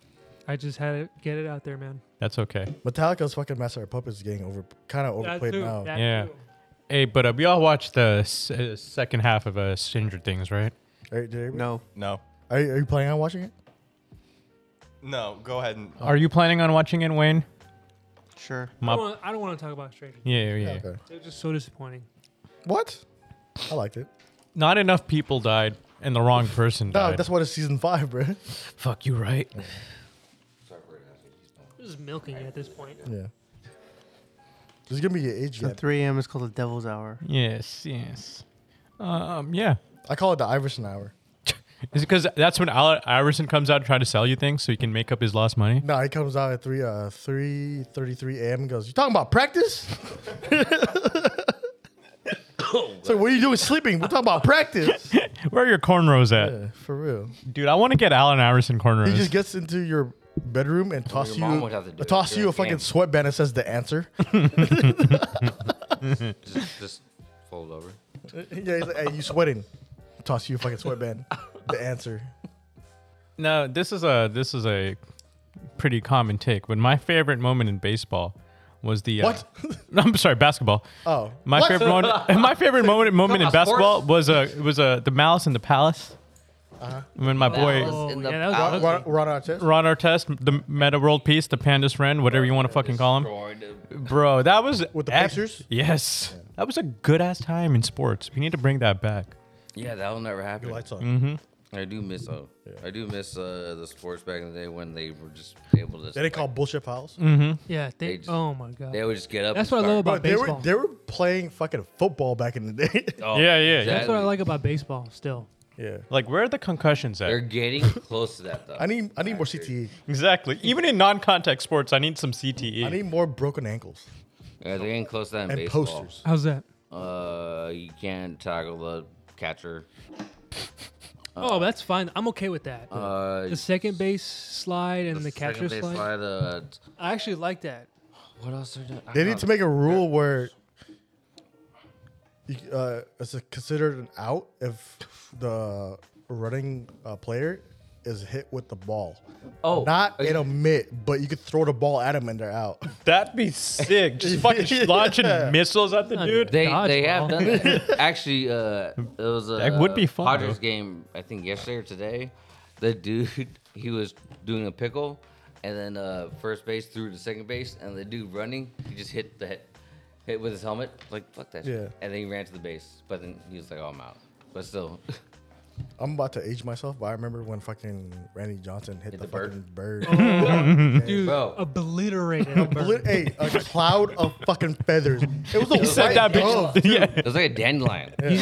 Speaker 2: I just had to get it out there, man.
Speaker 1: That's okay.
Speaker 3: Metallica's fucking Master of Puppets is getting over, kind of overplayed
Speaker 2: too,
Speaker 3: now.
Speaker 2: that
Speaker 1: Yeah.
Speaker 2: too.
Speaker 1: Hey, but uh, we all watched the s- uh, second half of uh, Stranger Things, right?
Speaker 3: Are, did everybody-
Speaker 6: No,
Speaker 5: No.
Speaker 3: Are, you- are you planning on watching it?
Speaker 5: No. Go ahead and.
Speaker 1: Are you planning on watching it, Wayne?
Speaker 6: sure.
Speaker 2: I
Speaker 1: My-
Speaker 2: don't wanna- I don't want to talk about Stranger. Things.
Speaker 1: yeah, yeah, yeah.
Speaker 3: Okay.
Speaker 2: They're just so disappointing.
Speaker 3: What? I liked it.
Speaker 1: Not enough people died, and the wrong person
Speaker 3: No,
Speaker 1: died.
Speaker 3: that's what it's season five, bro.
Speaker 1: Fuck you, right?
Speaker 2: They're just milking it at this point.
Speaker 3: Yeah. There's gonna be an age
Speaker 6: The
Speaker 3: gap.
Speaker 6: 3 a.m. is called the Devil's Hour.
Speaker 1: Yes, yes. Um, yeah.
Speaker 3: I call it the Iverson hour.
Speaker 1: Is it because that's when Al- Iverson comes out and try to sell you things so he can make up his lost money?
Speaker 3: No, he comes out at three uh three thirty three a.m. and goes, "You talking about practice?" so what are you doing sleeping? We're talking about practice.
Speaker 1: Where are your cornrows at,
Speaker 3: Yeah, for real.
Speaker 1: dude? I want to get Alan Iverson cornrows.
Speaker 3: He just gets into your bedroom and toss
Speaker 4: your mom
Speaker 3: you
Speaker 4: would have to do it
Speaker 3: toss
Speaker 4: during
Speaker 3: you a
Speaker 4: the
Speaker 3: fucking
Speaker 4: game.
Speaker 3: sweatband that says the answer.
Speaker 4: Just, just fold over.
Speaker 3: yeah, he's like, "Hey, you sweating?" Toss you a fucking sweatband. the answer.
Speaker 1: No, this is a this is a pretty common take, but my favorite moment in baseball was the uh,
Speaker 3: What?
Speaker 1: I'm sorry, basketball.
Speaker 3: Oh,
Speaker 1: My
Speaker 3: What?
Speaker 1: favorite moment. My favorite moment moment in
Speaker 4: Talking
Speaker 1: basketball
Speaker 4: about
Speaker 1: was uh, was uh, the Malice in the Palace.
Speaker 3: Uh-huh.
Speaker 1: When my boy
Speaker 4: Malice.
Speaker 2: Oh,
Speaker 4: in the
Speaker 2: yeah, that was
Speaker 4: palace.
Speaker 2: ugly.
Speaker 3: Ron, Ron Artest.
Speaker 1: Ron Artest, the Meta World Peace, the Pandas friend, whatever you want to fucking call him,
Speaker 4: Destroyed him.
Speaker 1: bro. That was
Speaker 3: With the
Speaker 1: epic.
Speaker 3: Pacers?
Speaker 1: Yes, that was a good ass time in sports. We need to bring that back.
Speaker 4: Yeah, that'll never happen.
Speaker 3: Your lights on.
Speaker 4: I do miss uh, I do miss uh, the sports back in the day when they were just able to.
Speaker 3: They didn't call bullshit fouls.
Speaker 2: Yeah. They,
Speaker 4: They just-
Speaker 2: oh my god.
Speaker 4: They would just get up.
Speaker 2: That's
Speaker 4: and
Speaker 2: what I love
Speaker 4: start-
Speaker 3: Bro,
Speaker 2: about
Speaker 3: they were
Speaker 2: baseball.
Speaker 3: they were playing fucking football back in the day.
Speaker 4: Oh,
Speaker 1: Yeah, yeah, yeah.
Speaker 4: exactly.
Speaker 1: That's
Speaker 2: That's what I like about baseball. Still,
Speaker 3: yeah.
Speaker 1: Like, where are the concussions
Speaker 4: They're
Speaker 1: at?
Speaker 4: getting close to that though.
Speaker 3: I need I need more E. CTE.
Speaker 1: Exactly. Even in non-contact sports, I need some E. CTE.
Speaker 3: I need more broken ankles
Speaker 4: Yeah, they're getting close to that in
Speaker 3: and
Speaker 4: baseball.
Speaker 3: posters.
Speaker 2: how's that?
Speaker 4: Uh, you can't tackle the catcher.
Speaker 2: oh, that's fine. I'm okay with that.
Speaker 4: Uh,
Speaker 2: the second base slide and the,
Speaker 4: second
Speaker 2: catcher
Speaker 4: base
Speaker 2: slide.
Speaker 4: slide, uh, t-
Speaker 2: I actually like that.
Speaker 4: what else are doing?
Speaker 3: They need to make a rule where you, uh, it's a considered an out if the running uh, player is hit with the ball.
Speaker 4: Oh,
Speaker 3: Not
Speaker 4: are
Speaker 3: in
Speaker 4: you-
Speaker 3: a mitt, but you could throw the ball at them and they're out.
Speaker 1: That'd be sick. Just fucking launching missiles at the dude.
Speaker 4: They
Speaker 2: Dodgeball.
Speaker 4: they have done that. actually. Uh, it was a
Speaker 1: That would be fun,
Speaker 4: Padres
Speaker 1: though.
Speaker 4: game. I think yesterday or today, the dude he was doing a pickle, and then uh, first base threw to second base, and the dude running he just hit the hit, hit with his helmet like fuck that.
Speaker 3: Yeah.
Speaker 4: Shit. And then he ran to the base, but then he was like, "Oh, I'm out." But still,
Speaker 3: I'm about to age myself, but I remember when fucking Randy Johnson hit, the,
Speaker 4: the bird.
Speaker 3: fucking bird.
Speaker 1: Oh,
Speaker 2: Dude,
Speaker 4: Bro.
Speaker 2: obliterated.
Speaker 3: Lit- hey, a cloud of fucking feathers. It was a
Speaker 1: He said that
Speaker 3: dove.
Speaker 1: bitch. Yeah.
Speaker 4: it was like a dandelion.
Speaker 1: He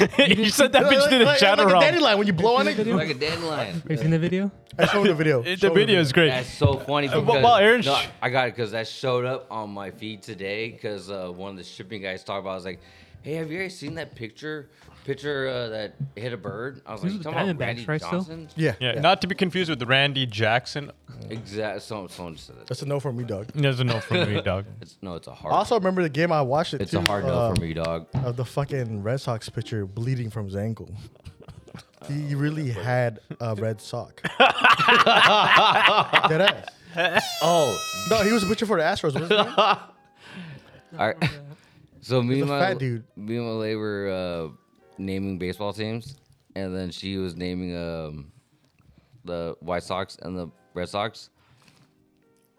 Speaker 1: said that bitch did a
Speaker 3: Like-
Speaker 1: shadow
Speaker 3: like a
Speaker 1: round.
Speaker 3: dandelion when you blow on
Speaker 2: Have
Speaker 3: it.
Speaker 2: you
Speaker 4: like a dandelion.
Speaker 2: seen the video?
Speaker 3: I showed the video.
Speaker 1: It-
Speaker 3: Show
Speaker 1: The video is great.
Speaker 4: That's so funny.
Speaker 1: Uh, well,
Speaker 4: Because,
Speaker 1: well, Aaron
Speaker 4: no,
Speaker 1: sh-
Speaker 4: I got it because that showed up on my feed today because uh, one of the shipping guys talked about. I was like, "Hey, have you guys seen that picture? Picture uh, that hit a bird?" I was
Speaker 2: This
Speaker 4: like,
Speaker 2: is
Speaker 4: "You "Talking about
Speaker 2: Diamondbacks,
Speaker 4: Randy
Speaker 2: right, still?
Speaker 4: Johnson?"
Speaker 3: Yeah,
Speaker 1: Yeah, not to be confused with Randy Jackson.
Speaker 4: Exactly. Someone, someone just said that.
Speaker 3: that's a no for me, dog.
Speaker 1: There's a no from me, dog.
Speaker 4: It's, no, it's a hard.
Speaker 3: I also remember the game I watched it.
Speaker 4: it's
Speaker 3: too,
Speaker 4: a hard no
Speaker 3: uh,
Speaker 4: for me, dog.
Speaker 3: Of the fucking Red Sox pitcher bleeding from his ankle. He really had a red sock. Dead ass.
Speaker 4: Oh,
Speaker 3: No, he was a pitcher for the Astros. Wasn't he?
Speaker 4: all right. So me
Speaker 3: He's
Speaker 4: and
Speaker 3: a
Speaker 4: my
Speaker 3: fat dude.
Speaker 4: me and my lady were uh, naming baseball teams, and then she was naming um, the White Sox and the Red Sox.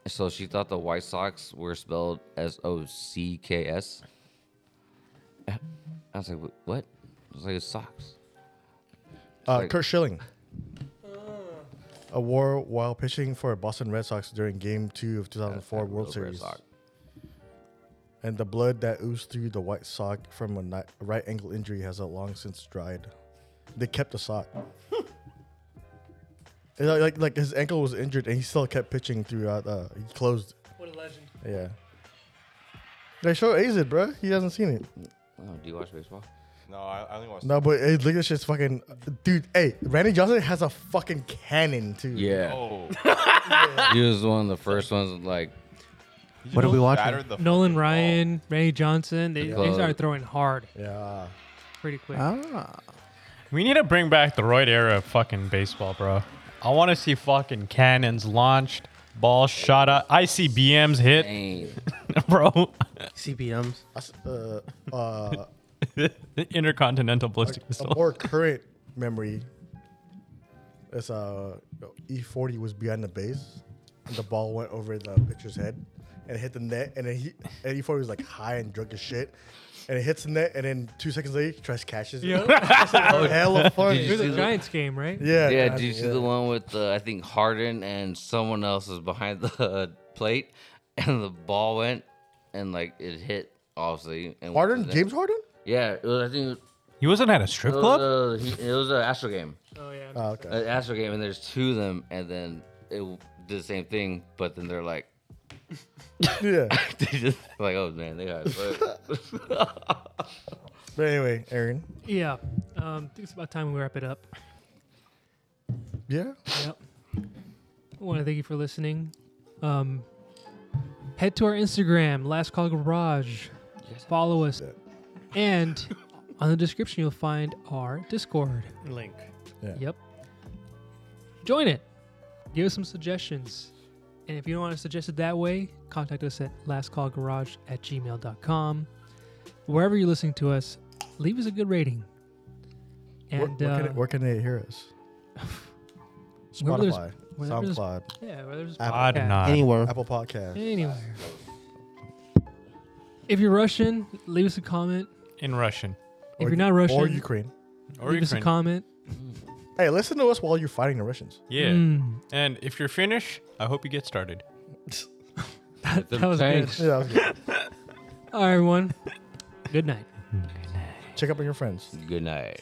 Speaker 4: So she thought the White Sox were spelled S O C K S. I was like, "Wh- "What?" I was like, "It's socks."
Speaker 3: Uh,
Speaker 4: Like-
Speaker 3: Kurt Schilling. A war while pitching for Boston Red Sox during Game Two of 2004
Speaker 4: That
Speaker 3: World
Speaker 4: was a Red
Speaker 3: Series,
Speaker 4: Sox.
Speaker 3: and the blood that oozed through the white sock from a ni- right ankle injury has uh, long since dried. They kept the sock. It's like, like like his ankle was injured and he still kept pitching throughout. Uh, he closed.
Speaker 2: What a legend.
Speaker 3: Yeah. They show Azid, bro. He hasn't seen it.
Speaker 4: Oh, do you watch baseball?
Speaker 5: No, I, I only watched.
Speaker 3: No, but hey, look at this shit's fucking dude. Hey, Randy Johnson has a fucking cannon too.
Speaker 4: Yeah,
Speaker 5: Oh,
Speaker 4: he was one of the first ones. Like,
Speaker 5: he
Speaker 6: What are
Speaker 5: just
Speaker 6: we watching?
Speaker 5: battered the
Speaker 2: Nolan
Speaker 5: fucking ball.
Speaker 2: Ryan, Randy Johnson, they, they
Speaker 4: Club.
Speaker 2: started throwing hard
Speaker 3: Yeah.
Speaker 2: pretty quick.
Speaker 6: Ah,
Speaker 1: We need to bring back the Royd era of fucking baseball, bro. I want to see fucking cannons launched, balls shot out, ICBMs hit,
Speaker 4: dang.
Speaker 1: bro.
Speaker 6: CBMs.
Speaker 3: I s- uh, uh,
Speaker 1: Intercontinental ballistic
Speaker 3: a
Speaker 1: missile.
Speaker 3: more current memory is uh, E40 was behind the base. And the ball went over the pitcher's head and hit the net. And then he, and E40 was like high and drunk as shit. And it hits the net. And then two seconds later, he tries catches it. It's like, oh, hella fun.
Speaker 2: It was a Giants game, right?
Speaker 3: Yeah.
Speaker 4: Yeah,
Speaker 3: God,
Speaker 4: did you see
Speaker 3: yeah.
Speaker 4: the one with uh, I think Harden and someone else is behind the uh, plate, and the ball went and like it hit obviously. And went to
Speaker 3: Harden?
Speaker 4: the net?
Speaker 3: James Harden?
Speaker 4: Yeah, it was, I think
Speaker 1: He wasn't at a strip
Speaker 4: it
Speaker 1: club?
Speaker 4: was, uh, he- it was an Astro game,
Speaker 2: Oh yeah.
Speaker 3: Oh, okay.
Speaker 4: an Astro game, and there's two of them, and then it w- did the same thing, but then they're like,
Speaker 3: yeah.
Speaker 4: they just, like oh man, they got. It.
Speaker 3: But anyway, Aaron.
Speaker 2: Yeah. Um, I think it's about time we wrap it up.
Speaker 3: Yeah.
Speaker 2: Yep. I want to thank you for listening. Um, head to our Instagram, Last Call Garage. Follow us. And on the description, you'll find our Discord.
Speaker 6: Link.
Speaker 2: Yep. Join it. Give us some suggestions. And if you don't want to suggest it that way, contact us at lastcallgarage at gmail.com. Wherever you're listening to us, leave us a good rating. And
Speaker 3: Where- where,
Speaker 2: uh,
Speaker 3: can, where can they hear us?
Speaker 2: Wherever there's-
Speaker 3: Spotify,
Speaker 2: wherever there's-
Speaker 3: SoundCloud,
Speaker 2: yeah, whether it's
Speaker 3: Apple.
Speaker 2: podcast.
Speaker 1: Podknot.
Speaker 6: Anywhere.
Speaker 3: Apple Podcasts.
Speaker 2: Anywhere. If you're Russian, leave us a comment.
Speaker 1: In Russian.
Speaker 2: If
Speaker 3: Or
Speaker 2: you're
Speaker 3: U-
Speaker 2: not Russian,
Speaker 3: or
Speaker 2: leave
Speaker 3: Ukraine.
Speaker 1: Or
Speaker 2: us a
Speaker 1: Ukraine.
Speaker 2: comment.
Speaker 3: Hey, listen to us while you're fighting the Russians.
Speaker 1: Yeah.
Speaker 2: Mm,
Speaker 1: And if you're Finnish, I hope you get started.
Speaker 2: that, that was good.
Speaker 4: Thanks.
Speaker 3: Yeah, that was good.
Speaker 2: All right, everyone. Good night.
Speaker 3: Check up on your friends.
Speaker 4: Good night.